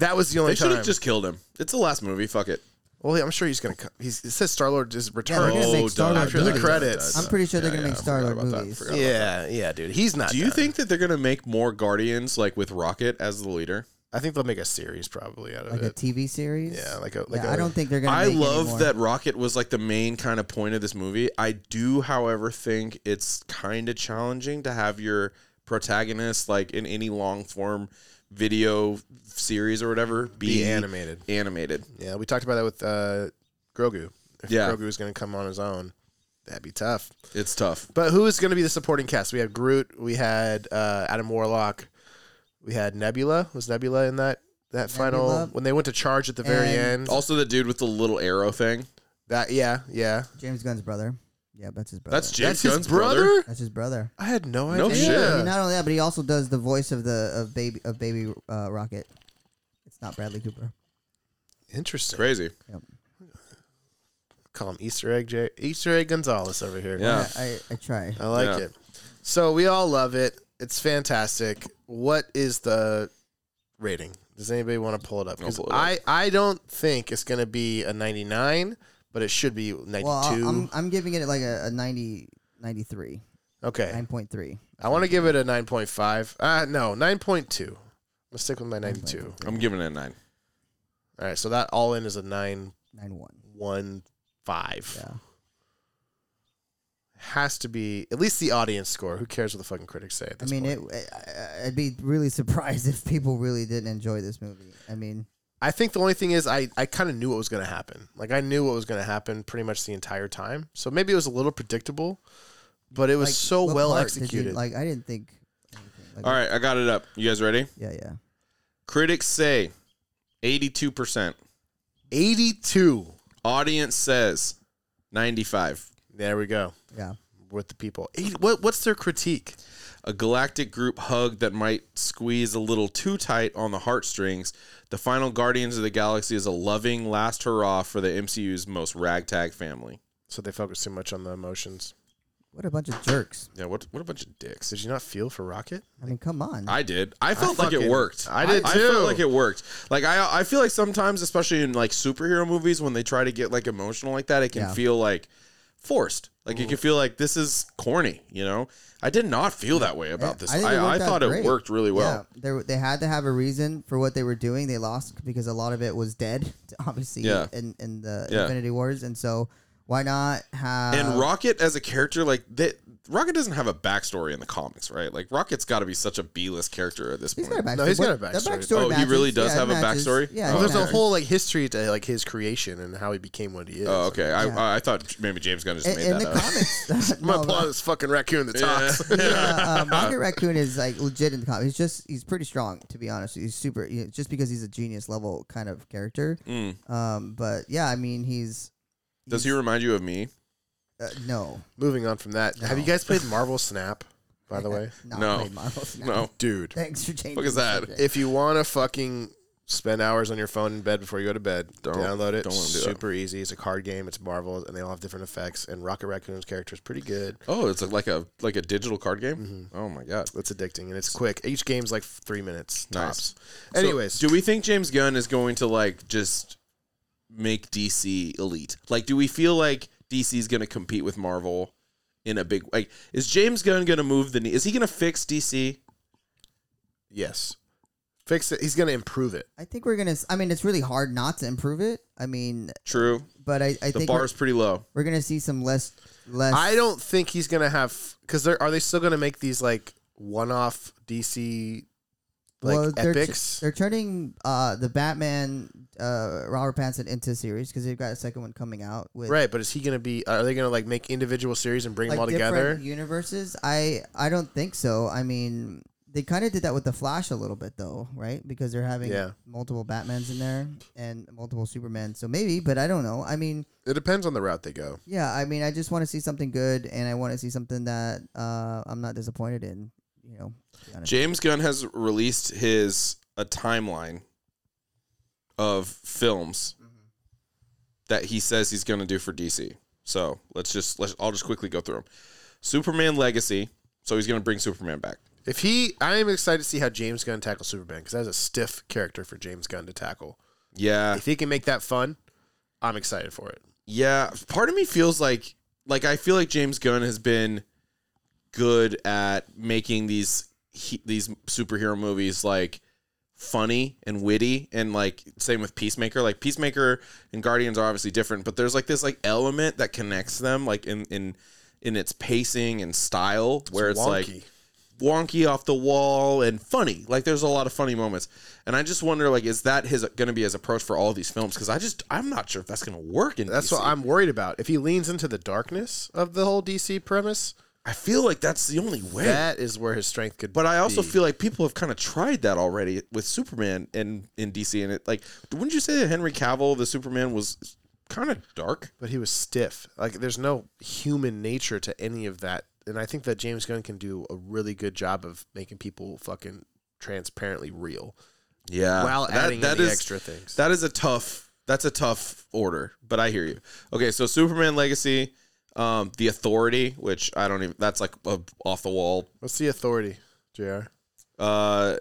Speaker 3: That was the only
Speaker 2: They should
Speaker 3: time.
Speaker 2: have just killed him. It's the last movie. Fuck it.
Speaker 3: well, I'm sure he's gonna. co- He's, it says Star Lord is
Speaker 1: yeah, they're
Speaker 3: returning.
Speaker 1: gonna make
Speaker 2: Oh,
Speaker 1: Star Lord
Speaker 3: after the
Speaker 1: movies.
Speaker 3: credits.
Speaker 1: I'm pretty sure they're
Speaker 2: Yeah,
Speaker 1: gonna
Speaker 2: yeah,
Speaker 1: make
Speaker 2: I
Speaker 1: Star Lord
Speaker 2: forgot about that.
Speaker 1: movies.
Speaker 2: Forgot about
Speaker 3: yeah, yeah, dude. He's not.
Speaker 2: Do you
Speaker 3: done.
Speaker 2: think that they're gonna make more Guardians like with Rocket as the leader?
Speaker 3: I think they'll make a series probably out of
Speaker 1: Like a
Speaker 3: it.
Speaker 1: TV series.
Speaker 3: Uh, Yeah, like a- like
Speaker 1: yeah, I
Speaker 3: a-
Speaker 1: I don't think they're gonna.
Speaker 2: I
Speaker 1: make any
Speaker 2: love
Speaker 1: more.
Speaker 2: that Rocket was like the main kind of point of this movie. I do, however, think it's kind of challenging to have your protagonist like in any long form video series or whatever be,
Speaker 3: Be animated.
Speaker 2: Animated.
Speaker 3: Yeah, we talked about that with uh, Grogu. If
Speaker 2: Yeah.
Speaker 3: Grogu was gonna come on his own, that'd be tough.
Speaker 2: It's tough.
Speaker 3: But who is going to be the supporting cast? We had Groot. We had uh, Adam Warlock. We had Nebula. Was Nebula in that that
Speaker 1: Nebula.
Speaker 3: final when they went to charge at the very
Speaker 1: And-
Speaker 3: end?
Speaker 2: Also, the dude with the little arrow thing.
Speaker 3: That yeah yeah.
Speaker 1: James Gunn's brother. Yeah, that's his brother.
Speaker 2: That's James
Speaker 3: That's
Speaker 2: Gunn's
Speaker 3: his brother.
Speaker 1: That's his brother.
Speaker 3: I had no idea.
Speaker 2: No
Speaker 1: And he-
Speaker 2: shit.
Speaker 1: I mean, not only that, but he also does the voice of the of baby of baby uh, Rocket. It's not Bradley Cooper.
Speaker 3: Interesting.
Speaker 2: Crazy.
Speaker 3: call him Easter egg J- Easter egg Gonzalez over here.
Speaker 2: Yeah.
Speaker 1: I, I try.
Speaker 3: Uh, I like
Speaker 2: Yeah.
Speaker 3: it. So we all love it. It's fantastic. What is the rating? Does anybody want to pull it up?
Speaker 2: I'll
Speaker 3: 'Cause
Speaker 2: pull it up.
Speaker 3: I, I don't think it's going to be a 99, but it should be 92.
Speaker 1: Well, I- I'm, I'm giving it like a, a 90, 93,
Speaker 3: okay.
Speaker 1: 9.3.
Speaker 3: I want to give it a 9.5. Uh, no, 9.2. I'm going to stick with my 92.
Speaker 2: I'm giving it a nine.
Speaker 3: All right. So that all in is a 9.15.
Speaker 1: 9 1. Yeah.
Speaker 3: Has to be at least the audience score. Who cares what the fucking critics say at
Speaker 1: I
Speaker 3: this
Speaker 1: mean,
Speaker 3: point?
Speaker 1: it, I, I'd be really surprised if people really didn't enjoy this movie. I mean,
Speaker 3: I think the only thing is I, I kind of knew what was going to happen. Like I knew what was going to happen pretty much the entire time. So maybe it was a little predictable, but it was
Speaker 1: like,
Speaker 3: so
Speaker 1: what
Speaker 3: well
Speaker 1: part did you-
Speaker 3: executed.
Speaker 1: like, I didn't think. anything. Like,
Speaker 2: All right, I got it up. You guys ready?
Speaker 1: Yeah, yeah.
Speaker 2: Critics say 82%.
Speaker 3: 82.
Speaker 2: Audience says 95.
Speaker 3: There we go.
Speaker 1: Yeah.
Speaker 3: With the people. Eight, what what's their critique?
Speaker 2: A galactic group hug that might squeeze a little too tight on the heartstrings. The final Guardians of the Galaxy is a loving last hurrah for the MCU's most ragtag family.
Speaker 3: So they focus too much on the emotions.
Speaker 1: What a bunch of jerks.
Speaker 2: Yeah, what what a bunch of dicks.
Speaker 3: Did you not feel for Rocket?
Speaker 1: I mean, come on.
Speaker 2: I did. I felt like it
Speaker 3: fucking-
Speaker 2: worked.
Speaker 3: I did
Speaker 2: I
Speaker 3: too.
Speaker 2: felt like it worked. Like I I feel like sometimes, especially in like superhero movies, when they try to get like emotional like that, it can
Speaker 1: Yeah. Mm.
Speaker 2: feel like forced. Like it can feel like this is corny, you know? I did not feel that way about this.
Speaker 1: think it
Speaker 2: I, I,
Speaker 1: worked out
Speaker 2: thought
Speaker 1: great.
Speaker 2: it worked really well.
Speaker 1: Yeah, there- they had to have a reason for what they were doing. They lost because a lot of it was dead, obviously,
Speaker 2: Yeah.
Speaker 1: in, in the
Speaker 2: Yeah.
Speaker 1: Infinity Wars. And so why not have.
Speaker 2: and Rocket as a character, like that Rocket doesn't have a backstory in the comics, right? Like Rocket's gotta be such a B list character at this
Speaker 1: He's
Speaker 2: point.
Speaker 1: got a backstory.
Speaker 3: No, he's got a
Speaker 1: What-
Speaker 3: backstory.
Speaker 1: The backstory
Speaker 2: Oh, he
Speaker 1: matches.
Speaker 2: really does
Speaker 1: Yeah, it
Speaker 2: have a
Speaker 1: matches.
Speaker 2: backstory?
Speaker 1: Yeah,
Speaker 2: Oh,
Speaker 1: it
Speaker 3: Well, there's a
Speaker 1: matters.
Speaker 3: whole like history to like his creation and how he became what he is.
Speaker 2: oh, okay. I,
Speaker 1: Yeah.
Speaker 2: I I thought maybe James Gunn just
Speaker 1: In,
Speaker 2: made
Speaker 1: in
Speaker 2: that
Speaker 1: the
Speaker 2: up.
Speaker 1: comics,
Speaker 3: I'm gonna
Speaker 1: no,
Speaker 3: pull out
Speaker 1: Rock-
Speaker 3: this fucking raccoon that
Speaker 2: Yeah.
Speaker 3: talks.
Speaker 1: yeah, um, Rocket Raccoon is like legit in the comics. He's just he's pretty strong to be honest. He's super you know, just because he's a genius level kind of character.
Speaker 2: Mm.
Speaker 1: Um, but yeah, I mean he's
Speaker 2: Does he remind you of me?
Speaker 1: uh, no
Speaker 3: Moving on from that. Have you guys played Marvel Snap? By the way,
Speaker 1: uh, not
Speaker 2: No.
Speaker 1: played Marvel's now.
Speaker 2: No.
Speaker 3: dude.
Speaker 1: Thanks for changing.
Speaker 2: Fuck is
Speaker 1: the
Speaker 2: that?
Speaker 1: subject.
Speaker 3: If you want to fucking spend hours on your phone in bed before you go to bed,
Speaker 2: Don't-
Speaker 3: download it.
Speaker 2: don't wanna do that.
Speaker 3: Super easy. It's a card game. It's Marvel, and they all have different effects. And Rocket Raccoon's character is pretty good.
Speaker 2: Oh, it's like a like a digital card game? Oh my god.
Speaker 3: It's addicting and it's quick. Each game's like three minutes
Speaker 2: Nice.
Speaker 3: tops. Anyways,
Speaker 2: So, do we think James Gunn is going to like just make DC elite? Like, do we feel like DC is going to compete with Marvel in a big like? Is James Gunn going to move the? ne- Is he going to fix DC?
Speaker 3: yes, fix it. He's gonna improve it.
Speaker 1: I think we're gonna. s- I mean, it's really hard not to improve it. I mean,
Speaker 2: True.
Speaker 1: but I, I
Speaker 2: The
Speaker 1: think
Speaker 2: bar
Speaker 1: we're,
Speaker 2: is pretty low.
Speaker 1: we're gonna see some less less.
Speaker 3: I don't think he's gonna have because are they still gonna make these like one-off DC like
Speaker 1: they're, tr-
Speaker 3: epics?
Speaker 1: they're turning uh, the Batman uh, Robert Pattinson into series because they've got a second one coming out with
Speaker 3: Right, but is he going to be? Are they going to like make individual series and bring
Speaker 1: like
Speaker 3: them all
Speaker 1: different
Speaker 3: together?
Speaker 1: universes. I I don't think so. I mean, they kind of did that with the Flash a little bit though, right? Because they're having
Speaker 3: Yeah.
Speaker 1: multiple Batmans in there and multiple Supermen. So maybe, but I don't know. I mean,
Speaker 3: It depends on the route they go.
Speaker 1: yeah, I mean, I just want to see something good and I want to see something that uh, I'm not disappointed in. You know, to be honest.
Speaker 2: James Gunn has released his a timeline of films that he says he's going to do for DC. So let's just let's I'll just quickly go through them. Superman Legacy. So he's going to bring Superman back.
Speaker 3: If he, I am excited to see how James Gunn tackles Superman because that's a stiff character for James Gunn to tackle.
Speaker 2: Yeah,
Speaker 3: If he can make that fun, I'm excited for it.
Speaker 2: Yeah, part of me feels like like I feel like James Gunn has been good at making these he, these superhero movies like funny and witty and like same with Peacemaker. Like Peacemaker and Guardians are obviously different, but there's like this like element that connects them like in in in its pacing and style where it's like
Speaker 3: wonky.
Speaker 2: wonky off the wall and funny. Like there's a lot of funny moments, and I just wonder like is that his going to be his approach for all these films? Because I just I'm not sure if that's going to work. In
Speaker 3: That's
Speaker 2: DC.
Speaker 3: what I'm worried about. If he leans into the darkness of the whole DC premise,
Speaker 2: I feel like that's the only way.
Speaker 3: that is where his strength could.
Speaker 2: but I also
Speaker 3: be.
Speaker 2: feel like people have kind of tried that already with Superman and in DC and it like wouldn't you say that Henry Cavill the Superman was kind of dark?
Speaker 3: but he was stiff. Like there's no human nature to any of that, and I think that James Gunn can do a really good job of making people fucking transparently real
Speaker 2: Yeah.
Speaker 3: while adding in
Speaker 2: that
Speaker 3: the
Speaker 2: is-
Speaker 3: extra things.
Speaker 2: That is a tough That's a tough order, but I hear you. Okay, so Superman Legacy, um, The Authority, which I don't even. That's like a off the wall
Speaker 3: What's the authority, Jr.
Speaker 2: uh,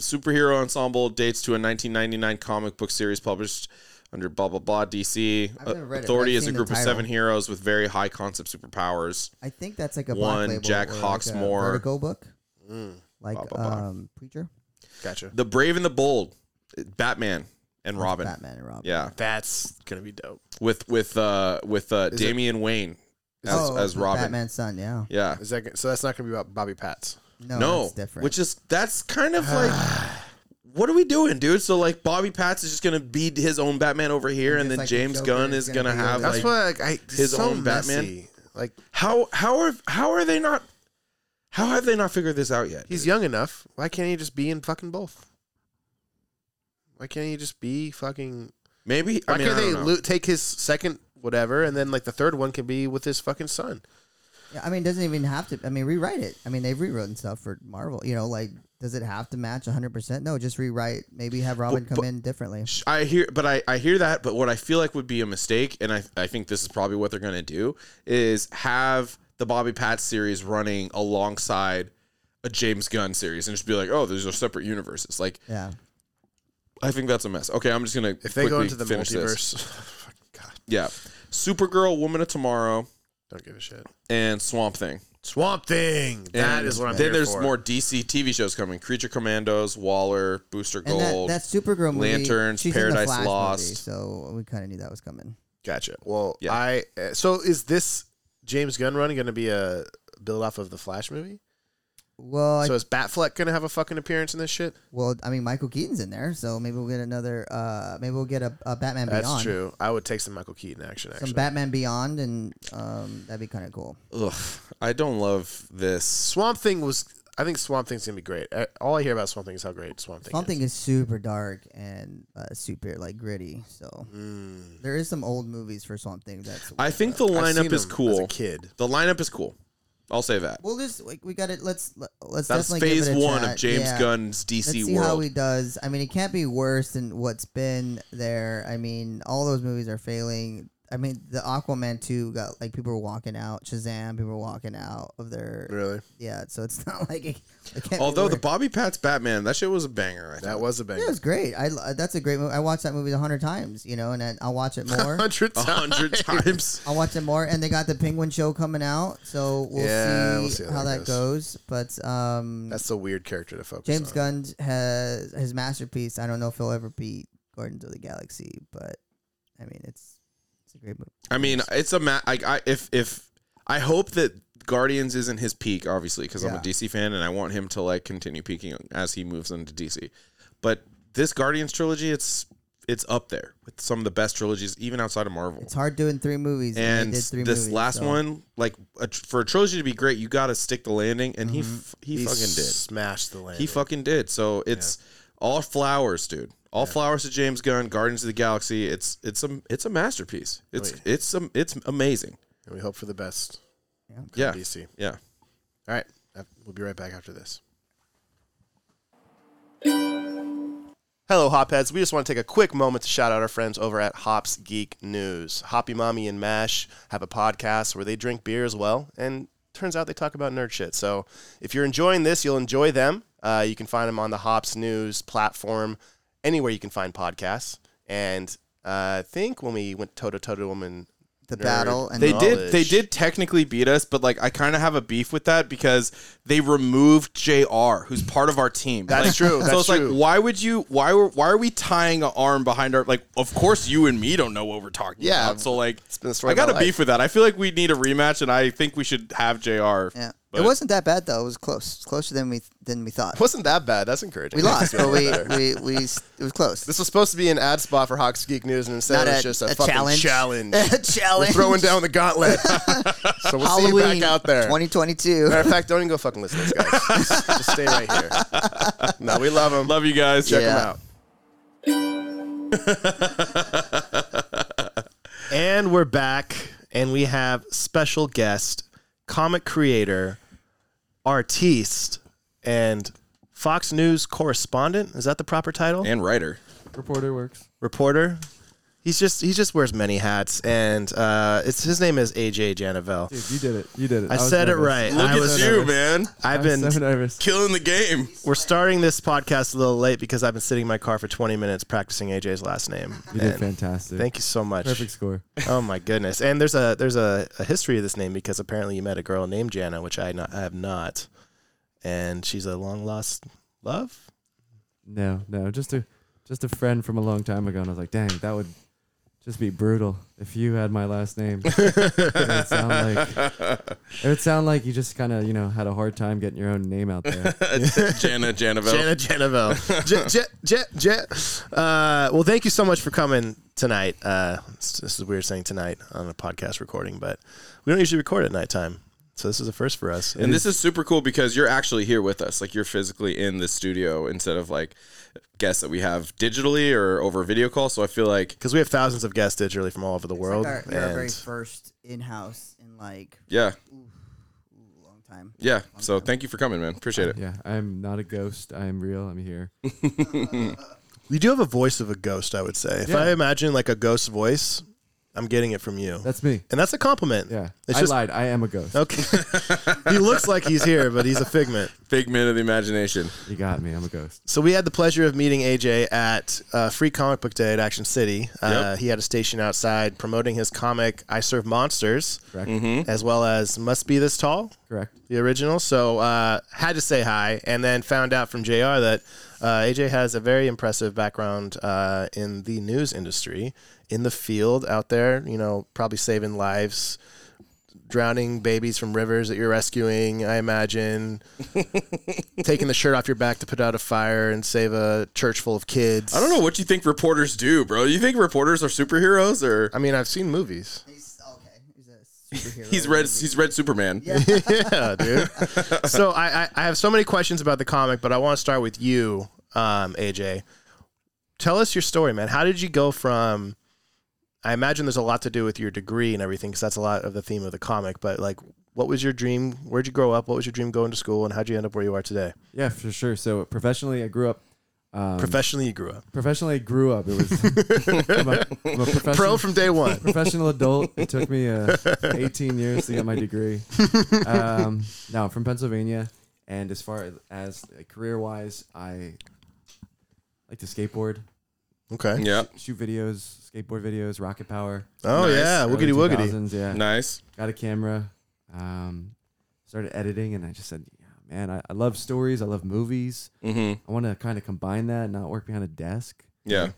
Speaker 2: superhero ensemble dates to a 1999 comic book series published under blah blah blah DC.
Speaker 1: I've never read it, but
Speaker 2: Authority
Speaker 1: I've
Speaker 2: is a
Speaker 1: seen the
Speaker 2: group of
Speaker 1: title.
Speaker 2: seven heroes with very high concept superpowers.
Speaker 1: I think that's like a
Speaker 2: One,
Speaker 1: black label
Speaker 2: Jack
Speaker 1: or like a
Speaker 2: Hawksmoor.
Speaker 1: Vertigo book,
Speaker 3: Mm,
Speaker 1: like
Speaker 2: Blah, blah, blah.
Speaker 1: um, Preacher,
Speaker 3: gotcha.
Speaker 2: The Brave and the Bold, Batman and Robin.
Speaker 1: Batman, and Robin.
Speaker 2: Yeah,
Speaker 3: That's gonna be dope.
Speaker 2: with with uh with uh
Speaker 3: Is it-
Speaker 2: Damian Wayne as
Speaker 1: Oh,
Speaker 2: as Robin.
Speaker 1: Batman's son. Yeah,
Speaker 2: Yeah.
Speaker 3: Is that, gonna- so that's not gonna be about Bobby Pat's.
Speaker 1: no,
Speaker 2: no,
Speaker 1: that's different.
Speaker 2: which is that's kind of like what are we doing, dude? So like Bobby Patz is just gonna be his own Batman over here,
Speaker 1: just
Speaker 2: and, then
Speaker 1: like the
Speaker 2: James
Speaker 1: Joker
Speaker 2: Gunn
Speaker 1: is
Speaker 2: is
Speaker 1: gonna
Speaker 2: gonna,
Speaker 1: be
Speaker 2: have
Speaker 1: over
Speaker 2: like
Speaker 3: That's why like, I
Speaker 2: his
Speaker 3: his so
Speaker 2: own
Speaker 3: own
Speaker 2: Batman.
Speaker 3: messy. Like
Speaker 2: how how are how are they not how have they not figured this out yet?
Speaker 3: he's young enough. Why can't he just be in fucking both? Why can't he just be fucking?
Speaker 2: Maybe
Speaker 3: Why
Speaker 2: I mean
Speaker 3: can't
Speaker 2: I don't
Speaker 3: they
Speaker 2: know.
Speaker 3: lo- take his second whatever, and then like the third one can be with his fucking son?
Speaker 1: Yeah, I mean, it doesn't even have to. I mean, rewrite it. I mean, they've rewritten stuff for Marvel. You know, like, does it have to match 100%? No, just rewrite. Maybe have Robin come
Speaker 2: but-
Speaker 1: in differently.
Speaker 2: Sh- I hear, but I, I hear that. But what I feel like would be a mistake, and I, I think this is probably what they're going to do, is have the Bobby Pat series running alongside a James Gunn series and just be like, oh, these are separate universes. Like,
Speaker 1: Yeah.
Speaker 2: I think that's a mess. Okay, I'm just going to
Speaker 3: If they go into the
Speaker 2: finish This.
Speaker 3: multiverse, fucking God,
Speaker 2: Yeah. Supergirl, Woman of Tomorrow,
Speaker 3: don't give a shit.
Speaker 2: and Swamp Thing.
Speaker 3: Swamp Thing. That
Speaker 2: And
Speaker 3: is what I'm.
Speaker 2: Then
Speaker 3: here
Speaker 2: there's
Speaker 3: for.
Speaker 2: more DC TV shows coming Creature Commandos, Waller, Booster
Speaker 1: And that,
Speaker 2: Gold.
Speaker 1: that Supergirl movie.
Speaker 2: Lanterns,
Speaker 1: she's in the
Speaker 2: Paradise
Speaker 1: Flash movie,
Speaker 2: Lost.
Speaker 1: so we kind of knew that was coming.
Speaker 3: Gotcha. Well,
Speaker 2: Yeah.
Speaker 3: I uh, so is this James Gunn run going to be a build off of the Flash movie?
Speaker 1: Well, I,
Speaker 3: so is Batfleck going to have a fucking appearance in this shit?
Speaker 1: well, I mean, Michael Keaton's in there, so maybe we'll get another. Uh, maybe we'll get a, a Batman
Speaker 3: That's
Speaker 1: Beyond.
Speaker 3: true. I would take some Michael Keaton action.
Speaker 1: Some
Speaker 3: Actually,
Speaker 1: Batman Beyond, and um, that'd be kind of cool.
Speaker 2: Ugh, I don't love this.
Speaker 3: Swamp Thing was. I think Swamp Thing's gonna be great. Uh, All I hear about Swamp Thing is how great Swamp Thing.
Speaker 1: Something
Speaker 3: is.
Speaker 1: is super dark and uh, super like gritty. So there is some old movies for Swamp Thing. That's
Speaker 2: Mm. I think the
Speaker 3: I've seen
Speaker 2: lineup is
Speaker 3: him
Speaker 2: cool.
Speaker 3: As a kid,
Speaker 2: The lineup is cool. I'll say that.
Speaker 1: We'll just like we got it. Let's let- let's
Speaker 2: That's
Speaker 1: definitely give
Speaker 2: phase
Speaker 1: it a
Speaker 2: one
Speaker 1: shot.
Speaker 2: of James
Speaker 1: yeah.
Speaker 2: Gunn's
Speaker 1: Let's
Speaker 2: DC
Speaker 1: see how
Speaker 2: world.
Speaker 1: he does. I mean, it can't be worse than what's been there. I mean, all those movies are failing. I mean, the Aquaman two got like people were walking out. Shazam, people were walking out of their
Speaker 3: really.
Speaker 1: yeah. So it's not like it, it can't.
Speaker 2: Although
Speaker 1: be
Speaker 2: the
Speaker 1: worse.
Speaker 2: Bobby Pat's Batman, that shit was a banger. I
Speaker 3: That
Speaker 2: thought.
Speaker 3: was a bang.
Speaker 1: yeah, it was great. I lo- that's a great movie. I watched that movie a hundred times. You know, and then I'll watch it more.
Speaker 3: hundred
Speaker 2: a hundred times.
Speaker 1: I'll watch it more. And they got the Penguin show coming out, so we'll,
Speaker 3: Yeah,
Speaker 1: see,
Speaker 3: we'll see how
Speaker 1: how
Speaker 3: that
Speaker 1: that goes. But um,
Speaker 3: That's a weird character to focus
Speaker 1: James
Speaker 3: on.
Speaker 1: Gunn has his masterpiece. I don't know if he'll ever beat Guardians of the Galaxy, but I mean, it's it's a great movie.
Speaker 2: I mean, it's a ma- I, I if if I hope that Guardians isn't his peak, obviously, because I'm a
Speaker 1: Yeah.
Speaker 2: DC fan and I want him to like continue peaking as he moves into DC. But this Guardians trilogy, it's it's up there with some of the best trilogies, even outside of Marvel.
Speaker 1: It's hard doing three movies, and,
Speaker 2: and
Speaker 1: they did three
Speaker 2: this
Speaker 1: movies,
Speaker 2: last
Speaker 1: so-
Speaker 2: one, like a, tr- for a trilogy to be great, you got to stick the landing, and
Speaker 1: Mm-hmm.
Speaker 2: he f- he fucking did.
Speaker 3: Smashed the land.
Speaker 2: He fucking did. So it's all flowers, dude. All flowers to James Gunn, Guardians of the Galaxy. It's it's a it's a masterpiece.
Speaker 1: Oh,
Speaker 2: It's
Speaker 3: Wait.
Speaker 2: it's um it's amazing.
Speaker 3: And we hope for the best.
Speaker 2: Yeah,
Speaker 3: DC.
Speaker 2: yeah.
Speaker 3: All right, Uh, we'll be right back after this. Hello, Hopheads. We just want to take a quick moment to shout out our friends over at Hops Geek News. Hoppy Mommy and Mash have a podcast where they drink beer as well, and turns out they talk about nerd shit. So if you're enjoying this, you'll enjoy them. Uh, you can find them on the Hops News platform, anywhere you can find podcasts. And uh, I think when we went toe to toe to woman,
Speaker 1: the battle, and
Speaker 2: They
Speaker 1: the-
Speaker 2: did. They
Speaker 3: Knowledge.
Speaker 2: did technically beat us, but like I kind of have a beef with that because they removed Jr., who's part of our team.
Speaker 3: That's
Speaker 2: Like,
Speaker 3: true,
Speaker 2: so
Speaker 3: that's
Speaker 2: it's
Speaker 3: true.
Speaker 2: like, why would you? Why were? Why are we tying an arm behind our? Like, of course you and me don't know what we're talking
Speaker 3: Yeah.
Speaker 2: about. So like,
Speaker 3: been the story
Speaker 2: I got
Speaker 3: of
Speaker 2: a
Speaker 3: my
Speaker 2: beef with that. I feel like we need a rematch, and I think we should have Jr.
Speaker 1: yeah.
Speaker 2: But-
Speaker 1: it wasn't that bad though. It was close, It's closer than we than we thought.
Speaker 3: wasn't that bad. That's encouraging.
Speaker 1: We lost, but we we, we s- it was close.
Speaker 3: This was supposed to be an ad spot for Hawks Geek News, and instead
Speaker 1: Not
Speaker 3: it was
Speaker 1: a-
Speaker 3: just a,
Speaker 1: a
Speaker 3: fucking
Speaker 1: challenge.
Speaker 3: challenge.
Speaker 1: A challenge.
Speaker 3: We're throwing down the gauntlet. so we'll
Speaker 1: Halloween
Speaker 3: see you back out there. Matter
Speaker 1: 2022.
Speaker 3: of fact, don't even go fucking listen to this, guys. just, just stay right here. No, we love them.
Speaker 2: Love you guys.
Speaker 3: Check
Speaker 1: Yeah.
Speaker 3: them out. and we're back, and we have special guest, comic creator, artiste, and Fox News correspondent. Is that the proper title?
Speaker 2: and writer.
Speaker 4: Reporter works.
Speaker 3: reporter. He's just he just wears many hats, and uh, it's his name is AJ Janavel.
Speaker 4: Dude, you did it. You did it.
Speaker 3: I
Speaker 4: was
Speaker 3: said it
Speaker 4: nervous.
Speaker 3: right.
Speaker 2: Look
Speaker 3: I
Speaker 2: at
Speaker 3: was
Speaker 2: you,
Speaker 3: nervous.
Speaker 2: man.
Speaker 3: I've
Speaker 4: I was
Speaker 3: been
Speaker 4: so nervous.
Speaker 2: Killing the game.
Speaker 3: we're starting this podcast a little late because I've been sitting in my car for 20 minutes practicing AJ's last name.
Speaker 4: You did
Speaker 3: And
Speaker 4: fantastic.
Speaker 3: Thank you so much.
Speaker 4: Perfect score.
Speaker 3: Oh my goodness! And there's a there's a, a history of this name because apparently you met a girl named Jana, which I not I have not, and she's a long lost love.
Speaker 4: No, no, just a just a friend from a long time ago, and I was like, dang, that would just be brutal if you had my last name. it would sound like it would sound like you just kind of you know had a hard time getting your own name out there.
Speaker 2: Jana Janavel.
Speaker 3: Jana Janavelle. J- J- J- J- uh, well, thank you so much for coming tonight. Uh, s- this is weird saying tonight on a podcast recording, but we don't usually record at nighttime, so this is a first for us.
Speaker 2: and this is super cool because you're actually here with us. Like you're physically in the studio instead of like guests that we have digitally or over video call. So I feel like
Speaker 3: because we have thousands of guests digitally from all over the
Speaker 1: It's like
Speaker 3: world,
Speaker 1: our, our very
Speaker 3: and
Speaker 1: first in-house in like
Speaker 2: yeah,
Speaker 1: a long time.
Speaker 2: yeah. So thank you for coming, man. Appreciate it.
Speaker 4: Yeah, I'm not a ghost. I am real. I'm here.
Speaker 3: you do have a voice of a ghost. I would say, if
Speaker 4: Yeah.
Speaker 3: I imagine like a ghost voice, I'm getting it from you.
Speaker 4: That's me.
Speaker 3: and that's a compliment.
Speaker 4: Yeah,
Speaker 3: it's
Speaker 4: I
Speaker 3: just
Speaker 4: lied. I am a ghost.
Speaker 3: okay. he looks like he's here, but he's a figment.
Speaker 2: Figment of the imagination.
Speaker 4: You got me. I'm a ghost.
Speaker 3: So we had the pleasure of meeting AJ at uh, Free Comic Book Day at Action City. Uh,
Speaker 2: Yep.
Speaker 3: He had a station outside promoting his comic "I Serve Monsters,"
Speaker 4: Correct.
Speaker 3: as well as "Must Be This Tall,"
Speaker 4: Correct.
Speaker 3: the original. So uh, had to say hi, and then found out from Jr. that uh, AJ has a very impressive background uh, in the news industry, in the field out there. You know, probably saving lives, drowning babies from rivers that you're rescuing. I imagine taking the shirt off your back to put out a fire and save a church full of kids.
Speaker 2: I don't know what you think reporters do, bro. You think reporters are superheroes or
Speaker 3: I mean, I've seen movies.
Speaker 1: He's okay. He's a superhero.
Speaker 2: he's read he's read Superman.
Speaker 3: yeah, dude. So I, I, I have so many questions about the comic, but I want to start with you, um, AJ. Tell us your story, man. How did you go from? I imagine there's a lot to do with your degree and everything, because that's a lot of the theme of the comic. But like, what was your dream? Where'd you grow up? What was your dream going to school? And how'd you end up where you are today?
Speaker 4: Yeah, for sure. So professionally, I grew up. Um,
Speaker 3: Professionally, you grew up
Speaker 4: professionally, I grew up. It was I'm a, I'm a professional,
Speaker 3: pro from day one.
Speaker 4: professional adult. It took me uh, 18 years to get my degree. Um, now I'm from Pennsylvania, and as far as uh, career wise, I like to skateboard,
Speaker 3: Okay.
Speaker 2: Yeah.
Speaker 4: shoot videos, skateboard videos, rocket power.
Speaker 3: Oh
Speaker 2: Nice.
Speaker 3: yeah,
Speaker 4: early
Speaker 3: woogity woogity.
Speaker 4: 2000s, Yeah,
Speaker 2: Nice.
Speaker 4: got a camera, um, started editing, and I just said, yeah, man, I, I love stories, I love movies.
Speaker 2: hmm
Speaker 4: I want to kind of combine that, and not work behind a desk.
Speaker 2: Yeah.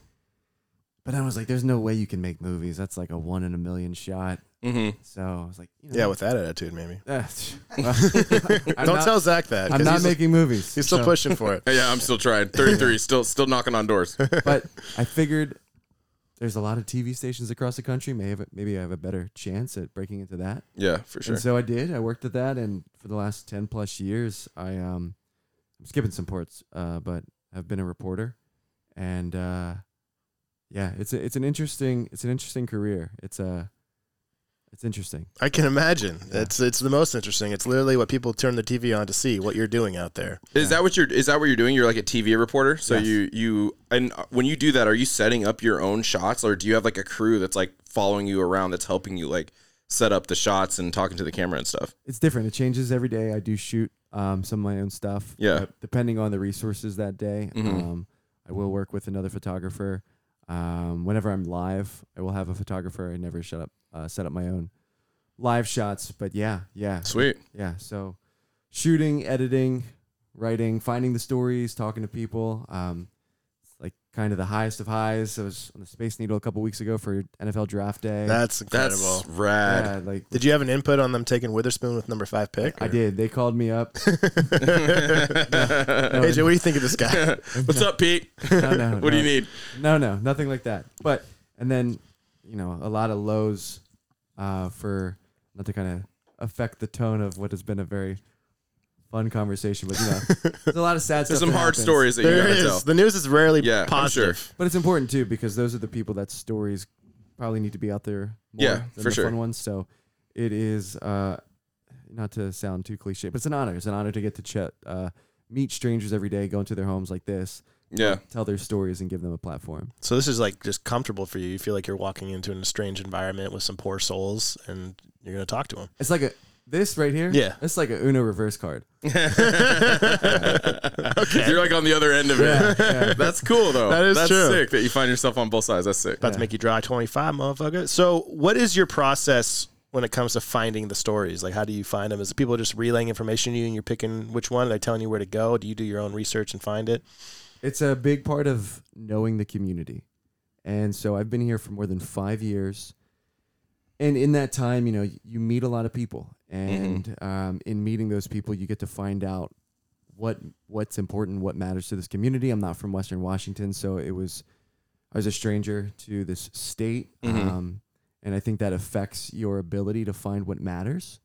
Speaker 4: But I was like, there's no way you can make movies. That's like a one in a million shot.
Speaker 2: hmm
Speaker 4: So I was like, you know,
Speaker 3: Yeah, with that attitude, maybe.
Speaker 4: Uh, I'm
Speaker 3: don't
Speaker 4: not,
Speaker 3: tell Zach that.
Speaker 4: I'm
Speaker 3: 'cause
Speaker 4: not
Speaker 3: he's,
Speaker 4: making movies.
Speaker 3: He's still
Speaker 4: so-
Speaker 3: pushing for it.
Speaker 2: Yeah, I'm still trying. 33, still still knocking on doors.
Speaker 4: But I figured there's a lot of TV stations across the country. May have, maybe I have a better chance at breaking into that.
Speaker 2: Yeah, for sure.
Speaker 4: And so I did. I worked at that, and for the last ten plus years, I um, I'm skipping some ports, uh, but I've been a reporter, and uh, yeah, it's a, it's an interesting it's an interesting career. It's a it's interesting.
Speaker 3: I can imagine. It's it's the most interesting. It's literally what people turn the TV on to see what you're doing out there.
Speaker 2: Is that what you're? Is that what you're doing? You're like a TV reporter. So
Speaker 4: Yes.
Speaker 2: you you and uh, when you do that, are you setting up your own shots, or do you have like a crew that's like following you around that's helping you like set up the shots and talking to the camera and stuff?
Speaker 4: it's different. It changes every day. I do shoot um, some of my own stuff.
Speaker 2: Yeah.
Speaker 4: uh, depending on the resources that day,
Speaker 2: Mhm.
Speaker 4: um, I will work with another photographer. Um, whenever I'm live, I will have a photographer. I never shut up, uh, set up my own live shots. But yeah, yeah,
Speaker 2: Sweet.
Speaker 4: yeah. So shooting, editing, writing, finding the stories, talking to people. Um, it's like kind of the highest of highs. I was on the Space Needle a couple weeks ago for NFL Draft Day.
Speaker 3: That's
Speaker 2: That's
Speaker 3: incredible.
Speaker 2: rad.
Speaker 4: yeah, like
Speaker 3: did you have an input on them taking Witherspoon with number five pick?
Speaker 4: I
Speaker 3: or-
Speaker 4: did. They called me up.
Speaker 3: AJ, what do you think of this guy?
Speaker 2: What's up, Pete?
Speaker 4: No, no,
Speaker 2: what do you
Speaker 4: no.
Speaker 2: need?
Speaker 4: No, no, nothing like that. But and then you know a lot of lows uh, for not to kind of affect the tone of what has been a very fun conversation. But you know, there's a lot of sad
Speaker 2: There's
Speaker 4: stuff.
Speaker 2: some
Speaker 4: that
Speaker 2: hard
Speaker 4: happens.
Speaker 2: stories that you
Speaker 3: there
Speaker 2: gotta
Speaker 3: is.
Speaker 2: tell.
Speaker 3: The news is rarely
Speaker 2: Yeah, I'm
Speaker 3: positive.
Speaker 2: sure.
Speaker 4: but it's important too because those are the people that stories probably need to be out there. More
Speaker 2: Yeah,
Speaker 4: than
Speaker 2: for
Speaker 4: the
Speaker 2: sure.
Speaker 4: Fun ones. So it is uh, not to sound too cliche, but it's an honor. It's an honor to get to chat, uh, meet strangers every day, go into their homes like this,
Speaker 2: Yeah.
Speaker 4: tell their stories and give them a platform.
Speaker 3: So this is like just comfortable for you. You feel like you're walking into a strange environment with some poor souls, and you're gonna talk to them.
Speaker 4: It's like a this right here.
Speaker 3: Yeah.
Speaker 4: it's like a Uno reverse card.
Speaker 2: You're like on the other end of it. That's cool though.
Speaker 3: That is
Speaker 2: That's
Speaker 3: true.
Speaker 2: sick that you find yourself on both sides. That's sick.
Speaker 3: About to make you draw 25, motherfucker. So, what is your process when it comes to finding the stories? Like, how do you find them? Is it people just relaying information to you and you're picking which one? Are they telling you where to go? Do you do your own research and find it?
Speaker 4: It's a big part of knowing the community, and so I've been here for more than five years, and in that time, you know, you meet a lot of people, and um, in meeting those people, you get to find out what what's important, what matters to this community. I'm not from Western Washington, so it was I was a stranger to this state, um, and I think that affects your ability to find what matters.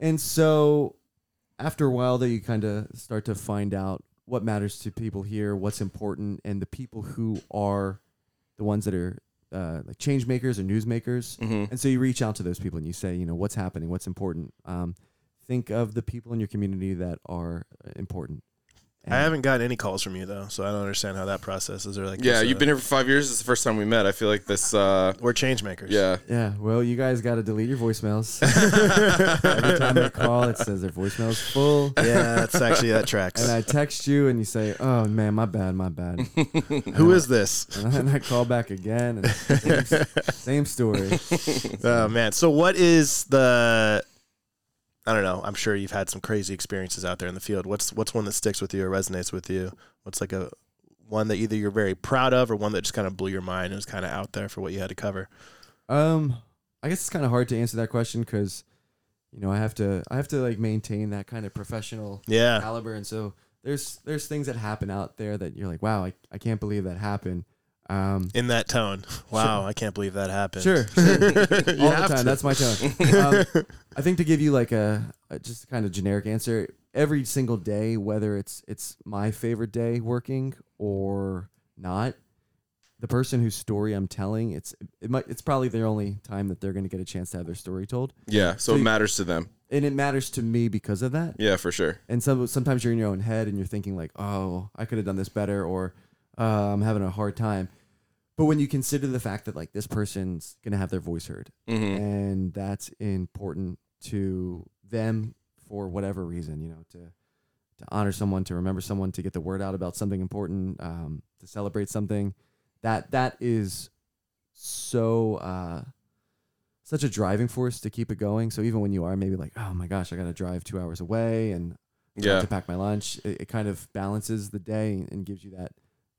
Speaker 4: And so, after a while, though, you kind of start to find out what matters to people here, what's important, and the people who are the ones that are uh, like change makers or news makers.
Speaker 2: Mm-hmm.
Speaker 4: And so you reach out to those people and you say, you know, what's happening, what's important. Um, think of the people in your community that are uh, important.
Speaker 3: I haven't gotten any calls from you, though, so I don't understand how that process is. Or like,
Speaker 2: yeah,
Speaker 3: this, uh,
Speaker 2: you've been here for five years. This is the first time we met. I feel like this. uh
Speaker 3: We're change makers.
Speaker 2: Yeah.
Speaker 4: Yeah, well, you guys got to delete your voicemails. Every time I call, it says their voicemail's full.
Speaker 3: Yeah, that's actually, that tracks.
Speaker 4: And I text you and you say, oh, man, my bad, my bad.
Speaker 3: Who is this?
Speaker 4: And then I call back again. And same, same story.
Speaker 3: Oh, man. So, what is the. I don't know. I'm sure you've had some crazy experiences out there in the field. What's what's one that sticks with you or resonates with you? What's like a one that either you're very proud of or one that just kind of blew your mind and was kind of out there for what you had to cover?
Speaker 4: Um, I guess it's kind of hard to answer that question because, you know, I have to I have to like maintain that kind of professional
Speaker 3: Yeah.
Speaker 4: caliber, and so there's there's things that happen out there that you're like, wow, I, I can't believe that happened. Um,
Speaker 3: In that tone. Wow, I can't believe that happened.
Speaker 4: sure, sure.
Speaker 3: You
Speaker 4: all the
Speaker 3: have
Speaker 4: time.
Speaker 3: to.
Speaker 4: That's my tone. Um, I think to give you like a, a just kind of generic answer, every single day, whether it's it's my favorite day working or not, the person whose story I'm telling, it's it might it's probably their only time that they're going to get a chance to have their story told,
Speaker 2: Yeah. So it
Speaker 4: you-
Speaker 2: matters to them.
Speaker 4: and it matters to me because of that.
Speaker 2: Yeah, for sure.
Speaker 4: And some sometimes you're in your own head and you're thinking like, oh, I could have done this better, or uh, I'm having a hard time. But when you consider the fact that like this person's gonna have their voice heard,
Speaker 2: Mm-hmm.
Speaker 4: and that's important to them for whatever reason you know to to honor someone to remember someone to get the word out about something important um, to celebrate something that that is so uh, such a driving force to keep it going so even when you are maybe like oh my gosh i gotta drive two hours away and I have
Speaker 2: Yeah.
Speaker 4: to pack my lunch it, it kind of balances the day and gives you that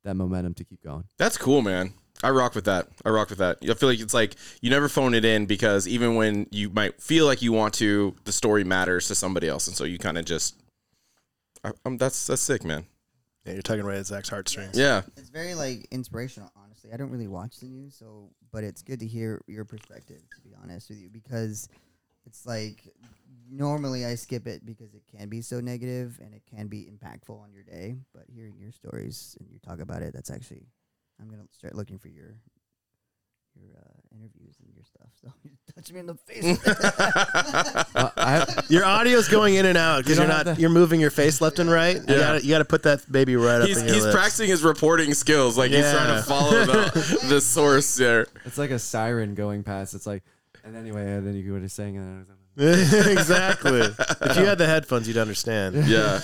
Speaker 4: that momentum to keep going
Speaker 2: That's cool, man. I rock with that. I rock with that. I feel like it's like you never phone it in because even when you might feel like you want to, the story matters to somebody else, and so you kind of just. I, i that's that's sick, man.
Speaker 3: Yeah, you're tugging right at Zach's heartstrings.
Speaker 2: Yeah.
Speaker 1: It's very like inspirational, honestly. I don't really watch the news, so but it's good to hear your perspective, to be honest with you, because it's like normally I skip it because it can be so negative and it can be impactful on your day. But hearing your stories and you talk about it, that's actually I'm gonna start looking for your your uh, interviews and your stuff. So you touch me in the face. with that.
Speaker 4: Uh, I-
Speaker 3: Your audio's going in and out because
Speaker 4: You
Speaker 3: you are
Speaker 4: don't
Speaker 3: not
Speaker 4: have to-
Speaker 3: you're moving your face left and right. You gotta you gotta put that baby right
Speaker 2: He's,
Speaker 3: up in your
Speaker 2: he's
Speaker 3: lips.
Speaker 2: practicing his reporting skills. Like he's trying
Speaker 3: Yeah.
Speaker 2: to follow the, the source there.
Speaker 4: it's like a siren going past it's like and anyway and then you go to saying and then-
Speaker 3: exactly. If you had the headphones, you'd understand.
Speaker 2: Yeah.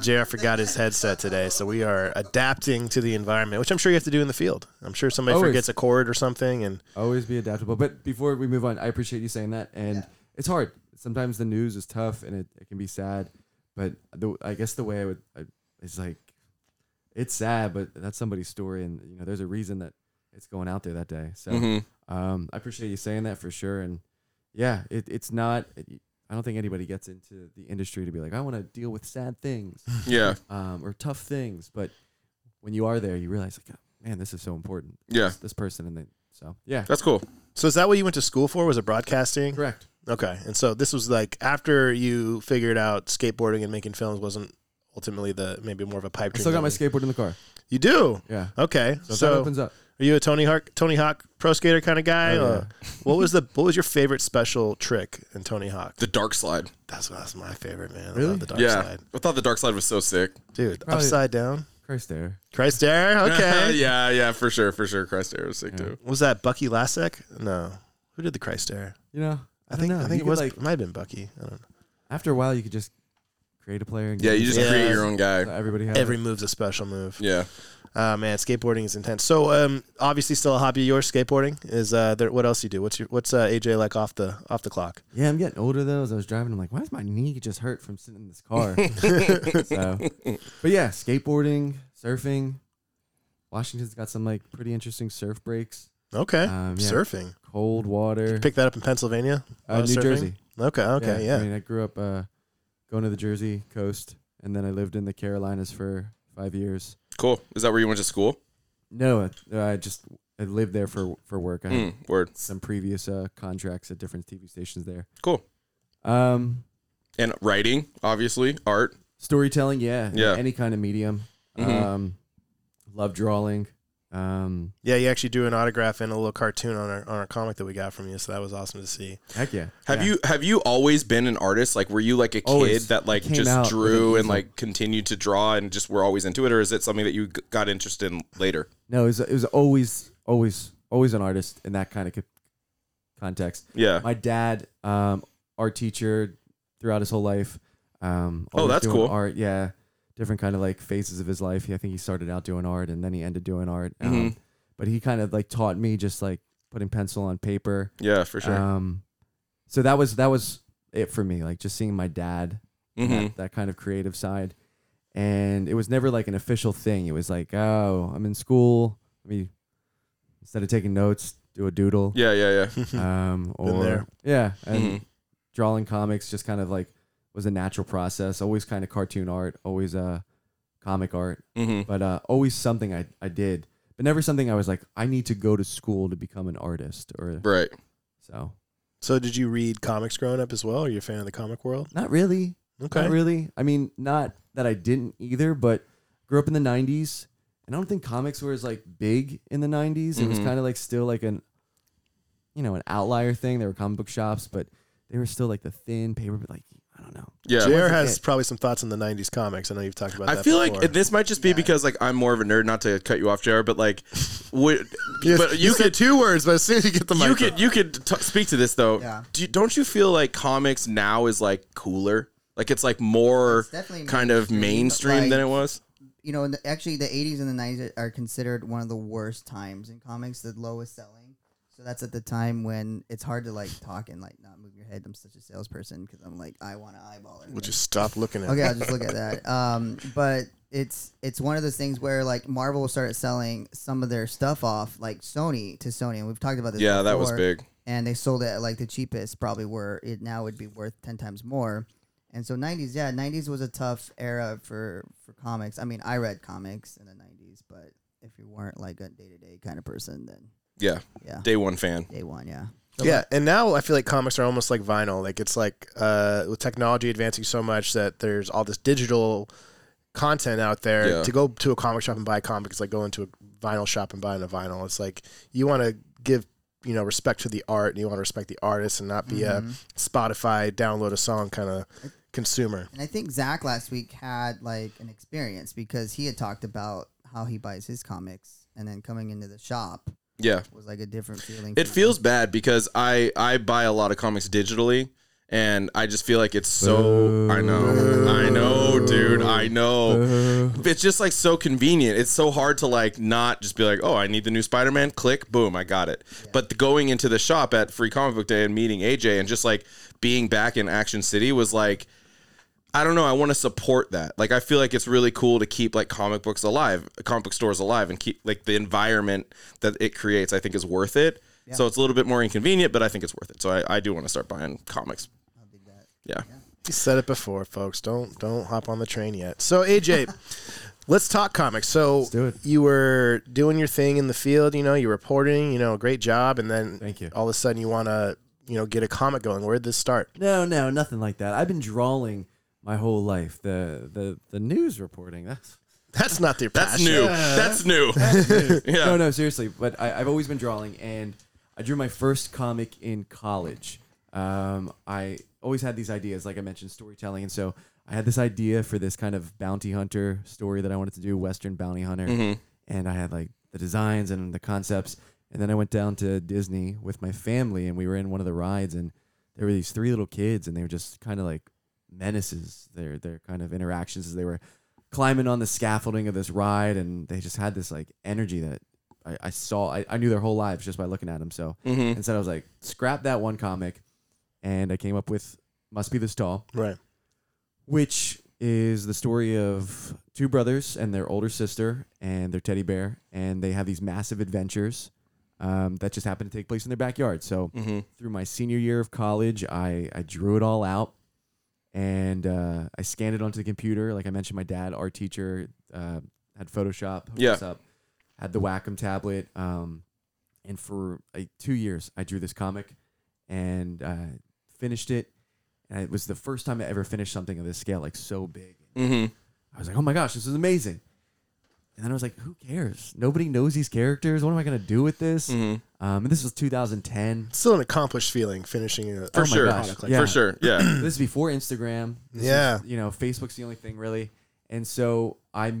Speaker 3: JR forgot his headset today, so we are adapting to the environment, which I'm sure you have to do in the field. I'm sure somebody
Speaker 4: Always.
Speaker 3: forgets a cord or something, and
Speaker 4: Always be adaptable. But before we move on, I appreciate you saying that. And it's hard. Sometimes the news is tough and it, it can be sad. But the, I guess the way I would, I, it's like, it's sad, but that's somebody's story. And, you know, there's a reason that it's going out there that day. So
Speaker 2: Mm-hmm.
Speaker 4: um, I appreciate you saying that for sure. And yeah, it, it's not, it, I don't think anybody gets into the industry to be like, I want to deal with sad things
Speaker 2: Yeah.
Speaker 4: um, or tough things. But when you are there, you realize, like, oh, man, this is so important.
Speaker 2: Yeah.
Speaker 4: This, this person. And then, so yeah,
Speaker 2: That's cool.
Speaker 3: so is that what you went to school for? Was it broadcasting?
Speaker 4: correct.
Speaker 3: Okay, and so this was like after you figured out skateboarding and making films wasn't ultimately the maybe more of a pipe
Speaker 4: I
Speaker 3: dream.
Speaker 4: still got
Speaker 3: than-
Speaker 4: my skateboard in the car.
Speaker 3: You do.
Speaker 4: Yeah.
Speaker 3: Okay,
Speaker 4: So,
Speaker 3: so,
Speaker 4: if that opens up.
Speaker 3: are you a Tony Hawk Tony Hawk pro skater kind of guy?
Speaker 4: Oh,
Speaker 3: or- what was the what was your favorite special trick in Tony Hawk?
Speaker 2: The dark slide.
Speaker 3: That's that's my favorite man. I
Speaker 4: Really?
Speaker 3: love the dark
Speaker 2: yeah.
Speaker 3: slide,
Speaker 2: I thought the dark slide was so sick.
Speaker 3: dude.
Speaker 4: Probably-
Speaker 3: upside down.
Speaker 4: Christ, there.
Speaker 3: Christ Air? Okay.
Speaker 2: yeah, yeah, for sure, for sure. Christ Air was sick too.
Speaker 3: Was that Bucky Lasek? No. Who did the Christ Air?
Speaker 4: You know,
Speaker 3: I,
Speaker 4: don't
Speaker 3: think
Speaker 4: know.
Speaker 3: I
Speaker 4: You
Speaker 3: think it
Speaker 4: could,
Speaker 3: was
Speaker 4: like
Speaker 3: it might have been Bucky. I don't know.
Speaker 4: after a while you could just create a player. And
Speaker 2: Yeah,
Speaker 4: get
Speaker 2: you just
Speaker 3: Yeah.
Speaker 2: create your own
Speaker 4: so
Speaker 2: guy.
Speaker 4: everybody has
Speaker 3: Every move's a special move.
Speaker 2: Yeah.
Speaker 3: Uh, man, skateboarding is intense. So, um, obviously, still a hobby of yours. Skateboarding is. Uh, there, what else you do? What's your What's uh, AJ like off the off the clock?
Speaker 4: Yeah, I'm getting older though. As I was driving, I'm like, why does my knee just hurt from sitting in this car? so, but yeah, skateboarding, surfing. Washington's got some like pretty interesting surf breaks,
Speaker 3: Okay,
Speaker 4: Um, yeah.
Speaker 3: surfing.
Speaker 4: cold water.
Speaker 3: Pick that up in Pennsylvania.
Speaker 4: Uh,
Speaker 3: Oh,
Speaker 4: New
Speaker 3: surfing?
Speaker 4: Jersey.
Speaker 3: Okay, okay, yeah.
Speaker 4: I mean, I grew up uh, going to the Jersey coast, and then I lived in the Carolinas for five years.
Speaker 2: Cool. Is that where you went to school?
Speaker 4: No, I, I just I lived there for for work. I had
Speaker 2: Mm, word.
Speaker 4: some previous uh, contracts at different TV stations there.
Speaker 2: Cool.
Speaker 4: Um,
Speaker 2: And writing, obviously, art.
Speaker 4: storytelling yeah
Speaker 2: Yeah.
Speaker 4: any kind of medium
Speaker 2: Mhm.
Speaker 4: um love drawing um
Speaker 3: Yeah, you actually drew an autograph and a little cartoon on our on our comic that we got from you, so that was awesome to see.
Speaker 4: heck yeah
Speaker 2: Have you have you always been an artist? Like, were you like a kid
Speaker 4: Always.
Speaker 2: that like
Speaker 4: I came
Speaker 2: just
Speaker 4: out
Speaker 2: drew
Speaker 4: with an
Speaker 2: and like continued to draw and just were always into it, or is it something that you g- got interested in later?
Speaker 4: no it was, it was always always always an artist in that kind of co- context
Speaker 2: Yeah.
Speaker 4: my dad um art teacher throughout his whole life um
Speaker 2: Oh,
Speaker 4: always
Speaker 2: that's
Speaker 4: doing
Speaker 2: cool.
Speaker 4: art yeah different kind of like phases of his life He- i think he started out doing art and then he ended doing art um,
Speaker 2: Mhm.
Speaker 4: but he kind of like taught me just like putting pencil on paper
Speaker 2: yeah, for sure.
Speaker 4: um so that was that was it for me like just seeing my dad and
Speaker 2: hmm
Speaker 4: that, that kind of creative side. And it was never like an official thing. It was like, oh, I'm in school. Let me instead of taking notes, do a doodle.
Speaker 2: Yeah, yeah, yeah.
Speaker 4: Um, or
Speaker 3: Been there.
Speaker 4: yeah, and
Speaker 2: Mhm.
Speaker 4: drawing comics just kind of like was a natural process. Always kind of cartoon art. Always uh, comic art,
Speaker 2: hmm
Speaker 4: but uh, always something I I did, but never something I was like, I need to go to school to become an artist or
Speaker 2: Right.
Speaker 4: so.
Speaker 3: So, did you read comics growing up as well? Are you a fan of the comic world?
Speaker 4: Not really.
Speaker 3: Okay,
Speaker 4: Not really. I mean, not that I didn't either, but grew up in the '90s, and I don't think comics were as like big in the '90s. It was
Speaker 2: Mhm.
Speaker 4: kind of like still like an, you know, an outlier thing. There were comic book shops, but they were still like the thin paper. But like, I don't know.
Speaker 2: Yeah.
Speaker 3: Jer has
Speaker 4: kid.
Speaker 3: probably some thoughts on the '90s comics. I know you've talked about.
Speaker 2: I
Speaker 3: that
Speaker 2: feel
Speaker 3: before.
Speaker 2: like this might just be because like I'm more of a nerd. Not to cut you off, Jr. But like, would
Speaker 3: Yes,
Speaker 2: but you
Speaker 3: said
Speaker 2: could
Speaker 3: two words, but as soon as you get the
Speaker 2: you
Speaker 3: microphone-
Speaker 2: could you could t- speak to this though.
Speaker 1: Yeah.
Speaker 2: Do, you- don't you feel like comics now is like cooler? Like it's like more
Speaker 1: It's definitely
Speaker 2: kind of mainstream
Speaker 1: mainstream, but,
Speaker 2: than it
Speaker 1: like-
Speaker 2: was.
Speaker 1: you know, in the, actually, the 80s and the 90s are considered one of the worst times in comics, the lowest selling. So that's at the time when it's hard to like talk and like not move your head. I'm such a salesperson because I'm like, I want to eyeball it.
Speaker 3: Would you stop looking at?
Speaker 1: Okay, I'll just look at that. Um, but it's it's one of those things where like Marvel started selling some of their stuff off, like Sony to Sony, and we've talked about this.
Speaker 2: Yeah, that was
Speaker 1: before,
Speaker 2: big.
Speaker 1: And they sold it at like the cheapest, probably where it now would be worth ten times more. And so '90s, yeah, '90s was a tough era for for comics. I mean, I read comics in the '90s, but if you weren't like a day to day kind of person, then
Speaker 2: Yeah.
Speaker 1: yeah,
Speaker 2: Day one fan.
Speaker 1: day one, yeah,
Speaker 3: Yeah, and now I feel like comics are almost like vinyl. Like it's like uh, with technology advancing so much that there's all this digital content out there.
Speaker 2: Yeah.
Speaker 3: To go to a comic shop and buy a comic is like going to a vinyl shop and buying a vinyl. It's like you want to give you know respect to the art and you want to respect the artist and not be
Speaker 1: Mm-hmm.
Speaker 3: a Spotify download a song kind of consumer.
Speaker 1: And I think Zach last week had like an experience because he had talked about how he buys his comics, and then coming into the shop
Speaker 2: Yeah.
Speaker 1: was like a different feeling.
Speaker 2: It
Speaker 1: for him.
Speaker 2: feels bad because I I buy a lot of comics digitally and I just feel like it's so I know. I know, dude. I know. It's just like so convenient. It's so hard to like not just be like, "Oh, I need the new Spider-Man." Click, boom, I got it. But the- going into the shop at Free Comic Book Day and meeting AJ and just like being back in Action City was like I don't know. I want to support that. Like, I feel like it's really cool to keep like comic books alive, comic book stores alive, and keep like the environment that it creates. I think is worth it. So it's a little bit more inconvenient, but I think it's worth it. So I, I do want to start buying comics.
Speaker 1: I'll dig that.
Speaker 2: Yeah.
Speaker 3: You said it before, folks. Don't don't hop on the train yet. So AJ, let's talk comics. So
Speaker 4: do it.
Speaker 3: you were doing your thing in the field, you know, you're reporting, you know, great job, and then
Speaker 4: Thank you.
Speaker 3: all of a sudden you want to, you know, get a comic going. Where'd this start?
Speaker 4: No, no, nothing like that. I've been drawing my whole life. The the the news reporting. That's
Speaker 3: That's not their
Speaker 2: That's
Speaker 3: passion.
Speaker 2: new. That's new. yeah.
Speaker 4: no, no, seriously. But I, I've always been drawing, and I drew my first comic in college. Um, I always had these ideas, like I mentioned, storytelling. And so I had this idea for this kind of bounty hunter story that I wanted to do, Western bounty hunter. And I had like the designs and the concepts. And then I went down to Disney with my family and we were in one of the rides and there were these three little kids and they were just kind of like menaces. Their their kind of interactions as they were climbing on the scaffolding of this ride and they just had this like energy that I, I saw I, I knew their whole lives just by looking at them. So
Speaker 2: Mm-hmm.
Speaker 4: instead I was like, scrap that one comic and I came up with Must Be This Tall,
Speaker 3: Right.
Speaker 4: which is the story of two brothers and their older sister and their teddy bear, and they have these massive adventures um, that just happen to take place in their backyard. So
Speaker 2: Mm-hmm.
Speaker 4: through my senior year of college, I, I drew it all out and uh, I scanned it onto the computer. Like I mentioned, my dad, our teacher, uh, had Photoshop. hooked
Speaker 2: Yeah.
Speaker 4: us Up, had the Wacom tablet. Um, and for like two years, I drew this comic and uh, finished it. And it was the first time I ever finished something of this scale, like so big.
Speaker 2: Mm-hmm.
Speaker 4: I was like, oh my gosh, this is amazing. And then I was like, who cares? Nobody knows these characters. What am I going to do with this?
Speaker 2: Mm. Mm-hmm.
Speaker 4: Um, and this was 2010.
Speaker 3: Still an accomplished feeling finishing it.
Speaker 2: For
Speaker 4: Oh my
Speaker 2: sure.
Speaker 4: gosh,
Speaker 2: For
Speaker 4: yeah.
Speaker 2: sure. Yeah.
Speaker 4: this is before Instagram. This
Speaker 3: Yeah.
Speaker 4: is, you know, Facebook's the only thing really. And so I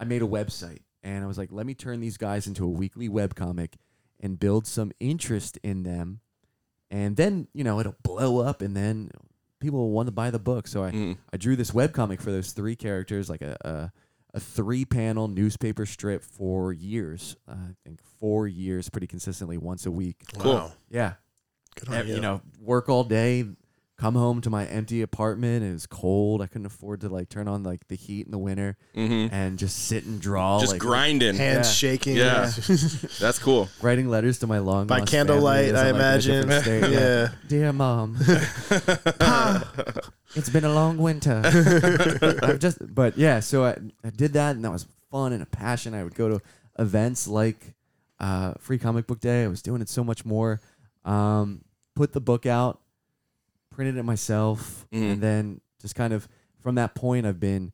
Speaker 4: I made a website and I was like, let me turn these guys into a weekly web comic and build some interest in them. And then, you know, it'll blow up and then people will want to buy the book. So I,
Speaker 2: Mm.
Speaker 4: I drew this webcomic for those three characters, like a, a, a three panel newspaper strip for years. Uh, I think four years pretty consistently, once a week.
Speaker 2: Cool.
Speaker 3: Wow.
Speaker 4: Yeah
Speaker 3: Good
Speaker 4: ev-
Speaker 3: on you.
Speaker 4: you know, work all day, come home to my empty apartment. It was cold. I couldn't afford to like turn on like the heat in the winter
Speaker 2: Mm-hmm.
Speaker 4: and just sit and draw,
Speaker 2: Just
Speaker 4: like
Speaker 2: grinding.
Speaker 3: Hands
Speaker 4: Yeah.
Speaker 3: shaking.
Speaker 2: Yeah. That's cool.
Speaker 4: writing letters to my long
Speaker 3: By
Speaker 4: lost
Speaker 3: candlelight,
Speaker 4: family as
Speaker 3: I
Speaker 4: I'm, like, in a
Speaker 3: imagine.
Speaker 4: different
Speaker 3: yeah.
Speaker 4: state. Dear mom, Pa, it's been a long winter. I've just, but yeah, so I, I did that, and that was fun and a passion. I would go to events like uh, Free Comic Book Day. I was doing it so much more. Um, put the book out, printed it myself,
Speaker 2: Mhm.
Speaker 4: and then just kind of from that point, I've been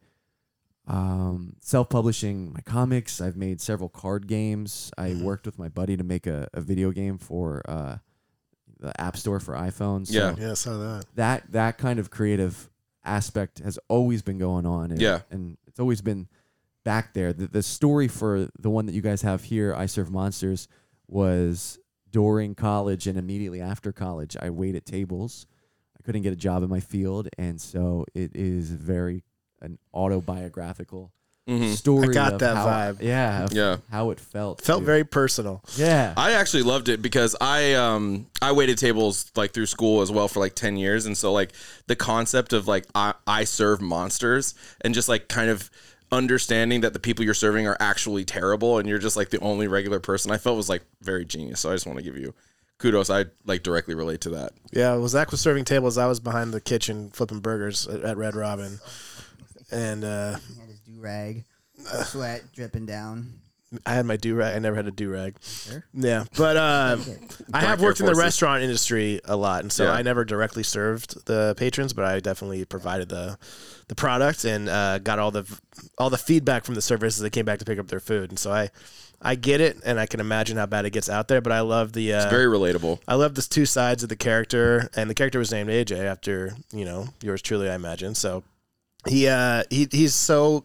Speaker 4: um, self-publishing my comics. I've made several card games. I
Speaker 2: Mm-hmm.
Speaker 4: worked with my buddy to make a, a video game for uh, the App Store for iPhones.
Speaker 2: Yeah.
Speaker 3: Yeah, I saw that.
Speaker 4: that that kind of creative aspect has always been going on. And,
Speaker 2: Yeah.
Speaker 4: and it's always been back there. The, the story for the one that you guys have here, I Serve Monsters, was during college and immediately after college. I waited tables. I couldn't get a job in my field, and so it is very an autobiographical
Speaker 2: Mm-hmm.
Speaker 4: story.
Speaker 3: I got
Speaker 4: of
Speaker 3: that
Speaker 4: how-
Speaker 3: vibe.
Speaker 4: Yeah, of
Speaker 2: Yeah.
Speaker 4: how it felt.
Speaker 3: Felt
Speaker 4: dude.
Speaker 3: very personal.
Speaker 4: Yeah.
Speaker 2: I actually loved it because I um I waited tables like through school as well for like 10 years and so like the concept of like I, I serve monsters and just like kind of understanding that the people you're serving are actually terrible and you're just like the only regular person I felt was like very genius so I just want to give you kudos I like directly relate to that
Speaker 3: Yeah, well, Zach was serving tables. I was behind the kitchen flipping burgers at, at Red Robin, and uh,
Speaker 1: He had his do rag, sweat dripping down.
Speaker 3: I had my do rag. I never had a do rag.
Speaker 1: Sure.
Speaker 3: Yeah, but uh, I have
Speaker 2: Black Air
Speaker 3: worked in the
Speaker 2: Forces.
Speaker 3: restaurant industry a lot, and so
Speaker 2: Yeah.
Speaker 3: I never directly served the patrons, but I definitely provided the the product and uh, got all the all the feedback from the servers as they came back to pick up their food, and so I I get it, and I can imagine how bad it gets out there, but I love the uh,
Speaker 2: very relatable
Speaker 3: I love this two sides of the character, and the character was named AJ after you know yours truly, I imagine. So he uh, he he's so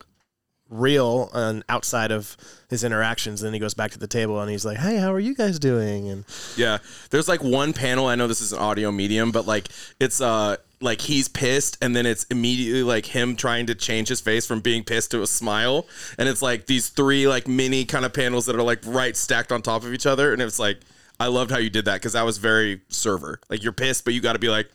Speaker 3: real and outside of his interactions. Then he goes back to the table and he's like, "Hey, how are you guys doing?" And
Speaker 2: Yeah. There's like one panel, I know this is an audio medium, but like it's uh like he's pissed and then it's immediately like him trying to change his face from being pissed to a smile. And it's like these three like mini kind of panels that are like right stacked on top of each other and it's like I loved how you did that cuz that was very server. Like you're pissed but you got to be like,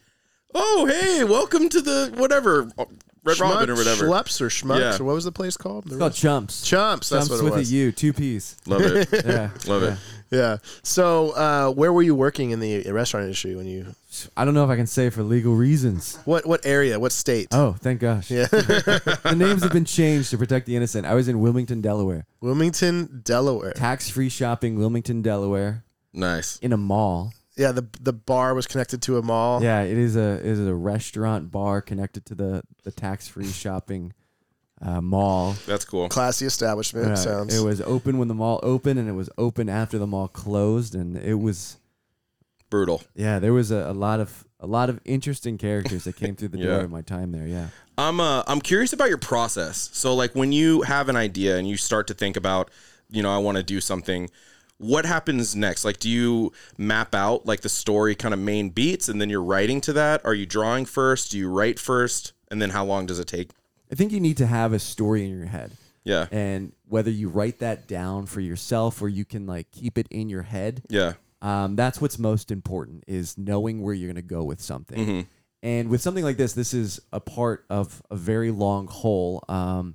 Speaker 2: "Oh, hey, welcome to the whatever uh, Red Robin or
Speaker 3: Schmuck-
Speaker 2: whatever."
Speaker 3: Schlups or Schmucks
Speaker 2: Yeah.
Speaker 3: or what was the place called? The
Speaker 4: It's called Chumps.
Speaker 3: Chumps. That's
Speaker 4: Chumps
Speaker 3: what it
Speaker 4: with
Speaker 3: was.
Speaker 4: a U, two P's.
Speaker 2: Love it.
Speaker 4: Yeah.
Speaker 2: Love it.
Speaker 3: Yeah. So uh, where were you working in the restaurant industry when you?
Speaker 4: I don't know if I can say for legal reasons.
Speaker 3: What what area? What state?
Speaker 4: Oh, thank gosh. Yeah. the names have been changed to protect the innocent. I was in Wilmington, Delaware.
Speaker 3: Wilmington, Delaware.
Speaker 4: Tax free shopping, Wilmington, Delaware,
Speaker 2: Nice.
Speaker 4: in a mall.
Speaker 3: Yeah. The the bar was connected to a mall.
Speaker 4: Yeah, it is a it is a restaurant bar connected to the, the tax free shopping uh, mall.
Speaker 2: That's cool.
Speaker 3: Classy establishment.
Speaker 4: Uh,
Speaker 3: sounds.
Speaker 4: It was open when the mall opened and it was open after the mall closed and it was
Speaker 2: Brutal.
Speaker 4: Yeah, there was a, a lot of a lot of interesting characters that came through the door
Speaker 2: Yeah.
Speaker 4: in my time there. Yeah.
Speaker 2: I'm uh, I'm curious about your process. So like when you have an idea and you start to think about, you know, I want to do something, what happens next? Like do you map out like the story kind of main beats and then you're writing to that? Are you drawing first? Do you write first? And then how long does it take?
Speaker 4: I think you need to have a story in your head.
Speaker 2: Yeah.
Speaker 4: And whether you write that down for yourself or you can like keep it in your head,
Speaker 2: Yeah.
Speaker 4: um, that's what's most important is knowing where you're going to go with something.
Speaker 2: Mm-hmm.
Speaker 4: And with something like this, this is a part of a very long haul um,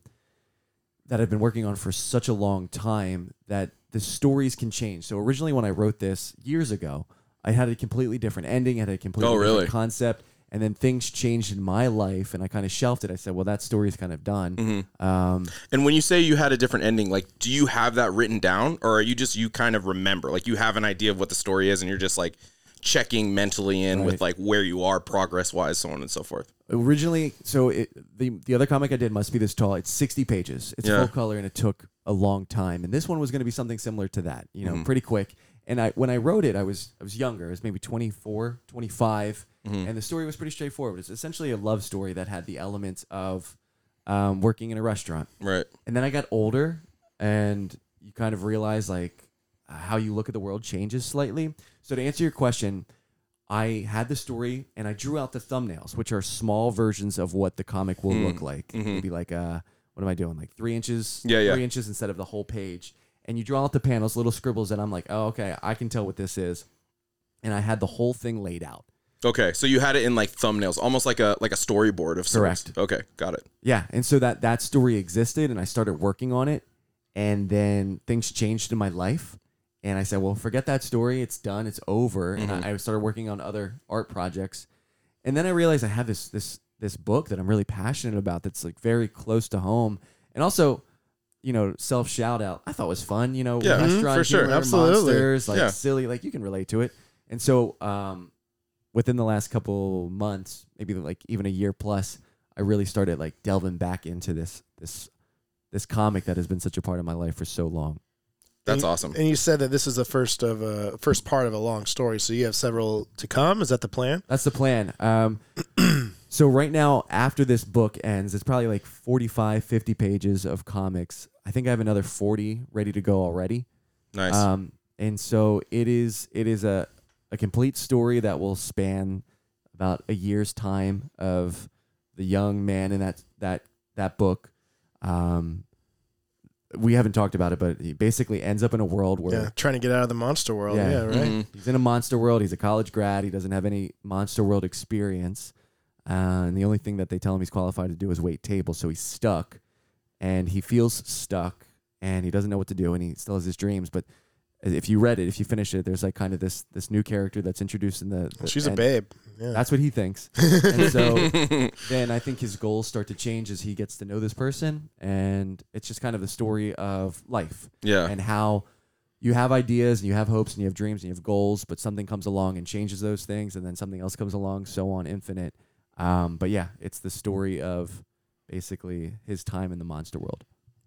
Speaker 4: that I've been working on for such a long time that the stories can change. So originally, when I wrote this years ago, I had a completely different ending, had a completely
Speaker 2: Oh, really?
Speaker 4: different concept, and then things changed in my life, and I kind of shelved it. I said, "Well, that story's kind of done." Um,
Speaker 2: And when you say you had a different ending, like do you have that written down or are you just you kind of remember? Like you have an idea of what the story is and you're just like checking mentally in with like where you are progress wise, so on and so forth.
Speaker 4: originally so it, the the other comic I did must be this tall. It's 60 pages. It's
Speaker 2: Yeah.
Speaker 4: full color and it took a long time. And this one was going to be something similar to that, you know, pretty quick. And I when I wrote it, I was I was younger. I was maybe 24, 25, and the story was pretty straightforward. It's essentially a love story that had the elements of um, working in a restaurant.
Speaker 2: Right.
Speaker 4: And then I got older and you kind of realize like how you look at the world changes slightly. So to answer your question, I had the story and I drew out the thumbnails, which are small versions of what the comic will look like. Maybe like uh what am I doing? Like three inches,
Speaker 2: Mm. Mm-hmm. Yeah, yeah.
Speaker 4: three inches instead of the whole page. And you draw out the panels, little scribbles, and I'm like, oh, okay, I can tell what this is. And I had the whole thing laid out.
Speaker 2: Okay, so you had it in like thumbnails, almost like a like a storyboard of sorts.
Speaker 4: Correct.
Speaker 2: Okay, got it.
Speaker 4: Yeah, and so that that story existed, and I started working on it, and then things changed in my life, and I said, "Well, forget that story; it's done, it's over."
Speaker 2: Mm-hmm.
Speaker 4: And I, I started working on other art projects, and then I realized I have this this this book that I'm really passionate about that's like very close to home, and also, you know, self shout out. I thought was fun, you know,
Speaker 2: Yeah, mhm,
Speaker 4: restaurant
Speaker 2: for sure,
Speaker 4: humor,
Speaker 3: absolutely.
Speaker 4: monsters, like
Speaker 2: Yeah.
Speaker 4: silly, like you can relate to it, and so um, within the last couple months, maybe like even a year plus, I really started like delving back into this this this comic that has been such a part of my life for so long.
Speaker 2: That's
Speaker 3: And-
Speaker 2: awesome.
Speaker 3: And you said that this is the first of a first part of a long story, so you have several to come. Is that the plan?
Speaker 4: That's the plan. Um, so right now, after this book ends, it's probably like 45, 50 pages of comics. I think I have another 40 ready to go already.
Speaker 2: Nice.
Speaker 4: Um, and so it is it is a, a complete story that will span about a year's time of the young man in that that that book. Um, we haven't talked about it, but he basically ends up in a world where
Speaker 3: Yeah, trying to get out of the monster world. Yeah,
Speaker 4: Yeah.
Speaker 3: right.
Speaker 2: Mhm.
Speaker 4: he's in a monster world. He's a college grad. He doesn't have any monster world experience, uh, and the only thing that they tell him he's qualified to do is wait tables. So he's stuck, and he feels stuck, and he doesn't know what to do, and he still has his dreams. But if you read it, if you finish it, there's like kind of this this new character that's introduced in the.
Speaker 3: Well, she's a
Speaker 4: and
Speaker 3: babe. Yeah.
Speaker 4: That's what he thinks.
Speaker 2: Mm-hmm.
Speaker 4: and so then I think his goals start to change as he gets to know this person, and it's just kind of the story of life
Speaker 2: yeah.
Speaker 4: and how you have ideas and you have hopes and you have dreams and you have goals, but something comes along and changes those things, and then something else comes along, so on, infinite. Um, but yeah, it's the story of basically his time in the monster world.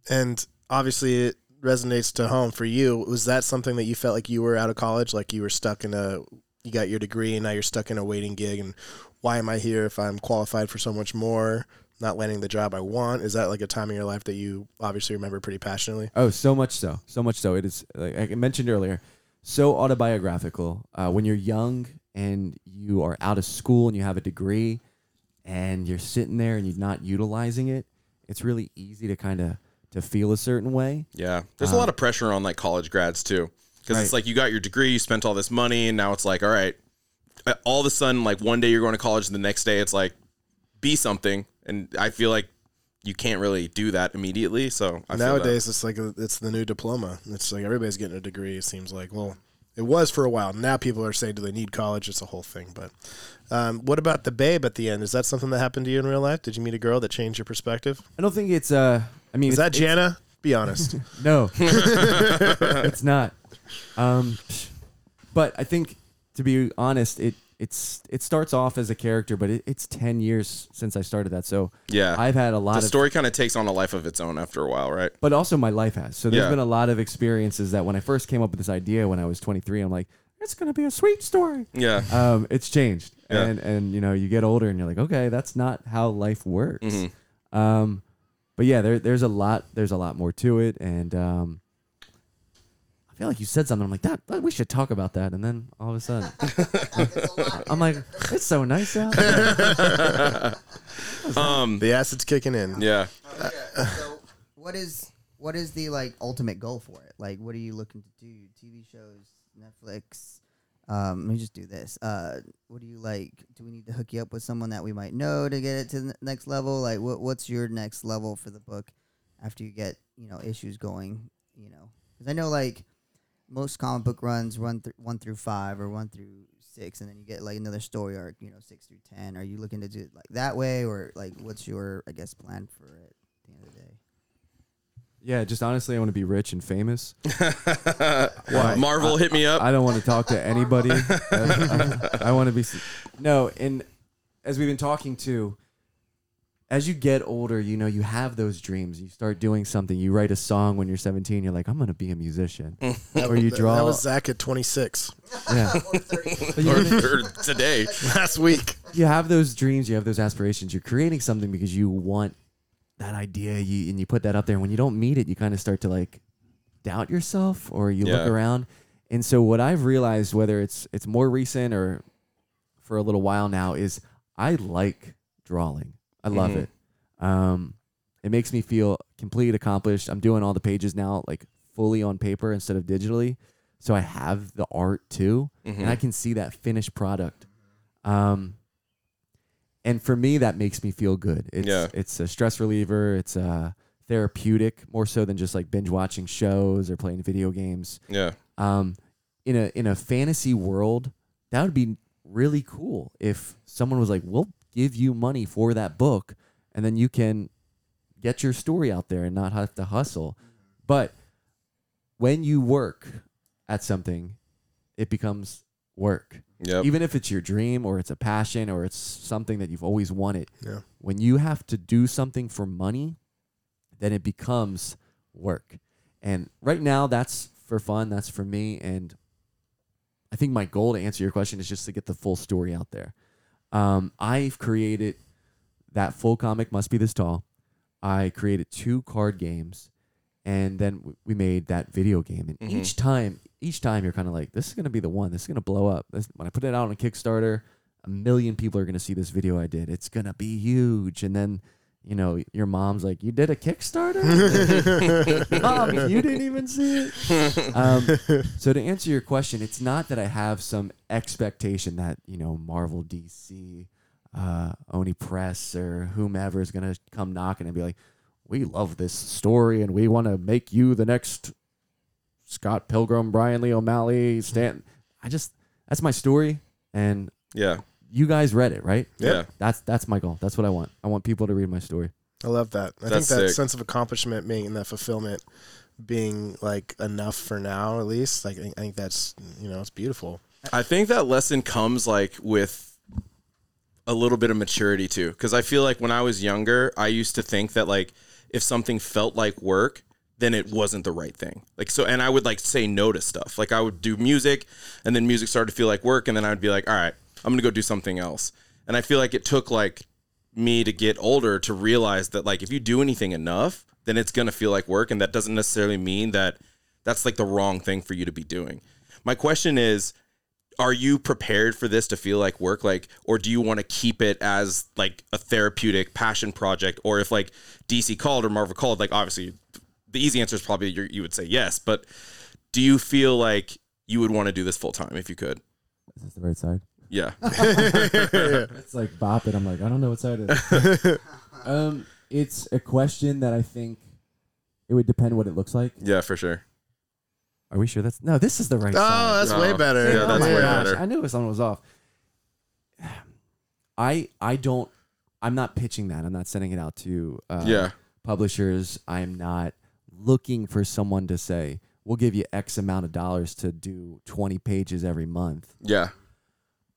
Speaker 3: and obviously it resonates to home for you. Was that something that you felt like you were out of college, like you were stuck in a you got your degree and now you're stuck in a waiting gig and why am I here if I'm qualified for so much more, not landing the job I want? Is that like a time in your life that you obviously remember pretty passionately?
Speaker 4: Oh, so much so, so much so. It is like I mentioned earlier, so autobiographical. Uh, when you're young and you are out of school and you have a degree, and you're sitting there and you're not utilizing it, it's really easy to kind of to feel a certain way.
Speaker 2: yeah. There's a lot of pressure on like college grads too. Cuz it's
Speaker 4: uh, Right.
Speaker 2: like you got your degree, you spent all this money, and now it's like, all right, uh, all of a sudden like one day you're going to college and the next day it's like be something. And I feel like you can't really do that immediately, so I feel that.
Speaker 3: Nowadays it's like a, it's the new diploma. It's like everybody's getting a degree. It seems like well. It was for a while. Now people are saying, do they need college? It's a whole thing. But um, what about the babe at the end? Is that something that happened to you in real life? Did you meet a girl that changed your perspective?
Speaker 4: I don't think it's. Uh, I mean,
Speaker 3: Is
Speaker 4: it's-
Speaker 3: that Jana? Be honest.
Speaker 4: No, it's not. Um, but I think, to be honest, it it's it starts off as a character, but it, it's ten years since I started that, so
Speaker 2: Yeah.
Speaker 4: I've had a lot
Speaker 2: the
Speaker 4: of.
Speaker 2: story kind of takes on a life of its own after a while, right?
Speaker 4: but also, my life has. So there's
Speaker 2: Yeah.
Speaker 4: been a lot of experiences that when I first came up with this idea when I was 23, I'm like, it's gonna be a sweet story.
Speaker 2: Yeah.
Speaker 4: Um, it's changed,
Speaker 2: Yeah.
Speaker 4: and and you know you get older and you're like, okay, that's not how life works. Um, but yeah, there there's a lot there's a lot more to it, and um, I feel like you said something. I'm like that. that- We should talk about that, and then all of a sudden, I'm like, it's so nice out. Um,
Speaker 3: The acid's kicking in.
Speaker 2: Yeah.
Speaker 1: Oh, so what is what is the like ultimate goal for it? Like, what are you looking to do? TV shows, Netflix. Um, let me just do this. Uh, what do you like? Do we need to hook you up with someone that we might know to get it to the next level? Like, what what's your next level for the book after you get you know issues going? You know, because I know like most comic book runs run through one through five or one through six, and then you get like another story arc. You know, six through ten. Are you looking to do it like that way, or like what's your I guess plan for it? at the end of the day?
Speaker 4: Yeah, just honestly, I want to be rich and famous.
Speaker 2: Marvel hit me up.
Speaker 4: I don't want to talk to anybody. I, want to be. s- No, and as we've been talking to, as you get older, you know, you have those dreams. You start doing something. You write a song when you're 17. You're like, I'm going to be a musician. or you
Speaker 3: That-
Speaker 4: draw.
Speaker 3: That was Zach at 26
Speaker 4: yeah. But you,
Speaker 2: or, or today.
Speaker 3: last week.
Speaker 4: you have those dreams. You have those aspirations. You're creating something because you want that idea. You and you put that up there. And when you don't meet it, you kind of start to like doubt yourself, or you look
Speaker 2: Yeah.
Speaker 4: around. And so what I've realized, whether it's it's more recent or for a little while now is I like drawing. I love
Speaker 2: Mhm.
Speaker 4: it. Um, it makes me feel complete, accomplished. I'm doing all the pages now, like fully on paper instead of digitally. So I have the art too, and I can see that finished product. Um, and for me, that makes me feel good. It's,
Speaker 2: Yeah.
Speaker 4: it's a stress reliever. It's uh therapeutic more so than just like binge watching shows or playing video games
Speaker 2: Yeah.
Speaker 4: um, in a in a fantasy world, that would be really cool if someone was like, "We'll give you money for that book, and then you can get your story out there and not have to hustle." But when you work at something, it becomes work.
Speaker 2: Yep.
Speaker 4: Even if it's your dream or it's a passion or it's something that you've always wanted,
Speaker 3: Yeah.
Speaker 4: when you have to do something for money, then it becomes work. And right now, that's for fun. That's for me. And I think my goal to answer your question is just to get the full story out there. Um, I've created that full comic must be this tall. I created two card games, and then w- we made that video game. And each time, each time you're kind of like, this is gonna be the one. This is gonna blow up. This, when I put it out on Kickstarter, a million people are gonna see this video I did. It's gonna be huge. And then, you know, your mom's like, you did a Kickstarter. Mom, you didn't even see it. Um, so to answer your question, it's not that I have some expectation that you know Marvel, DC, uh, Oni Press, or whomever is gonna come knocking and be like, "We love this story and we want to make you the next Scott Pilgrim, Brian Lee O'Malley, Stan." I just that's my story, and
Speaker 2: Yeah.
Speaker 4: you guys read it, right?
Speaker 2: Yeah.
Speaker 4: That's that's my goal. That's what I want. I want people to read my story.
Speaker 3: I love that. I
Speaker 2: That's
Speaker 3: think that
Speaker 2: sick.
Speaker 3: sense of accomplishment being and that fulfillment being like enough for now, at least. Like, I think- I think that's, you know, it's beautiful.
Speaker 2: I think that lesson comes like with a little bit of maturity too because I feel like when I was younger, I used to think that like if something felt like work, then it wasn't the right thing. Like so and I would like say no to stuff. Like I would do music and then music started to feel like work and then I'd be like, "All right, I'm going to go do something else." And I feel like it took like me to get older to realize that like if you do anything enough, then it's going to feel like work and that doesn't necessarily mean that that's like the wrong thing for you to be doing. My question is are you prepared for this to feel like work like or do you want to keep it as like a therapeutic passion project or if like dc called or marvel called like obviously the easy answer is probably you you would say yes but do you feel like you would want to do this full time if you could
Speaker 5: Is this the right side?
Speaker 2: yeah
Speaker 5: It's like bop it. I'm like, I don't know what side it is. um, it's a question that I think it would depend what it looks like.
Speaker 2: yeah for sure
Speaker 4: Are we sure that's no? This is the right. side.
Speaker 3: Oh, that's
Speaker 2: No.
Speaker 3: way better.
Speaker 2: Yeah, that's
Speaker 4: oh my
Speaker 2: way
Speaker 4: gosh,
Speaker 2: better.
Speaker 4: I knew someone was off. I I don't. I'm not pitching that. I'm not sending it out to uh,
Speaker 2: yeah
Speaker 4: publishers. I'm not looking for someone to say we'll give you X amount of dollars to do 20 pages every month.
Speaker 2: yeah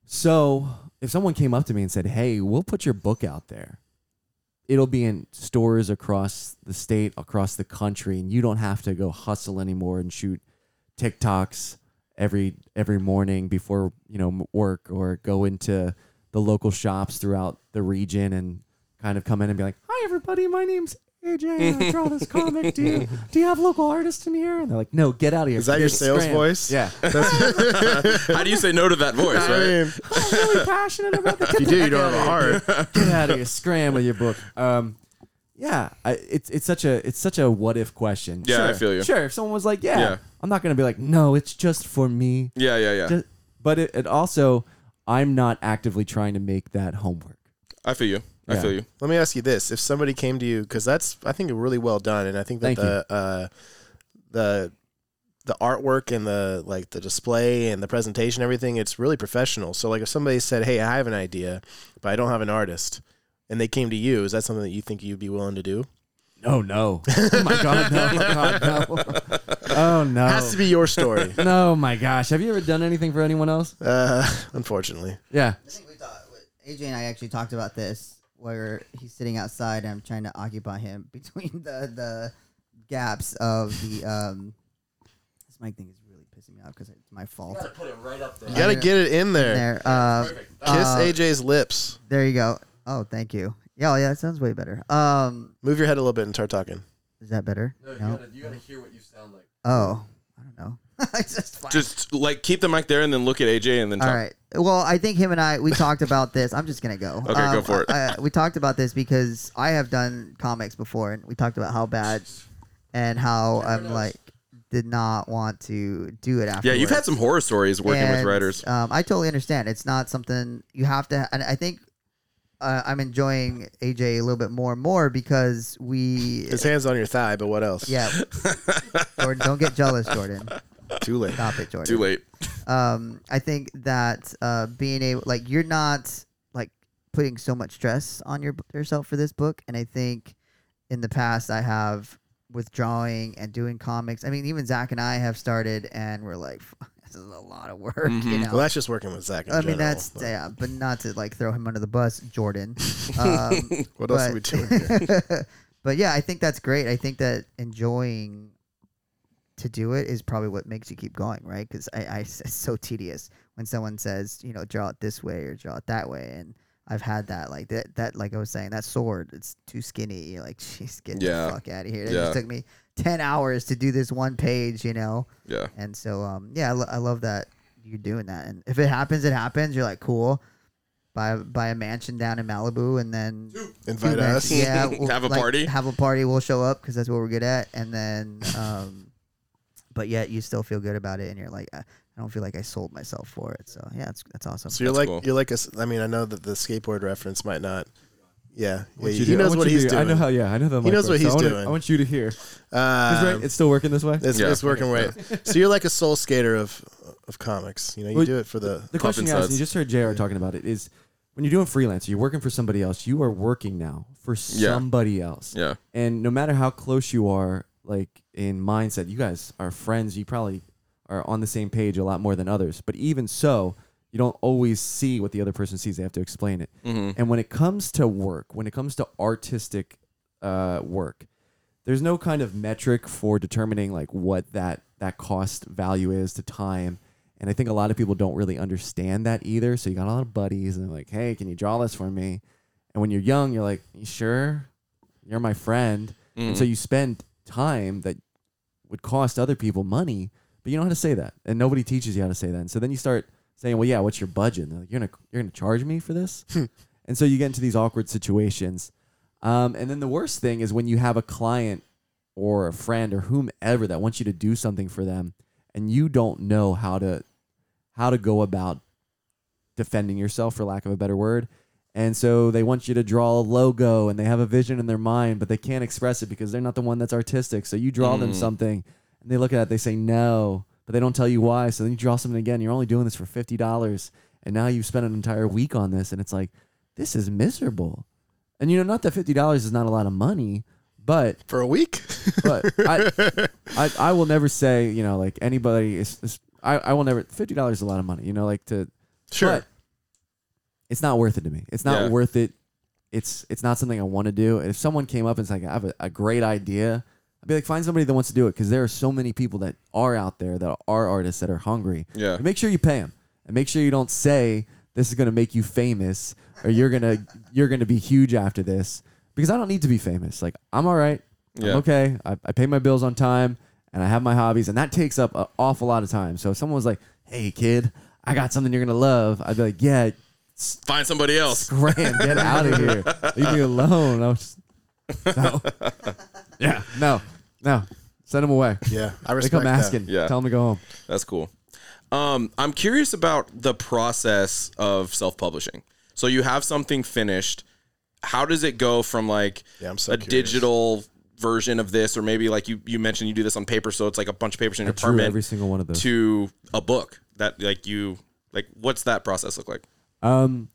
Speaker 4: So if someone came up to me and said, "Hey, we'll put your book out there," it'll be in stores across the state, across the country, and you don't have to go hustle anymore and shoot TikToks every every morning before you know m- work or go into the local shops throughout the region and kind of come in and be like, "Hi everybody, my name's AJ. I draw this comic. Do you do you have local artists in here?" And they're like, "No, get out of here."
Speaker 3: Is that your
Speaker 4: Get
Speaker 3: sales
Speaker 4: scram."
Speaker 3: voice?
Speaker 4: Yeah,
Speaker 2: How do you say no to that voice,
Speaker 3: I
Speaker 2: right?
Speaker 3: mean,
Speaker 4: I'm really passionate about the.
Speaker 3: if you do, you don't have a heart.
Speaker 4: get out of here, scram with your book. Um, yeah, I, it's it's such a it's such a what if question.
Speaker 2: Yeah, I
Speaker 4: Sure,
Speaker 2: feel you.
Speaker 4: Sure, if someone was like, yeah,
Speaker 2: Yeah.
Speaker 4: I'm not gonna be like, no, it's just for me.
Speaker 2: Yeah, yeah, yeah.
Speaker 4: Ju- But it, it also, I'm not actively trying to make that homework.
Speaker 2: I feel you. I
Speaker 4: Yeah.
Speaker 2: feel you.
Speaker 3: Let me ask you this: If somebody came to you, because that's I think really well done, and I think that
Speaker 4: Thank
Speaker 3: the uh, the the artwork and the like the display and the presentation, everything, it's really professional. So like if somebody said, "Hey, I have an idea, but I don't have an artist," and they came to you, is that something that you think you'd be willing to do?
Speaker 4: No, no. Oh my god, no, oh my god, no. Oh no.
Speaker 3: Has to be your story.
Speaker 4: no, my gosh. Have you ever done anything for anyone else?
Speaker 3: uh, unfortunately,
Speaker 4: Yeah.
Speaker 1: I think we thought AJ and I actually talked about this, where he's sitting outside and I'm trying to occupy him between the the gaps of the um. This mic thing is really pissing me off because it's my fault.
Speaker 3: you got to get it in there.
Speaker 1: There, uh,
Speaker 3: Kiss
Speaker 1: uh,
Speaker 3: AJ's lips.
Speaker 1: there you go. Oh, thank you. Yeah, oh, yeah, that sounds way better. Um,
Speaker 3: Move your head a little bit and start talking.
Speaker 1: is that better?
Speaker 4: you gotta hear what you sound like.
Speaker 1: Oh, I don't know. it's just fine.
Speaker 2: Just like keep the mic there and then look at AJ and then talk.
Speaker 1: All right. Well, I think him and I we talked about this. I'm just gonna go. Um,
Speaker 2: Okay, go for it.
Speaker 1: I- I- we talked about this because I have done comics before, and we talked about how bad and how I'm like did not want to do it after.
Speaker 2: Yeah, you've had some horror stories working with
Speaker 1: And,
Speaker 2: writers.
Speaker 1: Um, I totally understand. It's not something you have to. And I think uh, I'm enjoying AJ a little bit more and more because we.
Speaker 3: His hands on your thigh, but what else?
Speaker 1: Yeah, Jordan, don't get jealous, Jordan.
Speaker 3: too late.
Speaker 1: Stop it, Jordan.
Speaker 2: Too late.
Speaker 1: um, I think that uh, being able, like, you're not like putting so much stress on your yourself for this book, and I think in the past I have with drawing and doing comics. I mean, even Zach and I have started, and we're like, this is a lot of work, you know.
Speaker 3: Mm-hmm. Well, that's just working with Zach. In
Speaker 1: I
Speaker 3: general,
Speaker 1: mean, that's
Speaker 3: but
Speaker 1: yeah, but not to like throw him under the bus, Jordan. Um,
Speaker 3: What else are we doing? Here?
Speaker 1: but yeah, I think that's great. I think that enjoying to do it is probably what makes you keep going, right? Because I, I it's so tedious when someone says, you know, draw it this way or draw it that way, and I've had that like that that like I was saying that sword, it's too skinny. You're like, jeez, get
Speaker 2: Yeah.
Speaker 1: the fuck out of here. It
Speaker 2: Yeah.
Speaker 1: just took me ten hours to do this one page, you know.
Speaker 2: Yeah.
Speaker 1: And so, um, yeah, I, lo- I love that you're doing that. And if it happens, it happens. You're like, cool. Buy, buy a mansion down in Malibu and then
Speaker 3: Invite
Speaker 1: Two
Speaker 3: us.
Speaker 1: mansions. Yeah, we'll,
Speaker 2: Have a party.
Speaker 1: Have a party. We'll show up because that's what we're good at. And then, um, but yet you still feel good about it, and you're like, I, I don't feel like I sold myself for it. So yeah, it's, that's awesome.
Speaker 3: So you're
Speaker 2: That's
Speaker 3: like
Speaker 2: cool.
Speaker 3: you're like a s I mean I know that the skateboard reference might not. Yeah, yeah
Speaker 4: What you
Speaker 3: he
Speaker 4: do- I
Speaker 3: knows
Speaker 4: want
Speaker 3: what
Speaker 4: you to
Speaker 3: he's
Speaker 4: hear-
Speaker 3: doing.
Speaker 4: I know how. Yeah, I know how.
Speaker 3: He knows what he's
Speaker 4: I wanna-
Speaker 3: doing.
Speaker 4: I want you to hear. Is
Speaker 3: Um,
Speaker 4: right- it's still working this way.
Speaker 3: it's,
Speaker 2: Yeah.
Speaker 3: it's working right. so you're like a soul skater of of comics. You know, you
Speaker 4: Well,
Speaker 3: do it for the.
Speaker 4: the question you
Speaker 2: Puffin
Speaker 4: asked, and you
Speaker 2: says.
Speaker 4: just heard JR talking about it, is when you're doing freelance, you're working for somebody else, you are working now for
Speaker 2: Yeah.
Speaker 4: somebody else.
Speaker 2: Yeah.
Speaker 4: And no matter how close you are, like in mindset, you guys are friends. You probably are on the same page a lot more than others. But even so, you don't always see what the other person sees. They have to explain it.
Speaker 2: Mm-hmm,
Speaker 4: And when it comes to work, when it comes to artistic uh, work, there's no kind of metric for determining like what that that cost value is to time and i think a lot of people don't really understand that either so you got a lot of buddies and they're like hey can you draw this for me and when you're young you're like you sure you're my friend
Speaker 2: Mm-hmm.
Speaker 4: and so you spend time that would cost other people money but you don't know how to say that and nobody teaches you how to say that and so then you start saying well yeah what's your budget and they're like, you're gonna you're gonna charge me for this and so you get into these awkward situations um, and then the worst thing is when you have a client or a friend or whomever that wants you to do something for them, and you don't know how to how to go about defending yourself, for lack of a better word. And so they want you to draw a logo, and they have a vision in their mind, but they can't express it because they're not the one that's artistic. So you draw them something, and they look at it, they say no, but they don't tell you why. So then you draw something again. You're only doing this for fifty dollars, and now you've spent an entire week on this, and it's like this is miserable. And you know, not that fifty dollars is not a lot of money, but
Speaker 3: For a week,
Speaker 4: but I, I I will never say you know like anybody is, is I I will never fifty dollars is a lot of money you know like to
Speaker 3: sure.
Speaker 4: but it's not worth it to me it's not
Speaker 2: Yeah.
Speaker 4: worth it it's it's not something I want to do and if someone came up and was like I have a, a great idea a I'd be like, find somebody that wants to do it because there are so many people that are out there that are artists that are hungry.
Speaker 2: Yeah.
Speaker 4: And make sure you pay them, and make sure you don't say this is going to make you famous or you're gonna you're gonna be huge after this because I don't need to be famous. Like I'm all right.
Speaker 2: Yeah.
Speaker 4: I'm okay. I, I pay my bills on time and I have my hobbies, and that takes up an awful lot of time. So if someone was like, "Hey, kid, I got something you're gonna love," I'd be like, "Yeah,
Speaker 2: Find somebody else.
Speaker 4: Graham, get out of here. Leave me alone. I was no. Yeah. No. No. Send them away.
Speaker 3: Yeah, I
Speaker 4: They
Speaker 3: respect
Speaker 4: come
Speaker 3: that.
Speaker 4: asking.
Speaker 2: Yeah.
Speaker 4: Tell them to go home.
Speaker 2: That's cool. Um, I'm curious about the process of self-publishing. So you have something finished. How does it go from like
Speaker 3: Yeah, I'm so
Speaker 2: a
Speaker 3: curious.
Speaker 2: digital version of this, or maybe like you you mentioned you do this on paper, so it's like a bunch of papers in your
Speaker 4: I drew
Speaker 2: apartment
Speaker 4: every single one of those.
Speaker 2: to a book that like you like. What's that process look like?
Speaker 4: Um.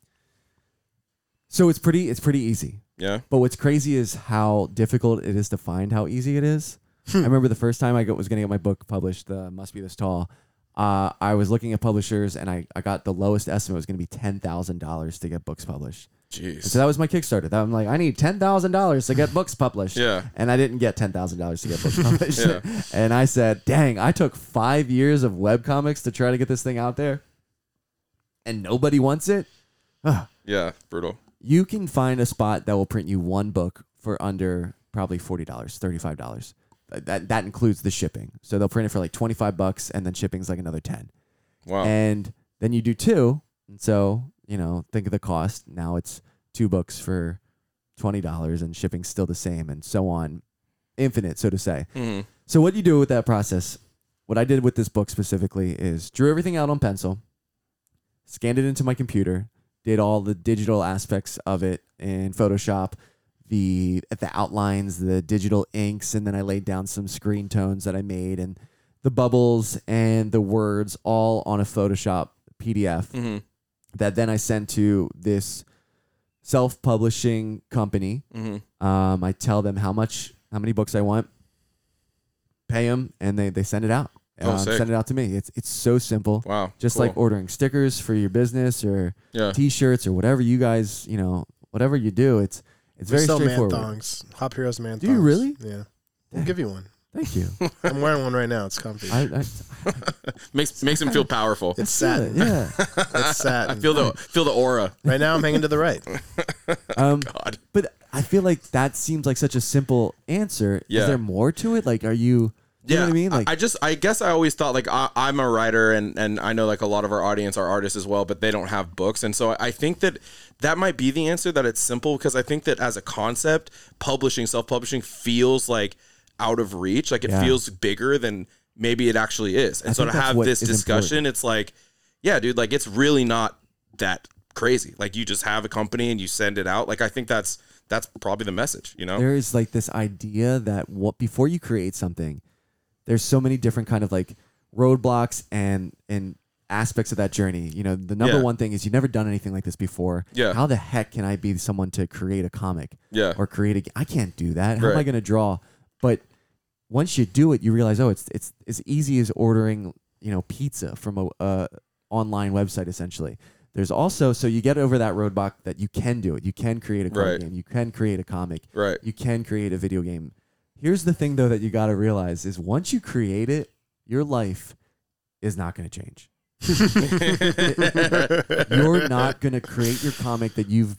Speaker 4: So it's pretty. It's pretty easy.
Speaker 2: Yeah,
Speaker 4: But what's crazy is how difficult it is to find how easy it is. I remember the first time I got, was going to get my book published, The Must Be This Tall. Uh, I was looking at publishers and I, I got the lowest estimate was going to be $10,000 to get books published.
Speaker 2: jeez.
Speaker 4: So that was my Kickstarter. That I'm like, I need ten thousand dollars to get books published.
Speaker 2: Yeah.
Speaker 4: And I didn't get ten thousand dollars to get books published. And I said, dang, I took five years of webcomics to try to get this thing out there. And nobody wants it.
Speaker 2: yeah, brutal.
Speaker 4: You can find a spot that will print you one book for under probably forty dollars, thirty five dollars. That that includes the shipping. So they'll print it for like twenty five bucks and then shipping's like another ten
Speaker 2: Wow.
Speaker 4: and then you do two. And so, you know, think of the cost. Now it's two books for $20 and shipping's still the same and so on. Infinite, so to say.
Speaker 2: Mhm.
Speaker 4: So, what you do with that process, what I did with this book specifically is drew everything out on pencil, scanned it into my computer, did all the digital aspects of it in Photoshop. The the outlines, the digital inks, and then I laid down some screen tones that I made, and the bubbles and the words all on a Photoshop PDF
Speaker 2: Mhm.
Speaker 4: that then I send to this self publishing company.
Speaker 2: mm-hmm.
Speaker 4: Um, I tell them how much, how many books I want, pay them, and they, they send it out.
Speaker 2: Oh,
Speaker 4: Um,
Speaker 2: sick.
Speaker 4: send it out to me. It's it's so simple.
Speaker 2: Wow.
Speaker 4: Just
Speaker 2: cool.
Speaker 4: like ordering stickers for your business or
Speaker 2: Yeah.
Speaker 4: T-shirts or whatever you guys, you know, whatever you do, it's it's
Speaker 3: We
Speaker 4: very
Speaker 3: sell man
Speaker 4: straightforward.
Speaker 3: thongs. Hop Heroes man
Speaker 4: Do
Speaker 3: thongs.
Speaker 4: you really?
Speaker 3: Yeah. We'll give you one.
Speaker 4: Thank you.
Speaker 3: I'm wearing one right now. It's comfy.
Speaker 4: I, I,
Speaker 2: makes makes him feel powerful.
Speaker 3: it's
Speaker 4: yeah,
Speaker 3: satin.
Speaker 4: yeah.
Speaker 3: It's satin.
Speaker 2: Feel the feel the aura.
Speaker 3: right now I'm hanging to the right.
Speaker 4: Um,
Speaker 2: God.
Speaker 4: But I feel like that seems like such a simple answer.
Speaker 2: Yeah.
Speaker 4: Is there more to it? Like, are you?
Speaker 2: yeah,
Speaker 4: You know what I mean? Like,
Speaker 2: I just I guess I always thought like I, I'm a writer and and I know like a lot of our audience are artists as well, but they don't have books, and so I think that that might be the answer that it's simple because I think that as a concept, publishing self publishing feels like out of reach, like it
Speaker 4: Yeah.
Speaker 2: feels bigger than maybe it actually is, and
Speaker 4: I
Speaker 2: so
Speaker 4: think
Speaker 2: to
Speaker 4: that's
Speaker 2: have
Speaker 4: what
Speaker 2: this
Speaker 4: is
Speaker 2: discussion, it's like, yeah, dude, like it's really not that crazy. Like you just have a company and you send it out. Like I think that's that's probably the message, you know?
Speaker 4: there is like this idea that what before you create something, there's so many different kind of like roadblocks and and aspects of that journey. You know, the number
Speaker 2: Yeah.
Speaker 4: one thing is you've never done anything like this before.
Speaker 2: Yeah.
Speaker 4: How the heck can I be someone to create a comic?
Speaker 2: Yeah.
Speaker 4: Or create a g- I can't do that. How am I
Speaker 2: Right.
Speaker 4: going to draw? But once you do it, you realize oh, it's it's as easy as ordering you know pizza from a uh, online website essentially. There's also so you get over that roadblock that you can do it. You can create a comic
Speaker 2: Right.
Speaker 4: game. You can create a comic.
Speaker 2: Right.
Speaker 4: You can create a video game. Here's the thing though that you got to realize is once you create it, your life is not going to change.
Speaker 3: Mm-hmm.
Speaker 4: You're not going to create your comic that you've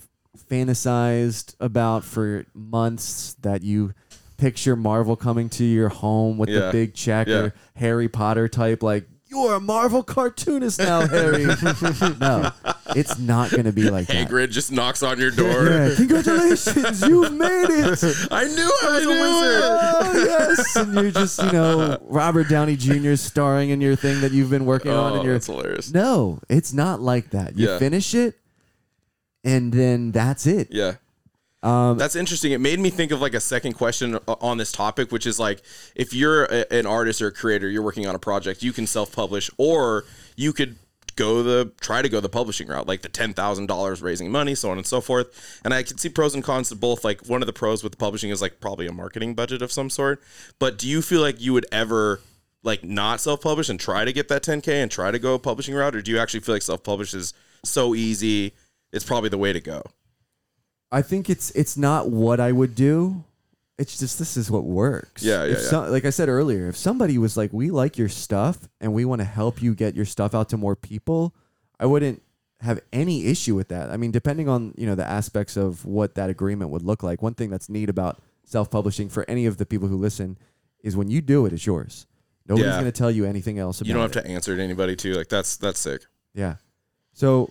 Speaker 4: fantasized about for months that you picture Marvel coming to your home with the
Speaker 2: Yeah.
Speaker 4: big check
Speaker 2: Yeah.
Speaker 4: or Harry Potter type like you're a Marvel cartoonist now, Harry. no, it's not going to be like that.
Speaker 2: Hagrid just knocks on your door.
Speaker 4: Yeah, congratulations, you've made it.
Speaker 2: I knew I was a wizard.
Speaker 4: Oh yes, and you're just you know Robert Downey Jr. starring in your thing that you've been working on, and
Speaker 2: Oh,
Speaker 4: you're
Speaker 2: that's hilarious.
Speaker 4: no, it's not like that. You
Speaker 2: Yeah.
Speaker 4: finish it, and then that's it.
Speaker 2: Yeah. That's interesting. It made me think of like a second question o- on this topic, which is like if you're a, an artist or a creator, you're working on a project, you can self-publish, or you could go the try to go the publishing route, like the ten thousand dollars raising money, so on and so forth. And I can see pros and cons to both. Like one of the pros with publishing is like probably a marketing budget of some sort. But do you feel like you would ever like not self-publish and try to get that 10k and try to go publishing route, or do you actually feel like self-publish is so easy? It's probably the way to go.
Speaker 4: I think it's it's not what I would do, it's just this is what works.
Speaker 2: Yeah, yeah,
Speaker 4: If
Speaker 2: yeah.
Speaker 4: so- like I said earlier, if somebody was like, "We like your stuff and we want to help you get your stuff out to more people," I wouldn't have any issue with that. I mean, depending on you know the aspects of what that agreement would look like. One thing that's neat about self-publishing for any of the people who listen is when you do it, it's yours. Nobody's
Speaker 2: Yeah.
Speaker 4: going to tell you anything else. About
Speaker 2: You don't have
Speaker 4: it.
Speaker 2: to answer to anybody too. Like that's that's sick.
Speaker 4: Yeah. So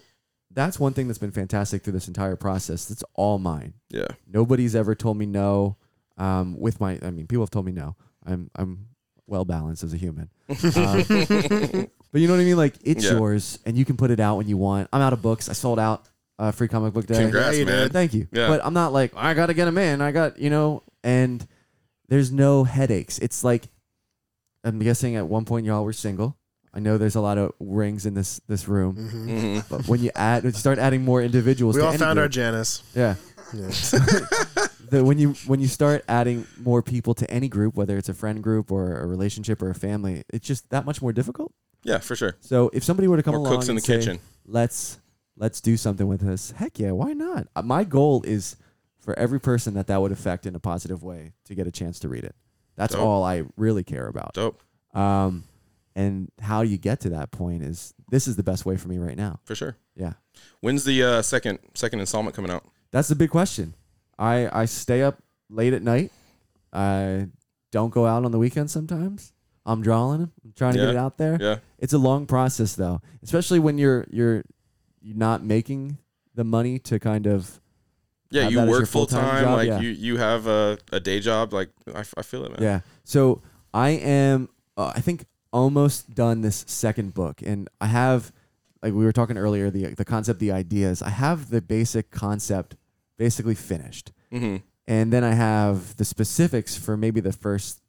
Speaker 4: that's one thing that's been fantastic through this entire process. That's all mine.
Speaker 2: Yeah.
Speaker 4: Nobody's ever told me no. Um, with my, I mean, people have told me no. I'm, I'm well balanced as a human. Um, but you know what I mean? Like it's
Speaker 2: Yeah.
Speaker 4: yours, and you can put it out when you want. I'm out of books. I sold out uh, free comic book day.
Speaker 2: Congrats,
Speaker 3: you
Speaker 2: man.
Speaker 3: did.
Speaker 4: Thank you.
Speaker 2: Yeah.
Speaker 4: But I'm not like I gotta get them in. I got you know, and there's no headaches. It's like I'm guessing at one point y'all were single. I know there's a lot of rings in this this room,
Speaker 2: Mhm.
Speaker 4: Mm-hmm. but when you add, when you start adding more individuals,
Speaker 3: We
Speaker 4: to
Speaker 3: all
Speaker 4: any
Speaker 3: found our
Speaker 4: group,
Speaker 3: Janice.
Speaker 4: yeah.
Speaker 3: Yeah.
Speaker 4: The, when you when you start adding more people to any group, whether it's a friend group or a relationship or a family, it's just that much more difficult.
Speaker 2: Yeah, for sure.
Speaker 4: So if somebody were to come
Speaker 2: More
Speaker 4: along
Speaker 2: cooks in
Speaker 4: and
Speaker 2: the
Speaker 4: say,
Speaker 2: kitchen.
Speaker 4: let's let's do something with this. Heck yeah, why not? Uh, My goal is for every person that that would affect in a positive way to get a chance to read it. That's
Speaker 2: Dope.
Speaker 4: all I really care about.
Speaker 2: Dope.
Speaker 4: Um, and how you get to that point is this is the best way for me right now.
Speaker 2: For sure.
Speaker 4: Yeah,
Speaker 2: When's the uh, second second installment coming out?
Speaker 4: that's the big question. I I stay up late at night. I don't go out on the weekends sometimes. I'm drawing. I'm trying to
Speaker 2: Yeah.
Speaker 4: get it out there.
Speaker 2: Yeah.
Speaker 4: it's a long process though, especially when you're you're you're not making the money to kind of
Speaker 2: Yeah,
Speaker 4: Have
Speaker 2: you
Speaker 4: Uh, that as your
Speaker 2: work full
Speaker 4: full-time
Speaker 2: time.
Speaker 4: job,
Speaker 2: Like
Speaker 4: yeah.
Speaker 2: you, you have a, a day job. Like I, f- I feel it, man.
Speaker 4: yeah. So I am uh, I think almost done this second book and I have like we were talking earlier the the concept the ideas. I have the basic concept basically finished.
Speaker 2: hmm
Speaker 4: And then I have the specifics for maybe the first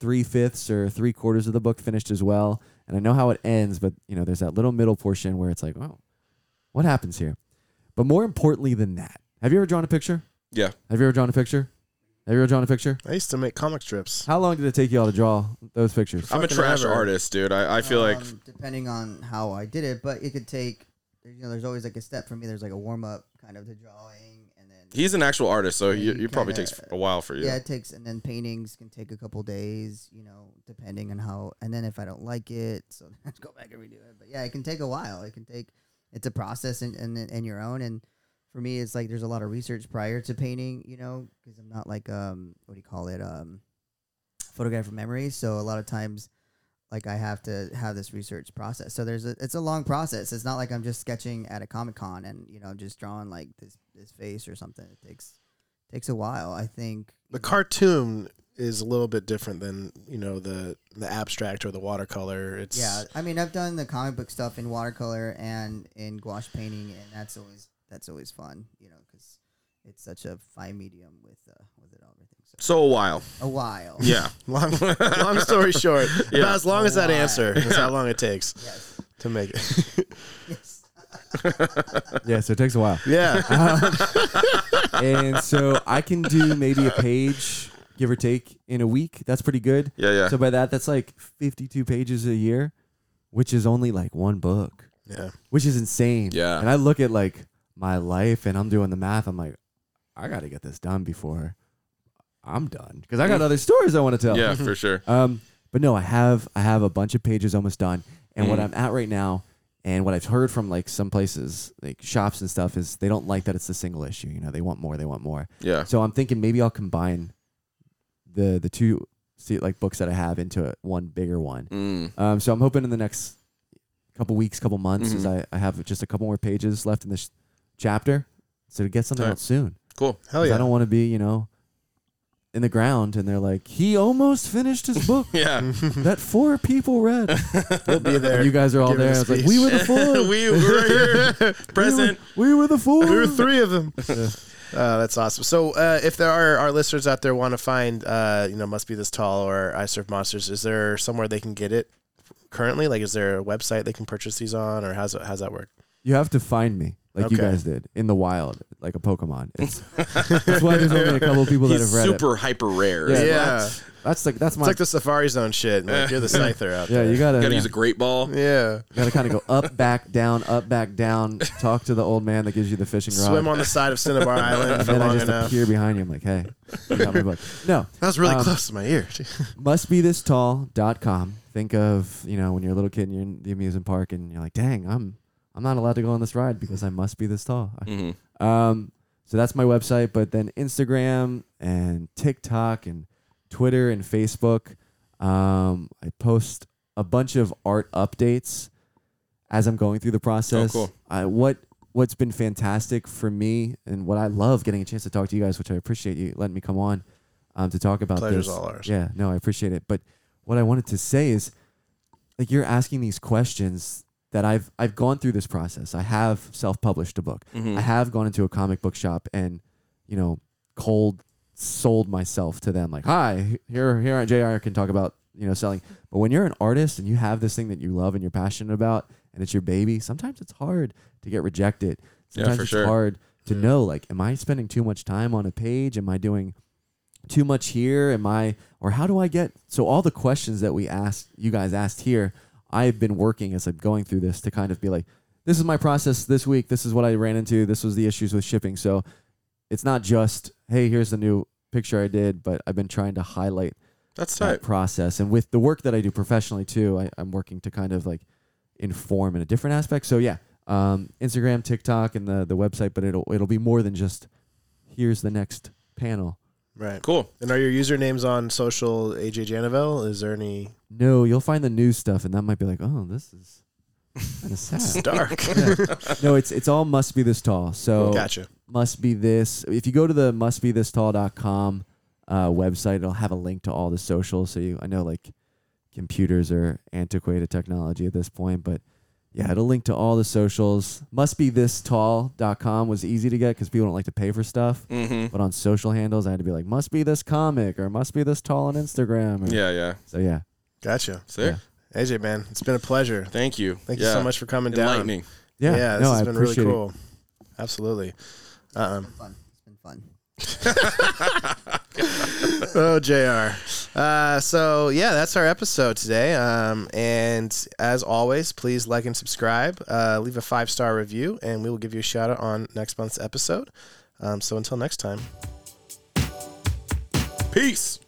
Speaker 4: three fifths or three quarters of the book finished as well. And I know how it ends, but you know, there's that little middle portion where it's like, oh, what happens here? But more importantly than that, have you ever drawn a picture?
Speaker 2: Yeah.
Speaker 4: Have you ever drawn a picture? Have you ever drawn a picture?
Speaker 3: I used to make comic strips.
Speaker 4: How long did it take y'all to draw those pictures?
Speaker 2: I'm a
Speaker 3: Fucking
Speaker 2: trash
Speaker 3: ever.
Speaker 2: artist, dude. I, I feel like
Speaker 1: Um, depending on how I did it, but it could take. You know, there's always like a step for me. There's like a warm up kind of the drawing, and then
Speaker 2: he's an actual artist, so you,
Speaker 1: He
Speaker 2: you probably
Speaker 1: kinda-
Speaker 2: takes a while for you.
Speaker 1: yeah, it takes, and then paintings can take a couple days. You know, depending on how, and then if I don't like it, so then I have to go back and redo it. But yeah, it can take a while. It can take. It's a process and and and your own. And for me, it's like there's a lot of research prior to painting. You know, because I'm not like um what do you call it um photograph from memory. So a lot of times. Like I have to have this research process, so there's a it's a long process. It's not like I'm just sketching at a comic con and you know just drawing like this this face or something. It takes takes a while. I think
Speaker 3: The cartoon is a little bit different than you know the the abstract or the watercolor. It's
Speaker 1: Yeah, I mean, I've done the comic book stuff in watercolor and in gouache painting, and that's always that's always fun, you know, because it's such a fine medium with uh, with it all everything. So
Speaker 2: So a while.
Speaker 1: a while.
Speaker 2: Yeah.
Speaker 3: long. long story short, about as long as that
Speaker 1: Why?
Speaker 3: answer is how long it takes
Speaker 1: Yes.
Speaker 3: to make it.
Speaker 1: Yes.
Speaker 4: yeah, so it takes a while.
Speaker 3: yeah,
Speaker 1: Uh-huh.
Speaker 4: and so I can do maybe a page, give or take, in a week. That's pretty good.
Speaker 2: Yeah, yeah.
Speaker 4: So by that, that's like 52 pages a year, which is only like one book,
Speaker 3: yeah.
Speaker 4: which is insane.
Speaker 2: Yeah.
Speaker 4: And I look at like my life and I'm doing the math. I'm like, I got to get this done before I'm done because I got other stories I want to tell.
Speaker 2: Mm. yeah, for sure.
Speaker 4: Um, but no, I have I have a bunch of pages almost done, and
Speaker 2: Mm.
Speaker 4: what I'm at right now, and what I've heard from like some places, like shops and stuff, is they don't like that it's a single issue. You know, they want more, they want more.
Speaker 2: Yeah.
Speaker 4: So I'm thinking maybe I'll combine the the two see like books that I have into a, one bigger one.
Speaker 2: Mm.
Speaker 4: Um, so I'm hoping in the next couple weeks, couple months,
Speaker 3: Mm-hmm.
Speaker 4: is I, I have just a couple more pages left in this chapter, so to get something
Speaker 2: Tight.
Speaker 4: out soon.
Speaker 2: Cool.
Speaker 3: Hell Oh,
Speaker 4: 'Cause
Speaker 3: yeah.
Speaker 4: I don't want to be you know in the ground and they're like he almost finished his book
Speaker 2: Yeah.
Speaker 4: that four people read.
Speaker 3: we'll be there.
Speaker 4: you guys are all
Speaker 3: Give it
Speaker 4: there.
Speaker 3: a
Speaker 4: I was like,
Speaker 3: speech.
Speaker 4: we were the four.
Speaker 2: we
Speaker 4: we,
Speaker 2: were here. Present.
Speaker 4: were, we were the four.
Speaker 3: we were three of them. Uh, that's awesome. So, uh, if there are our listeners out there want to find, uh, you know, must be this tall or I surf monsters, is there somewhere they can get it currently? Like, is there a website they can purchase these on, or how's it, how's that work?
Speaker 4: You have to find me. like you
Speaker 3: Okay.
Speaker 4: guys did in the wild, like a Pokemon. It's, that's why there's only a couple of people that have
Speaker 2: He's
Speaker 4: read
Speaker 2: super hyper rare.
Speaker 4: Yeah.
Speaker 3: Yeah,
Speaker 4: well,
Speaker 3: it's
Speaker 4: it. That's like that's my
Speaker 3: like the Safari Zone shit. Like you're the Scyther out
Speaker 4: yeah.
Speaker 3: there.
Speaker 4: You gotta
Speaker 2: Gotta
Speaker 4: yeah.
Speaker 2: use a great ball.
Speaker 3: Yeah,
Speaker 4: You gotta kind of go up, back, down, up, back, down. Talk to the old man that gives you the fishing rod.
Speaker 3: swim on the side of Cinnabar Island
Speaker 4: and
Speaker 3: for
Speaker 4: then I
Speaker 3: long
Speaker 4: just
Speaker 3: enough.
Speaker 4: appear behind you. I'm like, hey, you got my book. No,
Speaker 3: That was really
Speaker 4: Um,
Speaker 3: close to my ear.
Speaker 4: mustbethistall.com. Think of you know when you're a little kid and you're in the amusement park and you're like, dang, I'm I'm not allowed to go on this ride because I must be this tall.
Speaker 2: Mhm.
Speaker 4: Um, so that's my website, but then Instagram and TikTok and Twitter and Facebook. Um, I post a bunch of art updates as I'm going through the process.
Speaker 3: Oh,
Speaker 2: cool.
Speaker 4: I, what what's been fantastic for me and what I love getting a chance to talk to you guys, which I appreciate you letting me come on um, to talk about
Speaker 3: Pleasure's
Speaker 4: this.
Speaker 3: all ours.
Speaker 4: Yeah, no, I appreciate it. But what I wanted to say is, like, you're asking these questions that I've I've gone through this process. I have self-published a book.
Speaker 2: Mm-hmm.
Speaker 4: I have gone into a comic book shop and, you know, cold sold myself to them. Like, hi, here here at JR can talk about you know selling. But when you're an artist and you have this thing that you love and you're passionate about and it's your baby, sometimes it's hard to get rejected.
Speaker 2: Yeah,
Speaker 4: Sometimes
Speaker 2: for
Speaker 4: it's
Speaker 2: sure.
Speaker 4: hard to know like, am I spending too much time on a page? Am I doing too much here? Am I, or how do I get? So all the questions that we asked, you guys asked here, I've been working as I'm going through this to kind of be like, this is my process this week. This is what I ran into. This was the issues with shipping. So it's not just, hey, here's the new picture I did, but I've been trying to highlight
Speaker 2: That's
Speaker 4: that
Speaker 2: tight.
Speaker 4: process. And with the work that I do professionally too, I, I'm working to kind of like inform in a different aspect. So yeah, um, Instagram, TikTok, and the the website, but it'll it'll be more than just here's the next panel.
Speaker 3: Right.
Speaker 2: Cool.
Speaker 3: And are your usernames on social AJ Janivel? Is there any
Speaker 4: No, you'll find the new stuff, and that might be like, oh, this is kind of sad.
Speaker 3: dark?
Speaker 4: no, it's it's all must be this tall. So
Speaker 3: Gotcha.
Speaker 4: must be this. If you go to the mustbethistall.com uh, website, it'll have a link to all the socials. So you, I know like computers are antiquated technology at this point, but yeah, it'll link to all the socials. Mustbethistall.com was easy to get because people don't like to pay for stuff.
Speaker 2: Mm-hmm.
Speaker 4: But on social handles, I had to be like, must be this comic or must be this tall on Instagram. Or,
Speaker 2: Yeah, yeah.
Speaker 4: So yeah,
Speaker 3: Gotcha.
Speaker 2: Sick.
Speaker 4: Yeah.
Speaker 3: AJ, man, it's been a pleasure.
Speaker 2: Thank you.
Speaker 3: Thank
Speaker 2: Yeah.
Speaker 3: you so much for coming down.
Speaker 2: Enlightening.
Speaker 4: yeah.
Speaker 3: yeah, this
Speaker 4: no,
Speaker 3: has
Speaker 4: I
Speaker 3: been really
Speaker 4: appreciate it.
Speaker 3: cool. Absolutely. Um,
Speaker 1: Fun. It's been fun.
Speaker 3: oh, JR. Uh, so, yeah, that's our episode today. Um, and as always, please like and subscribe, uh, leave a five star review, and we will give you a shout out on next month's episode. Um, so, until next time.
Speaker 2: Peace.